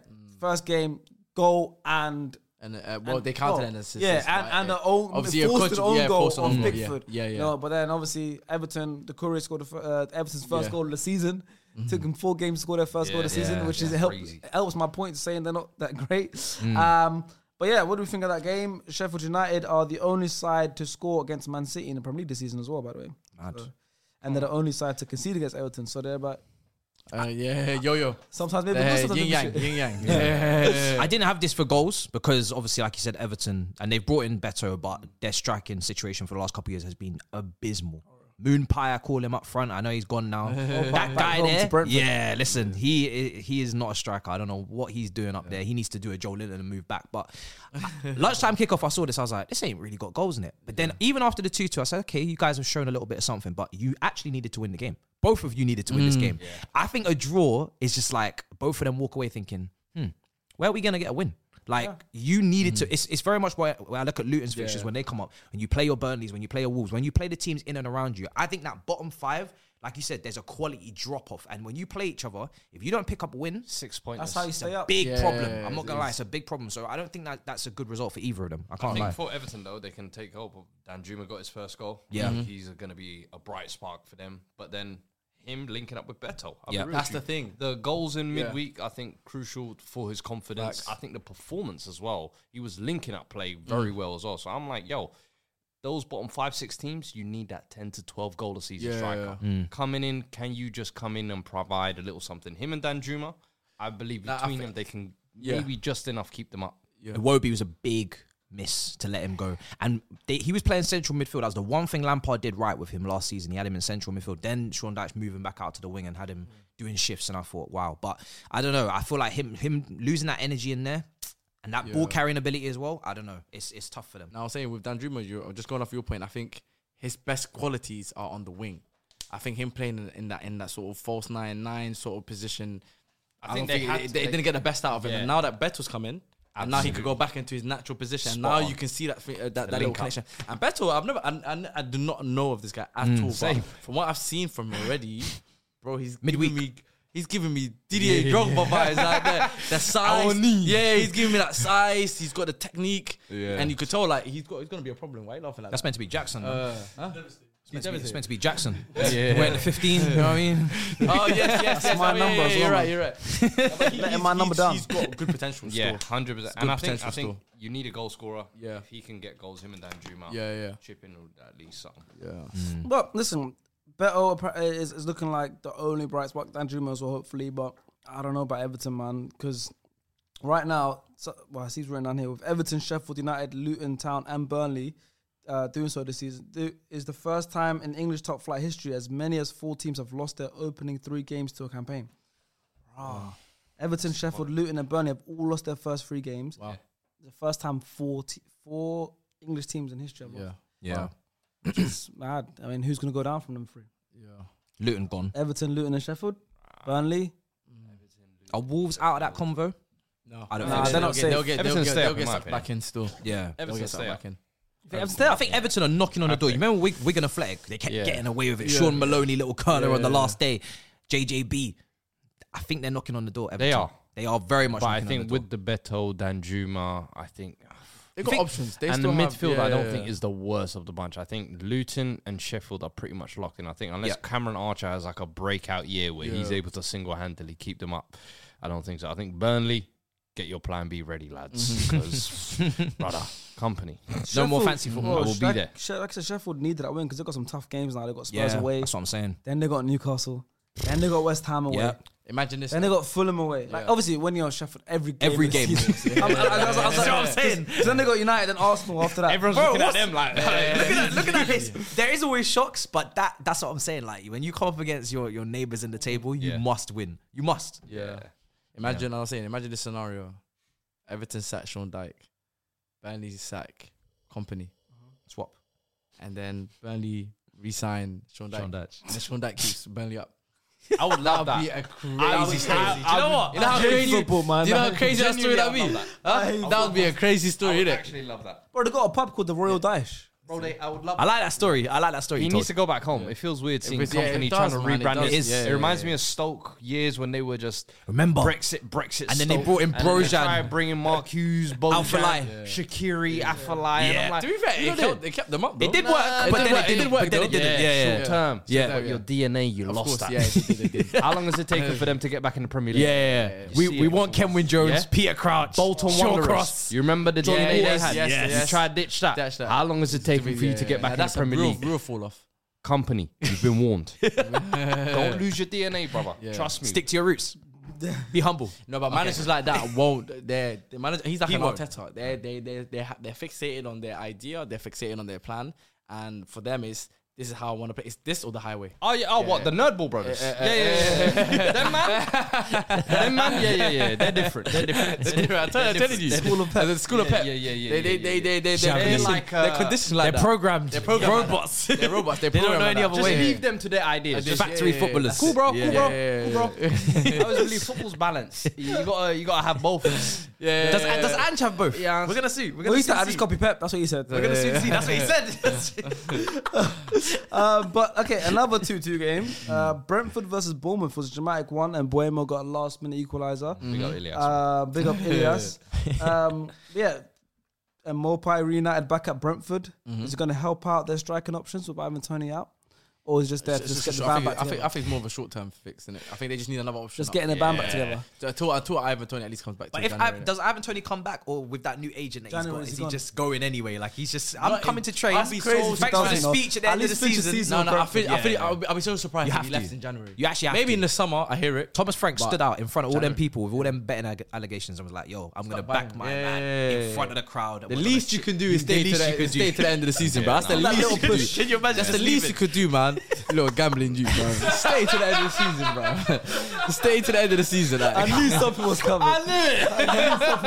B: first game goal and
C: and uh, well, they
B: Oh,
C: counted it as assist.
B: Yeah,
C: but,
B: and, and
C: uh,
B: the own, obviously
C: obviously a
B: forced
C: contri-
B: an own
C: yeah,
B: goal
C: forced an
B: on
C: own goal, yeah,
B: Pickford.
C: yeah, yeah.
B: No, but then obviously Everton, the Courier scored the, fir- uh, Everton's first
C: Yeah. Mm-hmm.
B: goal of the season. Took them four games to score their first goal of the
E: Yeah,
B: season,
E: yeah,
B: which
E: yeah.
B: is help,
E: Crazy.
B: helps my point saying they're not that great.
C: Mm.
B: Um, but yeah, what do we think of that game? Sheffield United are the only side to score against Man City in the Premier League this season as well, by the way. So- and they're the only side to concede against Everton. So they're about
C: uh, yeah, yo yo,
B: sometimes maybe good,
C: uh,
B: sometimes maybe
C: yin yang,
B: shit.
C: yin yang. Yeah.
D: I didn't have this for goals because obviously, like you said, Everton and they've brought in Beto, but their striking situation for the last couple of years has been abysmal. Moon Pie, I call him up front. I know he's gone now. that guy
B: Oh home to
D: there,
B: Brentford.
D: yeah. Listen, he i- he is not a striker. I don't know what he's doing up there. He needs to do a Joe Linton and move back. But uh, lunchtime kickoff, I saw this. I was like, this ain't really got goals in it. But then even after the two two, I said, okay, you guys have shown a little bit of something, but you actually needed to win the game. Both of you needed to win
B: Mm.
D: this game. I think a draw is just like both of them walk away thinking, hmm, where are we going to get a win? Like you needed
E: Mm.
D: to. It's, it's very much where, where I look at Luton's fixtures when they come up, when you play your Burnleys, when you play your Wolves, when you play the teams in and around you. I think that bottom five, like you said, there's a quality drop off, and when you play each other, if you don't pick up a win,
E: Six points.
B: That's how you stay up.
D: big
C: Yeah,
D: problem. I'm not
C: it
D: gonna lie,
C: is.
D: it's a big problem. So I don't think that that's a good result for either of them. I
E: I
D: can't
E: think
D: lie.
E: for Everton though, they can take hope. of Dan Juma got his first goal.
D: Yeah.
C: Mm-hmm.
D: Mhm.
E: he's going to be a bright spark for them. But then him linking up with Beto. I'll be
D: Yeah.
E: real with
C: That's
E: you.
C: the thing.
E: The goals in midweek, I think, crucial for his confidence.
C: Facts.
E: I think the performance as well. He was linking up play
C: Mm.
E: very well as well. So I'm like, yo, those bottom five, six teams, you need that ten to twelve goal a season
C: Yeah,
E: striker
D: Mm.
E: coming in. Can you just come in and provide a little something? Him and Dan Juma, I believe
C: Nah, I
E: between
C: thi-
E: them, they can
C: Yeah.
E: maybe just enough keep them up.
D: Iwobi was a big miss to let him go. And they, he was playing central midfield. That was the one thing Lampard did right with him last season. He had him in central midfield. Then Sean Dyche moving back out to the wing and had him doing shifts. And I thought, wow. But I don't know. I feel like him him losing that energy in there and that ball carrying ability as well. I don't know. It's it's tough for them.
C: Now I was saying with Dan Druma, you're just going off your point. I think his best qualities are on the wing. I think him playing in, in that in that sort of false nine nine sort of position. I,
E: think
C: don't
E: they had
C: it-
E: to-
C: they,
E: they-
C: didn't get the best out of him.
E: Yeah.
C: And now that Beto's come in, and now he could go back into his natural position. and now
E: Spot on.
C: you can see that thing- uh, that, that little
E: link up.
C: connection. And Beto, I've never, I, I, I do not know of this guy at all. But
E: Mm, same.
C: from what I've seen from him already, bro, he's midweek.
D: Midweek.
C: Giving me, he's giving me Didier Drogba vibes out there. The size, yeah, he's giving me that size. He's got the technique,
E: Yeah.
C: and you could tell like he's got he's gonna be a problem. Why are you laughing like
D: That's
C: that?
D: meant to be Jackson. man.
C: Uh, Huh?
D: it's, meant to be, it's meant to be Jackson. Yeah. Wearing the 15, you know what I mean?
C: Oh yes, yes, yes.
B: That's my
C: Oh, yeah,
B: number
C: yeah,
B: as well, man.
C: yeah, You're right. You're right. Yeah, but he-
B: Letting
C: he's-
B: my number
C: he's-
B: down.
C: He's got good potential.
E: Yeah,
C: still.
E: hundred percent.
C: It's
E: And
C: good
E: I think
C: potential
E: I think
C: still.
E: you need a goal scorer.
C: Yeah.
E: if he can get goals, him and Dan Juma.
C: Yeah, yeah.
E: chipping at least something.
B: But listen, Beto appa- is, is looking like the only bright spot. Dan Juma as well, hopefully. But I don't know about Everton, man, because right now, so, well, I see it's written down here with Everton, Sheffield United, Luton Town, and Burnley. Uh, doing so this season do, is the first time in English top flight history as many as four teams have lost their opening three games to a campaign. Bruh. Everton, Sheffield, Luton, and Burnley have all lost their first three games. Wow. The first time four, te- four English teams in history have lost.
C: Yeah,
D: Yeah.
B: It's mad. I mean, who's going to go down from them three?
D: Luton gone.
B: Everton, Luton, and Sheffield. Burnley.
D: Are Wolves out of that convo?
C: No,
D: I don't
B: Nah,
D: think
B: they're not
C: get,
B: safe.
C: They'll get, they'll
E: Everton
C: get,
E: stay
C: they'll
E: up, in
C: get
E: my
C: sucked back in still.
D: Yeah.
C: They'll
E: Everton
C: get
E: stay
C: sucked back
E: up.
C: in.
D: I think Everton are knocking on the door. You remember Wig- Wigan Athletic? They kept
E: Yeah.
D: getting away with it. Sean Maloney, little curler on the last day. JJB. I think they're knocking on the door. Everton.
E: They are.
D: They are very much.
E: But I
D: knocking on
E: think
D: the door.
E: with the Beto, Dan Juma, I think
C: They got
E: think-
C: options. They
E: and
C: still
E: the
C: have-
E: midfield,
C: yeah,
E: I don't
C: yeah,
E: think
C: yeah.
E: is the worst of the bunch. I think Luton and Sheffield are pretty much locked in. I think unless
D: Yeah.
E: Cameron Archer has like a breakout year where he's
C: Yeah.
E: able to single handedly keep them up, I don't think so. I think Burnley, get your plan B ready, lads,
C: Mm-hmm.
E: because brother, company.
D: no more fancy football.
E: I will be
B: like,
E: there.
B: She- oh, Like I said, Sheffield needed that win because they've got some tough games now. They've got Spurs away.
D: That's what I'm saying.
B: Then they got Newcastle. Then they got West Ham away.
D: Yeah.
C: Imagine this.
B: Then they got Fulham away. Like obviously, when you're Sheffield, every game
D: Every
B: of the
D: game.
B: season. I'm- I- I- I was like- I was
D: That's
B: like-
D: what I'm saying.
B: 'cause Then they got United and Arsenal after that.
E: Everyone's looking at them like,
D: look, at, look at that list. There is always shocks, but that that's what I'm saying. Like when you come up against your, your neighbors in the table, you
E: Yeah.
D: must win. You must.
E: yeah.
C: Imagine I was saying. Imagine this scenario: Everton sack Sean Dyke, Burnley sack Company,
D: Swap.
C: and then Burnley resign Sean Dyke. And
E: Sean
C: then Sean Dyke keeps Burnley up.
E: I would love
C: That'd be
E: that.
C: a crazy
E: I would-
C: story.
E: I-
C: Do you know what? You know how
B: I hate
C: crazy
B: football, man.
C: Do you know how
B: I
C: crazy that story
E: genuinely
C: that'd be?
E: love
C: Huh? That would be a crazy
E: I
C: story,
E: would
C: innit?
E: actually love that.
B: Bro, they got a pub called the Royal Daesh.
C: Bro, they, I would love.
D: I like that story. I like that story.
E: He
D: He
E: needs to go back home. It feels weird seeing
C: feels- yeah,
E: company
C: it
E: trying
C: does,
E: to
C: man, it
E: rebrand
C: does.
E: it.
C: Yeah,
E: it
C: yeah,
E: reminds
C: yeah.
E: me of Stoke years when they were just
D: Remember.
E: Brexit, Brexit,
D: And then they
E: Stoke.
D: brought in
E: And then
D: Brojan.
E: They tried bringing Mark Hughes, Bojan,
D: Afellay.
E: Shakiri, Afellay. And I'm like,
C: to be fair,
E: you
C: it
E: know,
C: kept, they kept them up. Though.
D: It did work,
C: Nah,
D: but then it
C: work,
D: didn't.
C: work,
D: But then
C: though.
D: it didn't.
C: Yeah,
D: Yeah,
E: short
D: yeah.
E: term.
D: Yeah.
E: but your DNA, you
C: Of
E: lost
C: course,
E: that.
C: yeah, they did, they did.
E: How long has it taken for them to get back in the Premier League?
D: Yeah, yeah.
E: You
D: We,
E: see
D: we
E: it.
D: want Kenwin Jones,
E: Yeah.
D: Peter Crouch,
E: Bolton
D: Shaw
E: Wanderers.
D: Cross.
E: You remember the
C: Jordan
E: DNA
C: Waters,
E: they had?
C: yes,
E: You
C: yes.
E: tried ditch that.
C: Ditch that.
E: How long has it taken for you
C: Yeah,
E: to get
C: yeah,
E: back in the
C: that's a
E: Premier
C: real,
E: League?
C: Real fall off.
E: Company, you've been warned. Don't lose your DNA, brother. Trust me.
D: Stick to your roots. Be humble.
C: No, but managers like that won't. They're the manager. He's like
D: He
C: an
D: won't.
C: Arteta. They're they they they ha- they're fixated on their idea. They're fixated on their plan, and for them, it's this is how I want to play. It's this or the highway.
E: Oh yeah, oh what the Nerdball brothers? Yeah, yeah, yeah. yeah, them man, them man. Yeah, yeah, yeah. They're different. They're different. They're different.
C: I'm telling- I'm telling you, school of pep. The school of
E: Yeah,
C: pep.
E: yeah, yeah, yeah,
C: They they
E: yeah,
C: they
E: yeah.
C: they they
E: Shall
C: they're
E: we listen?
C: like uh,
E: They're
C: conditioned like
D: They're
C: that.
D: programmed.
C: They're programmed. like that.
D: Robots.
C: They're robots. They're
D: They don't know
C: programmed
D: any
C: like
D: other
C: that.
E: Just
D: way.
E: leave them to their ideas.
C: Just-
E: Just,
C: yeah,
D: Factory
C: yeah,
D: footballers.
C: yeah,
D: Cool, bro.
C: yeah,
D: Cool,
E: bro.
C: yeah,
E: Cool, bro. I always believe football's balance. You gotta, you gotta have both.
C: Yeah.
D: Does, does Ange have both?
E: Yeah,
D: We're gonna see. We're
B: Well,
D: gonna
B: he
D: see.
B: said, I just copy Pep. That's what he said.
D: We're gonna see. see. That's what he said.
B: Uh, but okay, another 2 2 game. Uh, Brentford versus Bournemouth was a dramatic one, and Buemo got a last minute equalizer.
C: Mm-hmm.
E: We got Ilias.
B: Uh, big up Ilias. um, yeah. And Mopai reunited back at Brentford.
C: Mm-hmm.
B: Is it going to help out their striking options with Ivan Tony out? Or is it just there to
C: It's
B: just
C: just
B: get
C: a
B: the
C: short- I
B: band
C: think,
B: back
C: I think
B: together?
C: I think it's more of a short term fix, is it? I think they just need another option.
B: Just
C: up.
B: getting the band back
C: Yeah.
B: together.
C: So Until until Ivan Tony at least comes back.
D: But
C: till
D: if I,
C: January.
D: does Ivan Tony come back, or with that new agent that
B: January, he's
D: he's got, is he
B: gone.
D: just going anyway? Like he's just, I'm
C: Like,
D: coming to train.
C: I'd be so
D: Thanks for the
B: surprised, you know.
D: speech at the
B: At
D: end of the
B: least finish the
D: season.
B: season.
C: No, no, I feel, I
D: Brentford.
C: feel,
D: Yeah.
C: I'll, be, I'll be so surprised
D: You
C: if
D: have
C: he left
D: to.
C: in January.
D: You actually have
C: maybe
D: to.
C: in the summer. I hear it.
D: Thomas Frank
C: But-
D: stood out in front of all them people with all them betting ag- allegations and was like, "Yo, I'm gonna
C: Stop
D: back
C: buying.
D: my
C: Yeah,
D: man
C: yeah, yeah,
D: in
C: yeah.
D: front of the crowd." and
C: The
D: we're gonna
C: least you
D: shit."
C: can do is
D: The
C: stay to
D: least you
C: the,
D: could
C: stay
D: do.
C: to the end of the season, bro. That's the
B: That
C: least
B: little
C: you could
B: push.
C: do.
D: Can you imagine?
C: That's the
D: Just
C: least
D: leave
C: you
D: it.
C: could do, man. Little gambling you, bro. Stay to the end of the season, bro. Stay to the end of the season. Like.
B: I knew something was coming.
D: I knew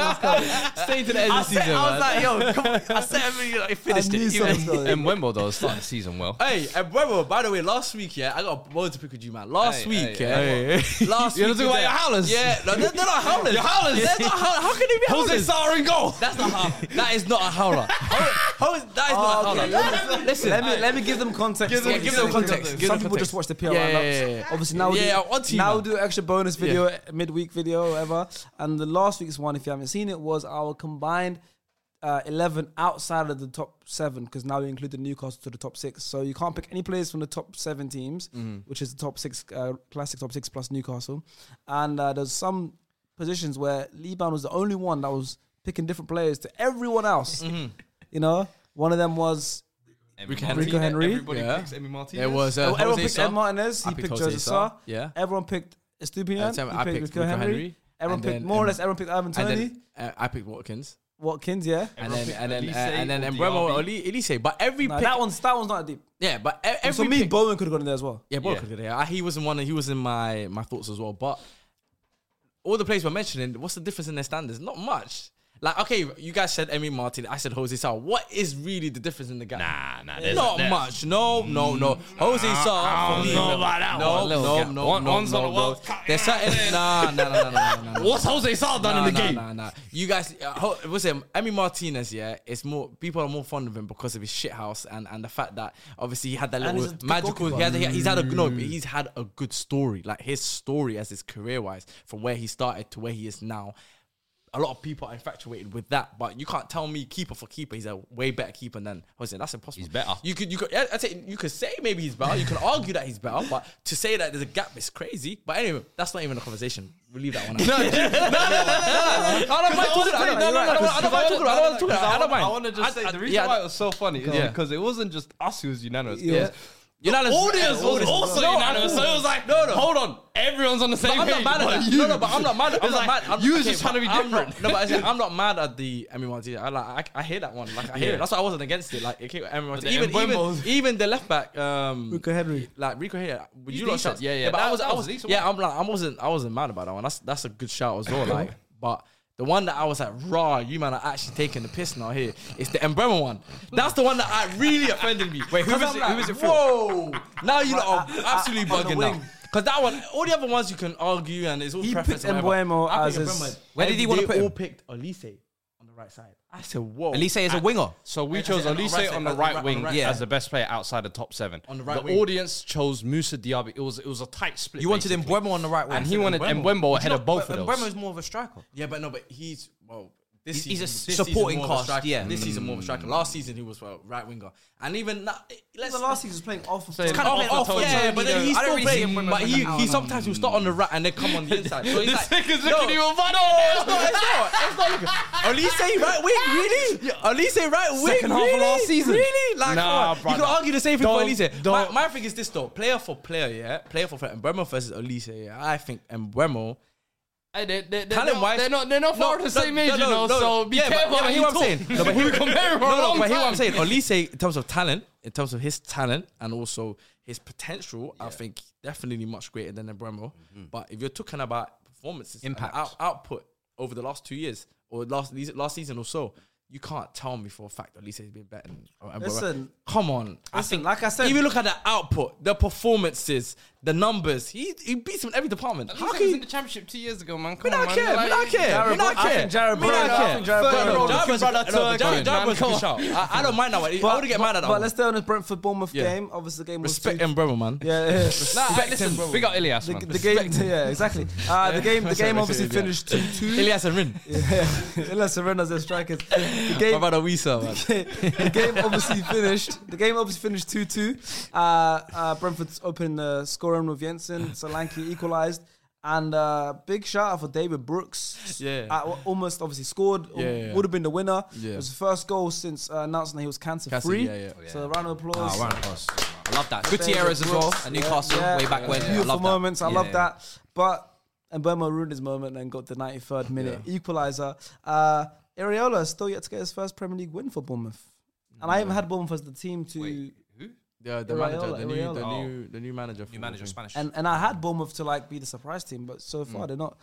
D: it.
C: Stay to the end
D: I,
C: of the
D: said,
C: season,
D: I was
C: man.
D: like, "Yo, come on." I said, I mean, I
B: I
D: finished
B: knew
D: it. You
B: something was
D: know?
B: coming.
E: and Wembo though started the season well.
C: Hey, and brother, by the way, last week, yeah, I got a bone to pick with you, man. Last
E: Hey,
C: week,
E: hey,
C: yeah. Last
E: You
C: week. was
E: wanna talk about
C: there-
E: your howlers?
C: Yeah, no, they're, they're not howlers. Your howlers? They're not howlers. How can they be
E: Jose
C: howlers?
E: Sarr in goal.
C: That's not how. That is not a howler. How is, that is not a
B: Oh,
C: howler.
B: okay.
C: Listen,
B: Let me let me give them context.
C: Give them-
B: Yeah,
C: give them context.
B: Some
C: Give them
B: people
C: context.
B: just watch the PR.
C: Yeah,
B: Yeah,
C: yeah, yeah, yeah.
B: Obviously now we
C: Yeah,
B: do,
C: I want to,
B: now
C: man.
B: we do extra bonus video, midweek video, whatever. And the last week's one, if you haven't seen it, was our combined uh, eleven outside of the top seven because now we include the Newcastle to the top six. So you can't pick any players from the top seven teams,
C: Mm-hmm.
B: which is the top six uh, classic top six plus Newcastle. And uh, there's some positions where Lee Ban was the only one that was picking different players to everyone else.
C: Mm-hmm.
B: You know, one of them was
E: Rico
B: Rico Henry.
E: Everybody
C: Yeah.
E: picks Emi Martinez.
C: There was uh,
B: Oh, everyone
C: Jose
B: picked
C: Sarr.
B: Ed Martinez. He
C: I picked
B: picked
C: Jose
B: Jose
C: Sarr,
B: Sarr.
C: yeah.
B: Everyone picked
C: Uh,
B: Estupinian.
C: Sam-
B: he
C: I
B: picked
C: picked
B: Rico
C: Rico
B: Henry.
C: Henry.
B: Everyone
C: And
B: picked
C: then
B: more or
C: Em-
B: less. Everyone picked Ivan
C: and
B: Tony.
C: then uh, I picked Watkins,
B: Watkins, yeah.
C: and
E: Everyone
C: then and then
E: picked
C: uh,
E: Elise
C: and then
E: or
C: and Bremo
E: Diaby.
C: Elise. But every
B: Nah,
C: pick,
B: that one's that one's not deep.
C: yeah, but e-
B: And
C: every
B: for me,
C: pick,
B: Bowen could have gone in there as well.
C: yeah, Bro
E: Yeah.
C: could get it. I- He was in one. He was in my my thoughts as well. But all the players we're mentioning, what's the difference in their standards? Not much. Like okay, you guys said Emi Martin, I said Jose Sarr. What is really the difference in the guy?
E: Nah, nah, there's-
C: not
E: there's-
C: much. No, no, no. Jose
E: I
C: Sarr. for
E: don't
C: me,
E: know about that
C: no,
E: one. Little
C: no,
E: gap.
C: no,
E: One-
C: no,
E: one's on
C: no,
E: the
C: no.
E: World Cup.
C: There's certain. Nah, nah, nah, nah, nah, nah, nah, nah.
E: What's Jose Sarr done
C: Nah,
E: in the
C: nah,
E: game?
C: Nah, nah, You guys, uh, ho- what's him? Emi Martinez, yeah, it's more people are more fond of him because of his shit house and, and the fact that obviously he had that
B: And
C: little
B: he's a Mm. good
C: magical. He
B: goalkeeper.
C: had, he- he's had a no, but he's had a good story. Like his story as his career wise, from where he started to where he is now. A lot of people are infatuated with that, but you can't tell me keeper for keeper. He's a way better keeper than Jose. That's impossible.
E: He's better.
C: You could, you could, yeah, I'd say you could say maybe he's better. You can argue that he's better, but to say that there's a gap is crazy. But anyway, that's not even a conversation. We leave that one. out. I don't mind talking about it. No, no, no, no, I don't mind talking about it. I don't mind talking about it. I don't mind.
E: I want to just
C: I-
E: say the
C: I-
E: reason
C: yeah,
E: why it was so funny is
C: on.
E: because it wasn't just us who was unanimous.
B: Yeah.
E: It was
C: Unanimous-
E: audience was
C: audience.
E: also
C: No,
E: unanimous. So it was like, no, no, hold on, everyone's on the same
C: But I'm
E: page.
C: not mad
E: but
C: at that.
E: you-
C: No, no, but I'm not mad. I'm
E: It's
C: not
E: like,
C: mad. I'm,
E: you was just trying to be
C: I'm not-
E: different.
C: no, but I said, I'm not mad at the Emmy Martinez. I like, I, I hear that one. Like, I hear
E: Yeah.
C: it. That's why I wasn't against it. Like, it came, Emmy Martinez.
E: the
C: Even, even,
E: Mbeumo-
C: even the left back, um,
B: Rico Henry.
C: like Rico here. Would
E: He's
C: you lot
E: decent.
C: shout?
E: Yeah, yeah.
C: But
E: That-
C: I was,
E: that
C: I
E: was
C: was,
E: a decent
C: yeah. I'm like, I wasn't, I wasn't mad about that one. That's that's a good shout as well. Like, but. The one that I was like, raw, you man are actually taking the piss now here. It's the Embrema one. That's the one that I really offended me. Wait,
E: who was it- who was it for?
C: Whoa! Now you lot are absolutely
B: on the
C: bugging now.
B: wing.
C: Because that one, all the other ones you can argue and it's all
B: He
C: preference.
B: picked
C: and whatever.
B: Mbeumo
C: I
B: as
C: picked
B: his-
C: Mbeumo.
D: Where did he
C: They
D: wanna put
C: all
D: him?
C: picked Olise on the
F: right side.
C: I said, whoa.
D: Elise is a winger.
E: So we
C: Yeah,
E: chose
C: that's it, on the
E: Elise
C: right side,
E: on the
C: on the right-
E: right
C: on
E: wing
C: the right
E: as
D: side.
E: the best player outside the top seven.
C: On the right
E: the
C: wing.
E: audience chose Musa Diaby. It was it was a tight split.
D: You wanted
E: basically.
D: Mbwemo on the right wing.
E: and he wanted
C: Mbeumo.
E: Mbwemo ahead of both of those.
D: Mbwemo is more of a striker.
C: Yeah, but no, but he's well. This
D: He's- he's a
C: season- this season
D: supporting
C: more of a
D: cast,
C: striker.
D: yeah.
C: This season more of a striker. Last season he was well, right winger, and even now, let's
B: The last season was playing awful.
E: So-
C: kind of
E: Off
C: off,
E: the
C: off,
E: toe.
C: yeah, but then he's
D: I
C: still
D: don't really see
C: playing.
D: him when-
C: But
D: when-
C: he,
D: no,
C: he
D: no,
C: sometimes will start on the right and then come on the inside. So he's
E: This
C: like,
E: nigga's
C: no,
E: looking at you with one
C: no, it's not, it's not, it's not looking. Olise right wing, really? Olise right wing,
D: Second half of
C: really?
D: last season.
C: really? Like,
E: Nah,
C: come on. you
E: brother.
C: can argue the same thing
E: Don't-
C: for Olise.
E: don't-
C: My, my thing is this though, player for player, yeah, player for player. Embremo versus Olise, yeah. I think Embremo
E: Hey, they, they, they're,
C: Talent
E: not,
C: wise,
E: they're not they're not far
C: No,
E: the same
C: no,
E: age,
C: no,
E: you know.
C: no.
E: so be
C: Yeah, but- yeah,
E: careful.
C: but
E: how
C: hear
E: you
C: what I'm
E: talk.
C: saying. No, but
E: we
C: hear-
E: compare him for
C: no,
E: a
C: no,
E: long
C: but hear what I'm saying.
E: time.
C: Olise, in terms of talent, in terms of his talent and also his potential, I think definitely much greater than Embremo.
B: Mm-hmm.
C: But if you're talking about performances, and
D: Impact.
C: out- output over the last two years or last these- last season or so, you can't tell me for a fact Olise has been better than Embremo.
B: Listen.
C: come on. I think,
B: like I said-
C: if you look at the output, the performances, the numbers, he he beats him in every department. How
E: How
C: can
E: was
C: you
E: in the championship two years ago, man?
C: we
E: Come on,
C: not
E: man.
C: care. We not care. We not care. We not care. Third row, Jarvis- no, but Jarvis- Jarvis can shout. I I don't mind that one. I wouldn't get mad at that
B: But
C: one.
B: let's stay on this Brentford Bournemouth
C: Yeah.
B: game. Obviously, the game was
C: respect
B: two-
C: him, brother, man.
B: Yeah, yeah, yeah.
E: Nah, hey, listen, big up Ilias,
B: The,
E: man.
B: the game, yeah, exactly. Uh, the game, the game obviously
C: Yeah.
B: finished two two.
C: Elias and Rin.
B: Unless Serena's their strikers, the
C: My
B: game,
C: brother Wisa, man.
B: the game obviously finished. The game obviously finished two two. Uh, uh, Brentford's opening the scoring with Jensen. Solanke equalised, and uh, big shout out for David Brooks.
C: Yeah.
B: uh, almost obviously scored.
C: Yeah, yeah, yeah.
B: would have been the winner.
C: Yeah.
B: It was the first goal since uh, announcing that he was cancer
C: Cancer,
B: free.
C: yeah, yeah.
B: So a Ah, round of applause.
D: I love that. Gutierrez as well.
B: Brooks.
D: And Newcastle
B: Yeah,
D: way back
B: yeah.
D: when. I
B: Beautiful
D: love that.
B: moments. I
D: Yeah.
B: love that. But and Burma ruined his moment and got the 93rd minute equalizer. Uh, Areola still yet to get his first Premier League win for Bournemouth, and I
D: Mm.
B: haven't had Bournemouth as the team to.
C: Yeah, the
B: Iriola,
C: manager, the new, the
B: Iriola.
C: new, the new manager.
D: New manager, Spanish.
B: And and I had Bournemouth to like be the surprise team, but so
D: Mm.
B: far they're not.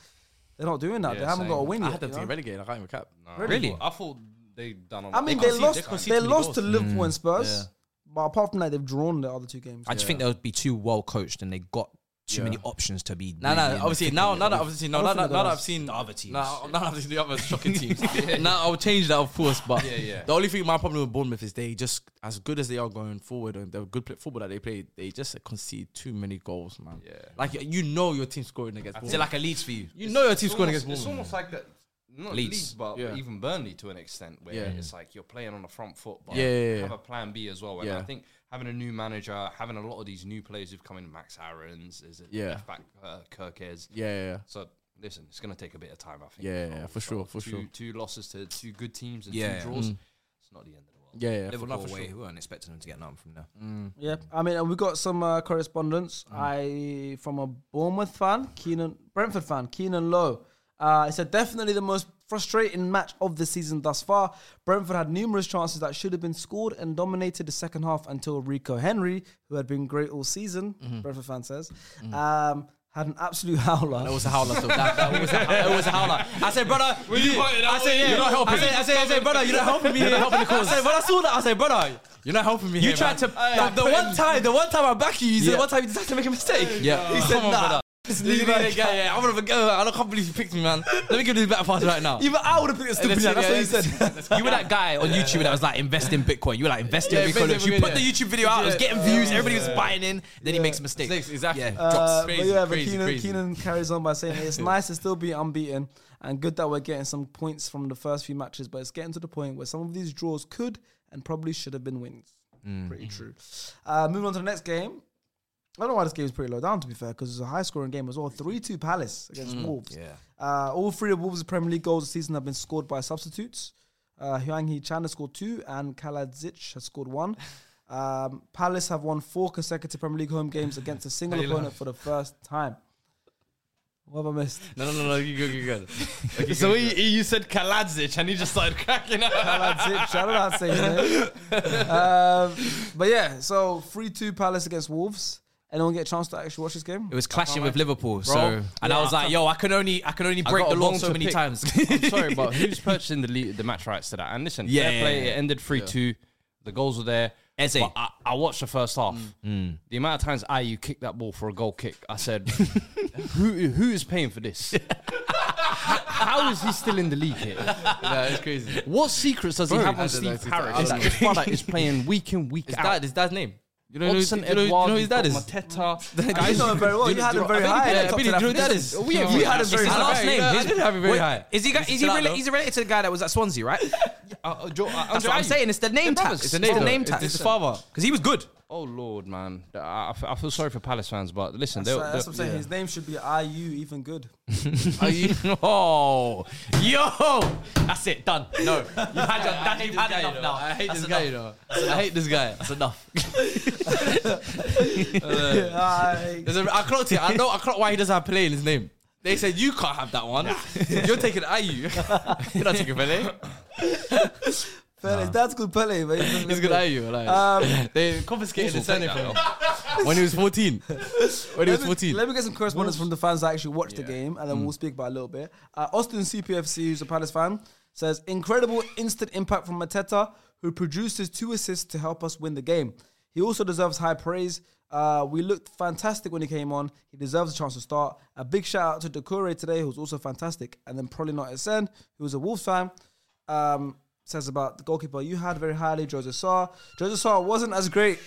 B: They're not doing that. they haven't got a win
C: I
B: yet.
C: had them
B: Oh, you
C: to
B: know?
C: get relegated. I can't even cap.
E: Really? I thought they done. on-
B: I mean,
E: They
B: they,
E: conceded-
B: lost.
E: conceded
B: They,
E: too many
B: lost
E: goals.
B: to Liverpool and Spurs,
C: Yeah.
B: but apart from that, they've drawn the other two games.
D: Mm. I just think they'll be too well coached and they got too many options to be.
C: No, no,
D: really in
C: obviously
D: the
C: now,
D: thick
C: now
D: of it.
C: that obviously now,
B: I
C: now,
B: don't
C: that,
B: think
C: now
B: they'll
C: that I've
B: last
C: seen
D: the other teams.
C: Now, now that I've seen the other shocking teams. Now I'll change that, of course. But
E: yeah.
C: the only thing my problem with Bournemouth is they just as good as they are going forward and the good play, football that they play, they just concede too many goals, man.
E: Yeah.
C: like you know your team scoring against.
D: Is it
C: Bournemouth.
D: like a Leeds for you?
C: you know your team
E: It's
C: scoring
E: almost-
C: against.
E: It's
C: Bournemouth.
E: almost like that. Not
D: Leeds.
E: Leeds, but
C: Yeah.
E: even Burnley to an extent, where
C: Yeah.
E: it's like you're playing on the front foot, but
C: Yeah, yeah, yeah.
E: have a plan B as well. And
C: Yeah.
E: I think having a new manager, having a lot of these new players who've come in, Max Aaron's, is it
C: Yeah.
E: left back uh, Kirkes?
C: Yeah, yeah, yeah.
E: So listen, it's going to take a bit of time, I think.
C: Yeah,
E: you know,
C: yeah, for
E: but
C: sure, for
E: two,
C: sure. Mm.
E: Two losses to two good teams and
D: Yeah.
E: two draws. It's not the end of the world.
C: Yeah, yeah, for,
D: Liverpool
C: not for sure.
D: away. We weren't expecting them to get nothing from there.
B: Yeah, I mean, and we got some uh, correspondence.
C: Mm.
B: I from a Bournemouth fan, Keenan Brentford fan, Keenan Lowe. Uh, he said definitely the most frustrating match of the season thus far. Brentford had numerous chances that should have been scored and dominated the second half until Rico Henry, who had been great all season,
C: Mm-hmm.
B: Brentford fan says, um, had an absolute howler.
C: It was a howler. So Mm. that, that was a, it was a howler. I said, brother, you,
E: you pointed
C: I
E: out,
C: said, yeah.
E: you're not helping.
C: I said, I said, I said, brother, you're not helping me. You're not helping the cause. I said, when I saw that, I said, brother, you're not helping me.
D: You
C: here,
D: tried
C: man.
D: to-
C: the,
D: like,
C: the
D: put
C: one
D: in-
C: time, the one time I back you, you said,
D: Yeah.
C: one time you decided to make a mistake.
D: Yeah.
C: he said,
D: Come on,
C: nah.
D: brother.
C: Just leave that guy. Yeah, I'm gonna go. I can't believe you picked me, man. Let me give this back pass right now.
B: Even I would have picked a stupid. shot,
C: Yeah,
B: That's what he
C: let's-
B: said.
D: You were that guy on YouTube that was like, invest in Bitcoin. You were like, invest in
C: Yeah,
D: Bitcoin.
C: invest in
D: You put
C: Bitcoin,
D: the
C: yeah.
D: YouTube video out, it was
C: Yeah.
D: getting views, everybody was buying in, then he makes a mistake.
C: Mistakes, exactly.
D: Yeah,
C: Uh,
D: drops.
B: Uh,
C: Crazy,
B: but yeah,
C: crazy,
B: but Keenan,
C: crazy.
B: Keenan carries on by saying it's nice to still be unbeaten and good that we're getting some points from the first few matches, but it's getting to the point where some of these draws could and probably should have been wins.
C: Mm.
B: Pretty true. Uh, moving on to the next game. I don't know why this game is pretty low down, to be fair, because it's a high scoring game as well. 3 2 Palace against
C: Mm.
B: Wolves.
D: Yeah.
B: Uh, all three of Wolves' Premier League goals this season have been scored by substitutes. Uh, Huang Hee Chan has scored two, and Kaladzic has scored one. Um, Palace have won four consecutive Premier League home games against a single opponent for the first time. What have I missed?
C: No, no, no, no. You good, you good.
E: So he, he, you said Kaladzic, and he just started cracking up.
B: Kaladzic, I don't know how to say his name. Um, but yeah, so 3 2 Palace against Wolves. Anyone get a chance to actually watch this game?
D: It was clashing with Liverpool, so and I was like, "Yo, I can only, I can only
E: I
D: break
E: got
D: the
E: a
D: law
E: bone
D: so
E: to
D: many
E: pick.
D: times."
E: I'm sorry, but who's purchasing the le- the match rights to that? And listen,
D: Yeah,
E: fair
D: yeah,
E: play.
D: yeah.
E: It ended three two. The goals were there.
D: Eze.
E: But I, I watched the first half.
C: Mm.
E: The amount of times I you kicked that ball for a goal kick, I said, "Who who is paying for this? how, How is he still in the league here?
C: yeah, it's crazy.
E: What secrets does
C: Bro,
E: he have
C: I
E: on
C: don't know, it's-
E: Steve
C: I
E: Parish
C: don't
E: that
C: know.
E: his product is playing week in, week
C: His
E: out?
C: dad, his dad's name. You don't
E: Hudson
C: know, you don't- you
E: Edouard,
C: know his dad is.
E: you've got Mateta.
B: I know him very well.
C: Do
B: You had
C: do
B: him very
C: I think-
B: high.
C: yeah,
B: Top
C: Billy,
B: to that
C: do you know who that is.
B: list.
C: We
B: You
C: have
B: had
C: we
B: him
C: had his
B: very high.
C: last name.
D: Yeah,
C: His-
D: I did
C: have him very high.
D: Is he? Got, is he? Rela- he's related to the guy that was at Swansea, right?
E: Uh, uh, Joe, uh,
D: That's
E: Andre
D: what I'm
E: Ayew.
D: saying. It's the name
E: They're
D: tag.
E: brothers.
D: It's the name
C: It's
D: tag.
C: his father.
D: Because he was good.
E: Oh Lord, man, I, I f- I feel sorry for Palace fans, but listen,
B: That's,
E: they'll,
B: that's what
E: they'll-
B: I'm saying. His name should be IU, even good.
C: Are you?
D: Oh, yo, that's it. Done.
C: No.
D: You've had your-
C: I hate
D: you've
C: this
D: had
C: guy,
D: enough
C: you know.
D: now.
C: I hate
D: That's
C: this guy, you know. I hate this guy. That's enough.
B: Aye.
C: There's a, I clocked it. I know. I clocked why he doesn't have Pele in his name. They said you can't have that one. You're taking IU. You're not taking Pele.
B: Pele, his dad's good Pele, but he's
C: He's good IU. Like
B: Um,
C: they confiscated his surname from him when he was 14. When he was
B: Let me,
C: 14.
B: let me get some correspondence from the fans that actually watched the game, and then
C: Mm.
B: we'll speak about it a little bit. Uh, Austin CPFC, who's a Palace fan, says incredible instant impact from Mateta, who produces two assists to help us win the game. He also deserves high praise. Uh, we looked fantastic when he came on. He deserves a chance to start. A big shout out to Decore today, who's also fantastic, and then probably not Essend, who was a Wolves fan. Um, says about the goalkeeper you had very highly, Jose Sarr. Jose Sarr wasn't as great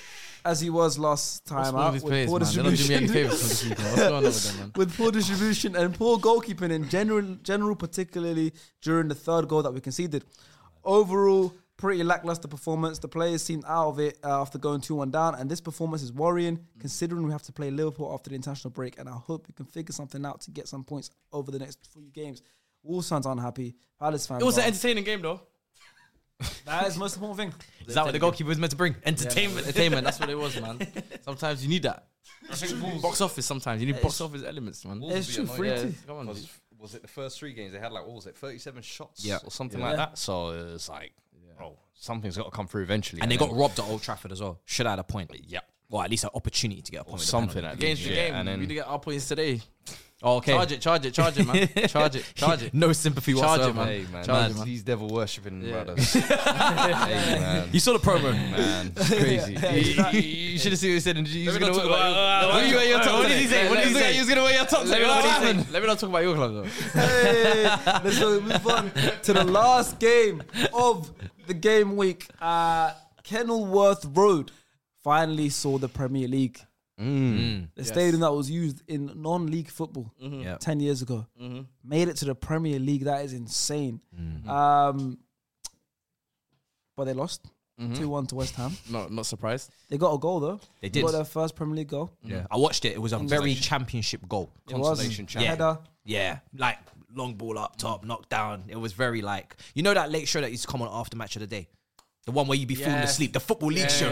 B: as he was last time
C: What's wrong
B: out
C: with these
B: with
C: players,
B: poor
C: man? They're not doing me any
B: distribution.
C: favors for this weekend. What's going on with them, man?
B: with poor distribution and poor goalkeeping in general, general particularly during the third goal that we conceded. Overall, pretty lackluster performance. The players seemed out of it uh, after going 2 1 down, and this performance is worrying considering we have to play Liverpool after the international break. And I hope we can figure something out to get some points over the next few games. Wolves fans aren't happy. Palace fans.
C: It was an
B: are.
C: entertaining game, though.
B: that is the most important thing.
D: Is that what the goalkeeper was meant to bring? Entertainment.
C: Entertainment. That's what it was, man. Sometimes you need that. Box office. Sometimes you need box office elements, man.
E: Wolves
B: It's true,
E: will be
B: free
E: annoyed.
B: too.
C: Come on,
E: Was,
C: dude.
E: was it the first three games they had like what was it, thirty-seven shots
D: Yeah.
E: or something
B: Yeah.
E: like that? So it's like, oh, something's got to come through eventually.
D: And they got robbed at Old Trafford as well. Should have had a point.
E: yeah,
D: Or at least an opportunity to get a
E: or
D: point. with the
E: something
D: penalty.
E: at
C: Against
E: least,
C: the
E: yeah,
C: game.
E: And
C: we
E: then
C: need to get our points today.
D: Oh, okay.
C: Charge it, charge it, charge it, man. Charge it, charge it.
D: No sympathy
C: Charge it,
D: whatsoever.
C: man.
E: hey, man,
C: Charge it,
E: these-
C: man.
E: these devil worshipping
C: Yeah.
E: brothers. hey, man.
D: You saw the promo.
E: Man, it's crazy. you should have seen what he said. And he was
C: Let me
E: gonna
C: not
E: wear,
C: talk about your-
E: what are you wearing your top?
C: What did he say? What did he say?
E: He was gonna wear your
C: Let
E: top. today.
C: me
E: What
C: not-
E: happened?
C: Let me not talk about your club, though.
B: Hey, let's go move on to the last game of the game week. Uh, Kenilworth Road finally saw the Premier League.
D: Mm.
B: The stadium that was used in non-league football
D: Yeah.
B: ten years ago made it to the Premier League. That is insane.
D: Mm-hmm.
B: Um, but they lost two one to West Ham.
C: No, not surprised.
B: They got a goal though.
D: They did.
B: Got their first Premier League goal.
D: Yeah. I watched it. It was a very championship goal.
B: It was
E: Consolation
B: a header.
D: Yeah, like long ball up top, knocked down. It was very like you know that late show that used to come on after match of the day, the one where you'd be falling
C: Yes.
D: asleep, the football league show.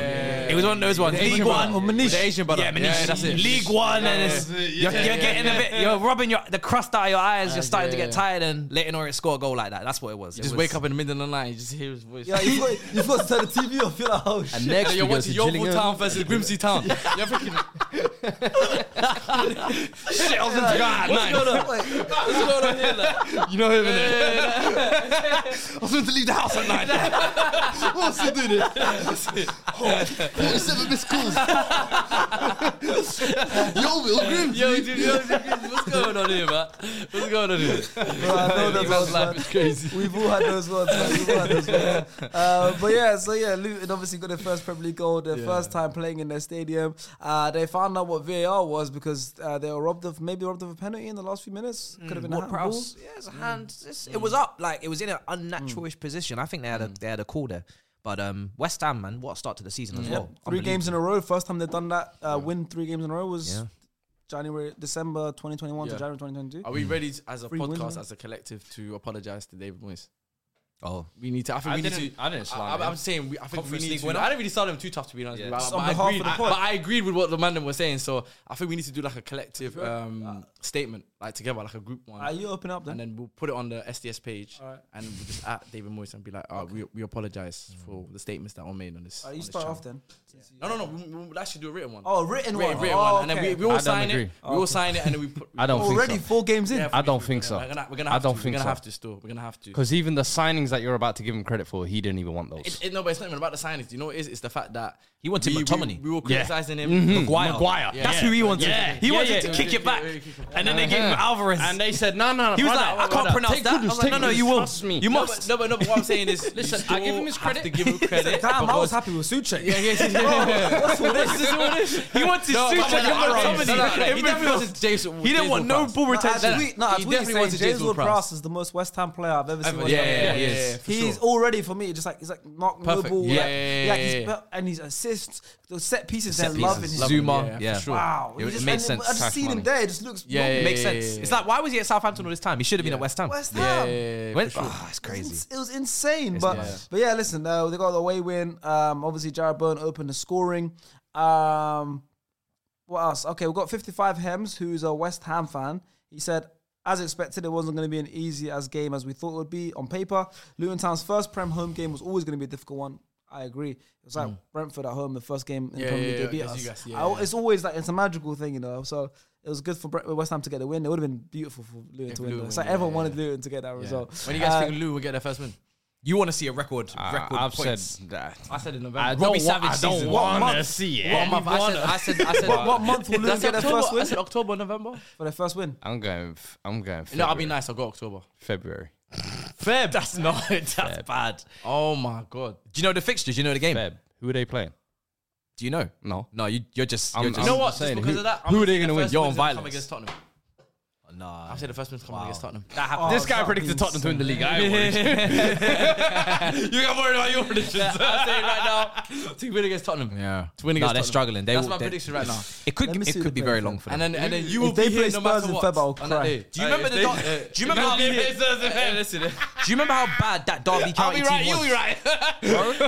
D: It was one of those ones.
C: The
D: League
C: Asian
D: one,
C: brother. Manish. The Asian brother.
D: Yeah, Manish.
C: Yeah, that's it.
D: League one, and it's,
E: Yeah, yeah,
D: you're,
E: yeah,
D: you're
E: yeah,
D: getting a bit, you're rubbing your the crust out of your eyes. You're starting
C: yeah,
D: to get
C: yeah.
D: tired, and letting Orient score a goal like that. That's what it was.
C: You just wake up in the middle of the night, you just hear his voice.
B: Yeah, you've got, you've got to turn the TV off. You're like, oh shit.
C: Next, you're
E: we go
C: watching
E: to
C: Yeovil
E: Gillingham.
C: Town versus Grimsby Town. You're thinking,
D: shit off the guy.
B: What's going on? Wait.
C: what's going on here? Like, you know him, innit?
D: I was meant to leave the house at night.
E: What's he doing?
G: Seven missed calls. Yo, Will Grim.
C: Yo, dude, yo, dude, what's going on here, man? What's going on here?
B: Bro, I know those ones,
C: Man's life
B: man.
C: is crazy.
B: We've all had those ones, man. We've all had those ones. Uh, but yeah, so yeah, Luton obviously got their first Premier League goal, their first time playing in their stadium. Uh, they found out what VAR was because uh, they were robbed of maybe robbed of a penalty in the last few minutes. Could have been a
D: What
B: handball.
C: Oh,
D: Prowse? Yeah, it's a hand. It's, It was up. Like it was in an unnatural-ish position. I think they had a they had a call there. But um, West Ham, man, what a start to the season as well.
B: Three games in a row. First time they've done that. Uh, Win three games in a row was
D: Yeah.
B: January, December 2021 to
C: Yeah.
B: January 2022.
C: Are we ready to- as a
B: Free win,
C: podcast,
B: man.
C: as a collective, to apologize to David Moyes?
D: Oh,
C: We need to. I think
E: I
C: we need
E: didn't-
C: to.
E: I didn't slam
C: I,
E: him.
C: am saying we, I think we
E: Conference
C: need
E: League
C: to.
E: winner.
C: I didn't really start him too tough to be honest.
E: Yeah.
C: with you, But,
B: Just
C: but
B: on
C: I
B: behalf of
C: agreed,
B: the
C: I-
B: pod.
C: but I agreed with what the man was saying. So I think we need to do like a collective um, statement, like together, like a group one.
B: Are you open up then?
C: and then we'll put it on the SDS page,
B: Alright.
C: and we'll just at David Moyes and be like, "Oh, we, we apologize for
E: Mm.
C: the statements that were made on this."
B: Uh,
C: on
B: you
C: this
B: start
C: channel."
B: off then. Since you-
C: No, no, no. We, we- we'll actually do a written one.
B: Oh, written,
C: written,
B: one.
C: written
B: oh,
C: one, and then we,
B: okay.
C: we all
E: I don't
C: sign it.
E: agree.
C: We all sign it, and then we put.
E: I don't think
B: already
E: so.
B: four games in.
C: Yeah,
E: I don't think
C: We're
E: so.
C: gonna, we're gonna
E: I
C: have
E: don't
C: to.
E: think
C: We're gonna
E: so.
C: have to still. We're gonna have to.
E: Because even the signings that you're about to give him credit for, he didn't even want those.
C: It, it, no, but it's not even about the signings. You know, what it is it's the fact that
D: He wanted
C: we, we-
D: McTominay.
C: We, were
E: Yeah.
C: criticizing him.
D: Maguire.
E: Maguire.
D: That's
E: Yeah.
D: who he wanted.
E: Yeah.
D: He
E: Yeah,
D: wanted
E: yeah.
D: to kick it back.
C: Yeah, yeah, yeah.
D: And then they gave Alvarez.
E: And they said, no, no, no.
D: He was
E: brother,
D: like, I
E: brother,
D: can't pronounce
E: take
D: that. I
E: Kudus,
D: was like,
E: take
D: no, no,
E: Kudus,
D: you will.
E: Trust me.
D: You
C: No,
D: must.
C: but, no, but, no, but what I'm saying is,
E: Listen,
C: you
E: I give
C: still
E: him his
C: have
E: credit.
C: to give him credit.
B: Damn, I was
C: because-
B: happy with Suchet.
C: Yeah, yeah, yeah, yeah. What's all this? This is all this. He wants his
D: No,
C: suit
D: but
C: check
D: like,
C: over
D: Aaron,
C: somebody.
D: no, no, no,
C: He definitely wants his James.
D: He didn't want no ball
B: No, as
D: retention.
B: we, no, as
C: He
B: we
C: definitely
B: saying,
C: wants his
B: James
C: James
B: Ward-Prowse is the most West Ham player I've ever seen.
C: Ever,
B: West
C: yeah,
B: Ham
C: yeah,
B: play.
C: yeah, yeah, for
B: He's
C: sure.
B: already for me just like he's like knock no
C: Perfect.
B: ball,
C: Yeah,
B: like,
C: yeah,
B: like,
C: yeah,
B: he's
C: yeah.
B: per- and his assists, the set pieces,
D: Set
B: they're
D: pieces,
B: loving his
D: love
B: shit.
D: him.
C: Zuma,
D: Yeah,
C: yeah.
D: for sure.
B: Wow,
D: It-
B: You
D: it
B: just-
D: made
B: and
D: sense.
B: I just
D: Cash
B: seen him
D: money.
B: there. It just looks
C: Yeah, yeah,
B: normal.
D: Makes
C: yeah,
D: sense.
C: yeah, yeah.
D: It's like, why was he at Southampton all this time? He should have been at West Ham.
B: West
C: Yeah,
B: Ham.
C: yeah, yeah,
D: When-
C: for sure.
D: Ah, it's crazy.
B: It was insane, but but yeah, listen, uh, they got the away win. Um, obviously, Jared Byrne opened the scoring. Um, what else? Okay, we've got 55 Hems, who's a West Ham fan. He said, as expected, it wasn't going to be an easy as game as we thought it would be on paper. Luton Town's first Prem home game was always going to be a difficult one. I agree. It was like Brentford at home, the first game in
C: Yeah,
B: Premier
C: yeah,
B: League
C: yeah,
B: they beat
C: against
B: us.
C: you guys, yeah,
B: I-
C: yeah.
B: It's always like it's a magical thing, you know. So it was good for Bre- West Ham to get the win. It would have been beautiful for Luton to win.
C: Luton
B: though. It's
C: win,
B: like
C: yeah,
B: everyone
C: yeah,
B: wanted Luton to get that
C: Yeah.
B: result.
C: When you guys
B: Uh,
C: think Lou will get their first win?
D: You want to see a record?
E: Uh,
D: Record
E: I've
D: points.
E: said that.
C: I said in November.
E: I don't,
C: Robbie
E: wa-
C: Savage
E: I don't
C: season.
E: want
B: month?
E: to see it.
C: What month? I said. I said. I said.
B: What-
D: uh,
B: what month will Lou
C: That's
B: get their
C: October.
B: first win?
C: I said October, November.
B: for their first win.
E: I'm going. f- I'm going. February.
C: No, I'll be nice. I'll go October.
E: February.
D: Feb. That's not. That's bad.
C: Oh my god.
D: Do you know the fixtures? Do you know the game?
E: Feb. Who are they playing?
D: Do you know?
E: No.
D: No, you, you're just.
E: I'm-
D: You're
E: I'm
D: just
C: You know what? Just
E: saying,
C: because
E: who-
C: of that, I'm
E: who are
C: gonna
E: they
C: say
E: gonna
C: the
E: win?
C: first
E: You're
C: win's
E: on
C: gonna come
E: violence.
C: against Tottenham.
D: Nah.
C: I said the first one's coming against Tottenham.
B: Oh,
D: That happened.
E: this guy
B: that
E: predicted
B: means
E: Tottenham to win the league. I ain't worried.
D: you got worried about your predictions.
C: I'm saying right now to win against Tottenham.
D: Yeah.
C: to win against.
D: Nah, they're
C: Tottenham.
D: struggling. They
C: That's
D: will-
C: my
D: they-
C: prediction right now.
D: It
B: Let
D: could.
B: me
D: It
B: see who
D: could be
B: they
D: very
B: play.
D: long for them.
C: And then and then
B: If
C: you will
B: they
C: be
B: play
C: here no
B: Spurs in
C: matter what.
B: Feb, I'll
C: on that
B: cry.
C: day.
D: Do you remember the?
C: Hey,
D: Do you remember?
C: hey,
D: Do
C: hey, hey, Listen, eh.
D: you remember how bad that Derby
C: I'll
D: County
C: be
D: team
C: right.
D: was?
C: You'll be right.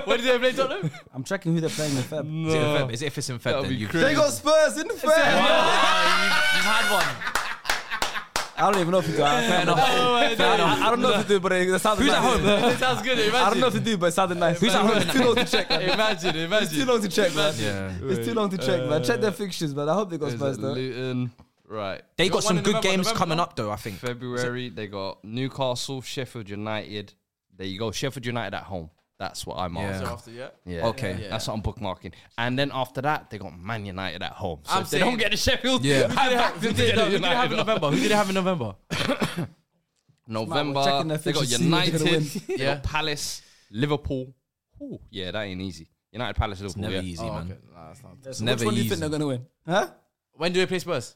C: What did they play Tottenham?
B: I'm checking who they're playing in Feb.
D: Is it in Feb? Is it if it's in Feb? Then
E: be
D: you.
E: crazy.
B: They got Spurs in Feb.
D: You've had one.
B: I don't even know if you do. I, fair enough. I, don't, I don't know if you do, but it it sounded
D: Who's
B: nice.
D: at home?
C: It sounds good. Imagine.
B: I don't know if you do, but it sounded nice.
D: Who's at home?
B: It's too long to check. man.
C: Imagine.
B: It's too
C: Imagine.
B: long to check, man.
D: Yeah.
B: It's too long to check, man. Check their fixtures, man. I hope they got Spurs though.
E: Luton. Right.
D: They got
C: got one
D: some
C: in
D: good
C: November,
D: games
C: November,
D: coming
C: no?
D: up though. I think.
E: February. They got Newcastle, Sheffield United. There you go. Sheffield United at home. That's what I'm
D: Yeah.
E: after.
C: So after, yeah.
E: Yeah.
D: Okay.
E: Yeah. That's what I'm bookmarking. And then after that, they got Man United at home. So
C: I'm
E: if they don't
C: saying-
E: get the Sheffield.
D: Yeah.
E: I backed
C: Who
E: them to
C: did
E: get
C: no, who
E: the
C: did they have in
E: United.
C: November? Who did they have in November?
B: Might well
E: November.
B: check in
E: They got
B: their fixtures, see if they're gonna
E: United.
B: win.
E: They
C: Yeah.
E: got Palace, Liverpool. Ooh, yeah, that ain't easy. United, Palace, Liverpool.
D: Never
E: yeah. Oh.
D: easy,
C: Oh,
D: man.
C: Nah, that's not-
B: So
D: never
B: Which one do you
D: easy.
B: think they're gonna win? Huh?
C: When do they play Spurs?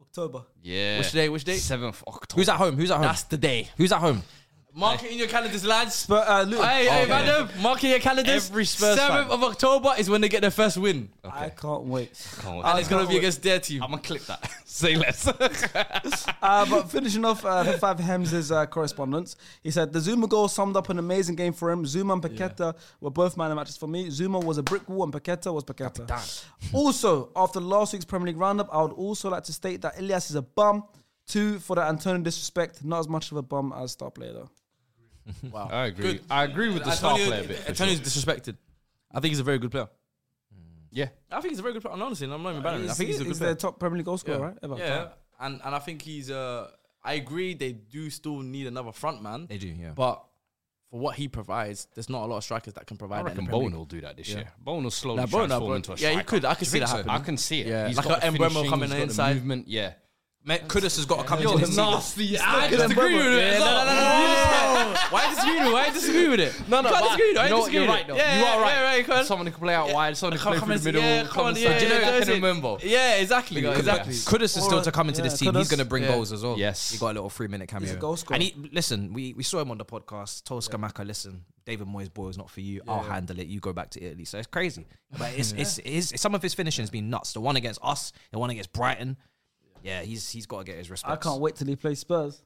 B: October.
E: Yeah.
C: Which day? Which day?
E: Seventh October.
D: Who's at home? Who's at home?
C: That's the day.
D: Who's at home?
C: Mark it in your calendars, lads.
B: But uh, Luton.
C: Hey,
D: Okay.
C: hey, madam, mark it in your calendars.
E: Every Spurs
C: Seventh
E: fan.
C: of October is when they get their first win,
B: I can't wait.
C: and it's gonna be against their team.
E: I'm gonna clip that. Say less.
B: Uh, but finishing off uh, for Five Hems' uh, correspondence, he said the Zuma goal summed up an amazing game for him. Zuma and Paqueta were both man of matches for me. Zuma was a brick wall and Paqueta was Paqueta. also, after last week's Premier League roundup, I would also like to state that Ilias is a bum. Two for the Antonio disrespect, not as much of a bum as star player though.
E: I agree. I agree with the star player bit. for
C: Antonio's
E: sure.
C: disrespected. I think he's a very good player.
E: Yeah.
C: I think he's a very good player. And honestly, I'm not even bad. I think he's a good
B: their
C: player.
B: top Premier League goal scorer, right? Ever.
C: Yeah, and and I think he's. Uh, I agree. They do still need another front man.
D: They do, yeah.
C: But for what he provides, there's not a lot of strikers that can
E: I
C: provide. that in
E: reckon
C: the Premier
E: Bowen
C: League.
E: will do that this year. Bowen will slowly
C: Nah, Bowen,
E: transform
C: nah, Bowen-
E: into a
C: yeah, he
E: striker.
C: could. I could
E: Do you
C: see that
E: think so?
C: happening.
E: I can see it.
C: Yeah,
E: He's
C: like
E: got
C: a Mbeumo
E: the finishing,
C: coming
E: he's got the
C: inside.
E: movement. Yeah.
D: Kudus has got to come
E: Yo,
D: into this team.
E: nasty. I
C: Just
E: disagree
C: agree with it.
E: Yeah,
C: No, no, no, no, no, no. Why disagree with it? Why disagree with it?
E: No, no,
C: You can't
E: but
C: disagree with it. Why
E: you know what,
C: disagree
E: you're
C: with
E: right,
C: it?
E: though.
C: Yeah,
E: you are
C: yeah,
E: right.
C: yeah, right. Come on.
E: Someone who can play out wide, someone who can
C: Come
E: play
C: come
E: through
C: and
E: the middle.
C: yeah, come on,
E: and
C: yeah,
E: side. Do you know
C: yeah,
E: that
C: that's it.
E: Mbembo?
C: Yeah, exactly,
E: Kudus.
C: exactly.
D: Kudus is still to come into
B: yeah,
D: this team. He's
B: Kudus.
D: going to bring
C: Yeah.
D: goals as well.
E: Yes.
D: he got a little three minute cameo.
B: a goal scorer.
D: And he, listen, we, we saw him on the podcast. Told Skamaka, listen, David Moyes' boy is not for you. I'll handle it. You go back to Italy. So it's crazy, but it's it's, it's, some of his finishing has been nuts. The one against us, the one against Brighton. Yeah, he's he's got to get his respect.
B: I can't wait till he plays Spurs.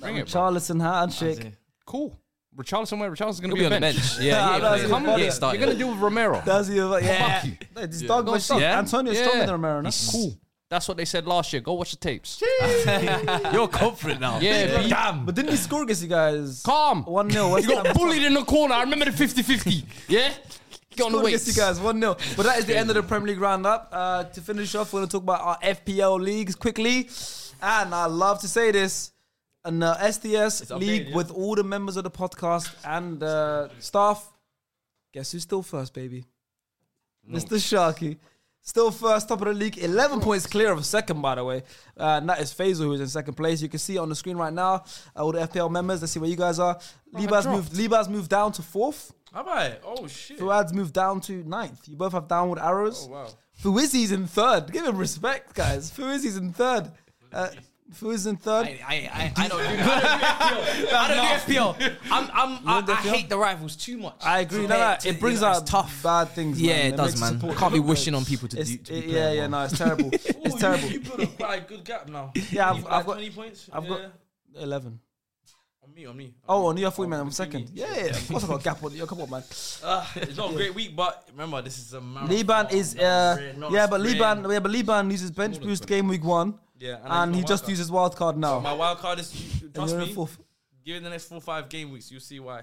E: Bring it, bro.
B: Charleston handshake.
E: Cool. Richarlison, where Richarlison's going to
D: He'll
E: be, on the bench.
D: Yeah,
B: that's
D: yeah.
B: it.
D: Come on,
B: Yeah,
D: yeah,
E: You're going to deal with Romero.
B: Does he? Yeah.
E: Fuck you.
B: Hey, This dog was
E: see- Yeah.
B: Antonio's
E: Yeah.
B: stronger than Romero. no?
E: He's cool. That's what they said last year. Go watch the tapes.
D: You're confident now.
E: Yeah, be
D: damn.
B: But didn't he score against you guys?
E: calm.
B: One 0
E: You got bullied in the corner. I remember the 50-50. Yeah? Get on the
B: Good against
E: weights.
B: you guys, 1 0. But that is the end of the Premier League roundup. Uh, to finish off, we're going to talk about our FPL leagues quickly. And I love to say this an uh, SDS league with all the members of the podcast and uh, staff. Guess who's still first, baby? Mr. Sharky. Still first, top of the league, 11 points clear of second, by the way. Uh, and that is Faisal, who's in second place. You can see on the screen right now, uh, all the FPL members. Let's see where you guys are. Liba's moved, Liba's moved down to fourth.
C: All right. Oh shit.
B: Fuad's moved down to ninth. You both have downward arrows.
C: Oh, wow.
B: Fuizzi's in third. Give him respect, guys. Fuizzi's in third. Uh, Fuizzi's in third.
D: I, I, I, I don't do I don't do FPL. I'm, I'm, I, I hate the rivals too much.
B: I agree. No,
D: Compared
B: no,
D: to-
B: it brings
D: you know, it's
B: out
D: tough.
B: bad things.
D: Yeah,
B: man.
D: it does,
B: makes
D: man.
B: support-
D: Can't be wishing on people to
B: It's-
D: do. To be
B: it-
D: playing
B: yeah, yeah,
D: well.
B: no, it's terrible. it's terrible.
C: You put up like good gap now.
B: Yeah,
C: You
B: I've, I've
C: put like
B: got
C: twenty points.
B: I've got
C: Yeah.
B: eleven.
C: on me, on me.
B: Oh, on you, I thought you meant I'm
C: what
B: second.
C: do you
B: Yeah, yeah, of course I got a gap on you. Come on, man.
C: Ah, it's not a great week, but remember this is a marathon.
B: Liban is
C: not a
B: uh,
C: sprint, not a
B: yeah, but
C: sprint.
B: Liban yeah, but Liban uses bench boost game week one,
C: Yeah, and,
B: and
C: I
B: he
C: use my
B: just
C: wild
B: uses wild card
C: card. my
B: now.
C: wild card is. you-
B: And
C: Trust
B: you're in
C: me.
B: fourth.
C: Give it the next four five game weeks, you'll see why.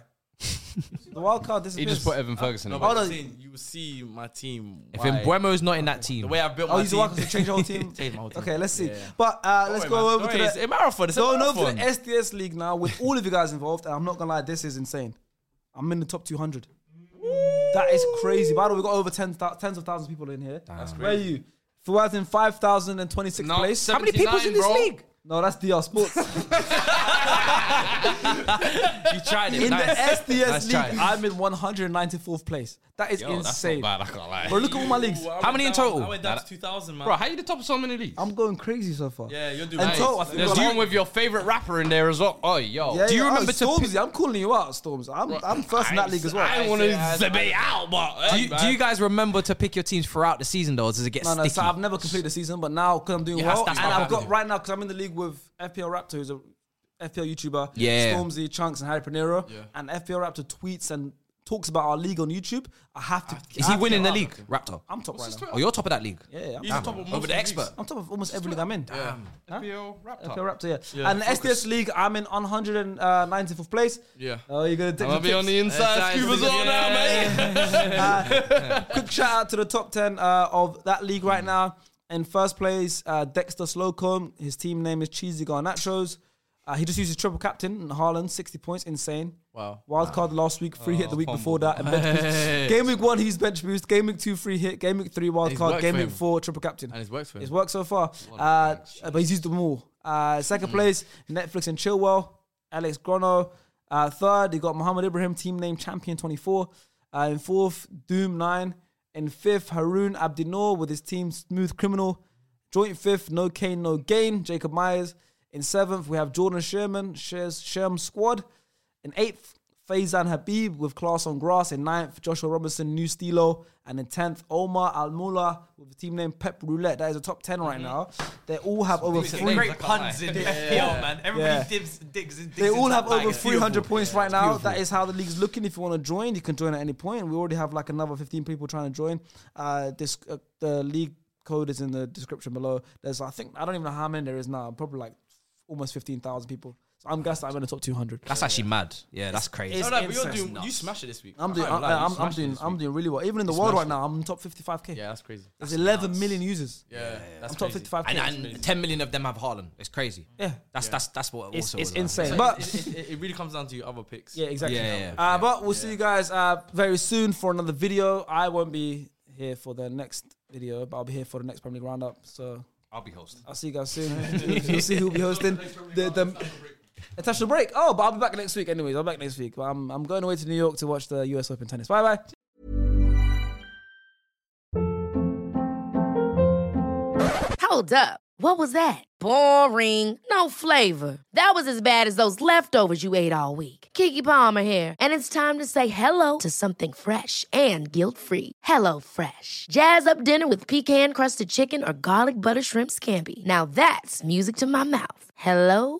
B: The wild card
E: He
B: disappears.
E: just put Evan Ferguson
C: No,
E: in.
C: but
B: Hold
C: I'm
B: on.
C: saying you will see my team.
D: If
C: why-
D: Embuemo's not in that team,
C: the way I built
B: Oh,
C: my
B: he's
C: team.
B: the wild card. Change the whole team.
C: Change my whole team.
B: Okay, let's see.
C: Yeah, yeah.
B: But uh, let's
C: Don't
B: go
C: worry, man.
B: over
C: Don't
B: to
C: worry, it's
B: the
C: a marathon. It's a
B: going
C: marathon.
B: over to the SDS league now with all of you guys involved. And I'm not gonna lie, this is insane. I'm in the top 200. That is crazy. By the way, we got over 10, thou- tens of thousands of people in here. That's crazy. Where are you? Fuad's in 5,026th
C: No,
B: place.
C: How many people's in 79, this bro. league?
B: No, that's DR Sports.
C: you tried it.
B: in
C: nice.
B: the SDS
C: Nice
B: league,
C: try.
B: I'm in 194th place. That is insane.
E: That's not bad, I can't lie.
B: Bro, look at all my leagues.
C: Ooh, I
D: How
C: went
D: many in
C: down-
D: total?
C: I went down to 2,000, man.
E: Bro, how you the top of so many leagues?
B: I'm going crazy so far.
C: yeah, you're doing
B: And
C: nice.
B: total, I think
E: There's
B: we're like-
E: one with your favorite rapper in there as well. Oh, yo.
B: Yeah,
D: Do you
B: yeah. Oh,
D: remember to
B: Stormzy? I'm calling you out, Storms. I'm, I'm first in that league as well.
E: I want
C: I-
E: to debate out, but
D: do, you, do you guys remember to pick your teams throughout the season, though, or does it get
B: No, no.
D: sticky?
B: So I've never completed the season, but now because I'm doing
D: Yeah,
B: well,
D: that's- that's
B: and
D: what
B: I've got
D: happened.
B: right now because I'm in the league with FPL Raptor, who's a FPL YouTuber,
D: Yeah.
B: Stormzy, Chunks, and Harry Panero, and FPL Raptor tweets and talks about our league on YouTube. I have to.
D: Is
B: I
D: he
B: have to get
D: winning the
B: out.
D: league, Raptor?
B: I'm top right now.
D: Oh, you're top of that league.
B: Yeah, I'm
C: He's
B: top.
C: top of
D: Over
C: most
D: the
C: leagues.
D: expert.
B: I'm top of almost every league I'm in.
E: FPL
B: FPL
E: Raptor.
B: Raptor, yeah. and the SDS league, I'm in 194th uh, place.
C: Yeah.
B: Oh, you're gonna take
E: I'm going to be
B: tips?
E: on the inside
C: Inside
E: scoopers
C: scoop.
E: all now,
C: Yeah.
E: man.
B: Quick shout out to the top 10 uh, of that league right now. In first place, uh, Dexter Slocum. His team name is Cheesy Garnachos. Uh, he just used his triple captain in Haaland, 60 points, insane.
C: Wow. Oh,
B: Wild card last week, free hit the week before
E: humble.
B: that. And bench boost. Game week one, he's bench boost. Game week two, free hit. Game week three, wild
C: It's
B: card.
C: worked
B: Game
C: for
B: week
C: him.
B: four, triple captain.
C: And it's worked for him.
B: It's worked so far. Uh, but he's used them all. Uh, second
C: Mm-hmm.
B: place, Netflix and Chilwell, Alex Grono. Uh, third, you got Muhammad Ibrahim, team name champion 24. Uh, in fourth, Doom 9. In fifth, Haroon Abdinor with his team Smooth Criminal. Joint fifth, No Cane, No Gain, Jacob Myers. In seventh, we have Jordan Sherman, Shares Sherm Squad. In eighth, Faizan Habib with class on grass. In ninth, Joshua Robinson, new Stilo. And in tenth, Omar Almula with the team name Pep Roulette. That is a top 10 right now. They all have over three.
F: Mm-hmm. Great puns in FPL, man. Everybody
B: Yeah.
F: dibs, digs, and digs.
B: They all
F: into
B: have
F: that bag.
B: over
F: It's
B: 300
F: beautiful.
B: points right now. That is how the league's looking. If you want to join, you can join at any point. We already have like another 15 people trying to join. Uh, this uh, the league code is in the description below. There's I think I don't even know how many there is now. Probably like almost 15,000 people. So I'm guessing I'm in the top 200.
D: That's actually mad. Yeah, that's crazy.
B: it's-
C: No, no, but you're
B: Insane.
C: doing, you smashed it this week.
B: I'm
C: I
B: doing
C: can't
B: I'm,
C: lie, you
B: I'm, I'm
C: smashed it
B: doing
C: this
B: I'm
C: week.
B: doing really well. Even in the world right now, I'm top 55k.
C: Yeah, that's crazy.
B: There's 11 million users.
C: Yeah, that's
B: I'm top
C: crazy.
B: 55k.
D: and, and 10 million of them have Haaland. It's crazy.
B: yeah,
D: That's that's that's what it
B: it's,
D: also
B: it's
D: is, man.
B: insane.
C: So
B: But
C: it, it, it- it really comes down to your other picks.
B: Yeah, exactly.
D: Yeah, yeah,
B: uh, But we'll see you guys uh, very soon for another video. I won't be here for the next video, but I'll be here for the next Premier League roundup. So
E: I'll be hosting.
B: I'll see you guys soon. You'll see who'll be hosting the the. Attach the break. Oh, but I'll be back next week. Anyways, I'm back next week. But I'm I'm going away to New York to watch the U.S. Open tennis. Bye bye.
H: Hold up. What was that? Boring. No flavor. That was as bad as those leftovers you ate all week. Kiki Palmer here, and it's time to say hello to something fresh and guilt-free. Hello Fresh. Jazz up dinner with pecan-crusted chicken or garlic butter shrimp scampi. Now that's music to my mouth. Hello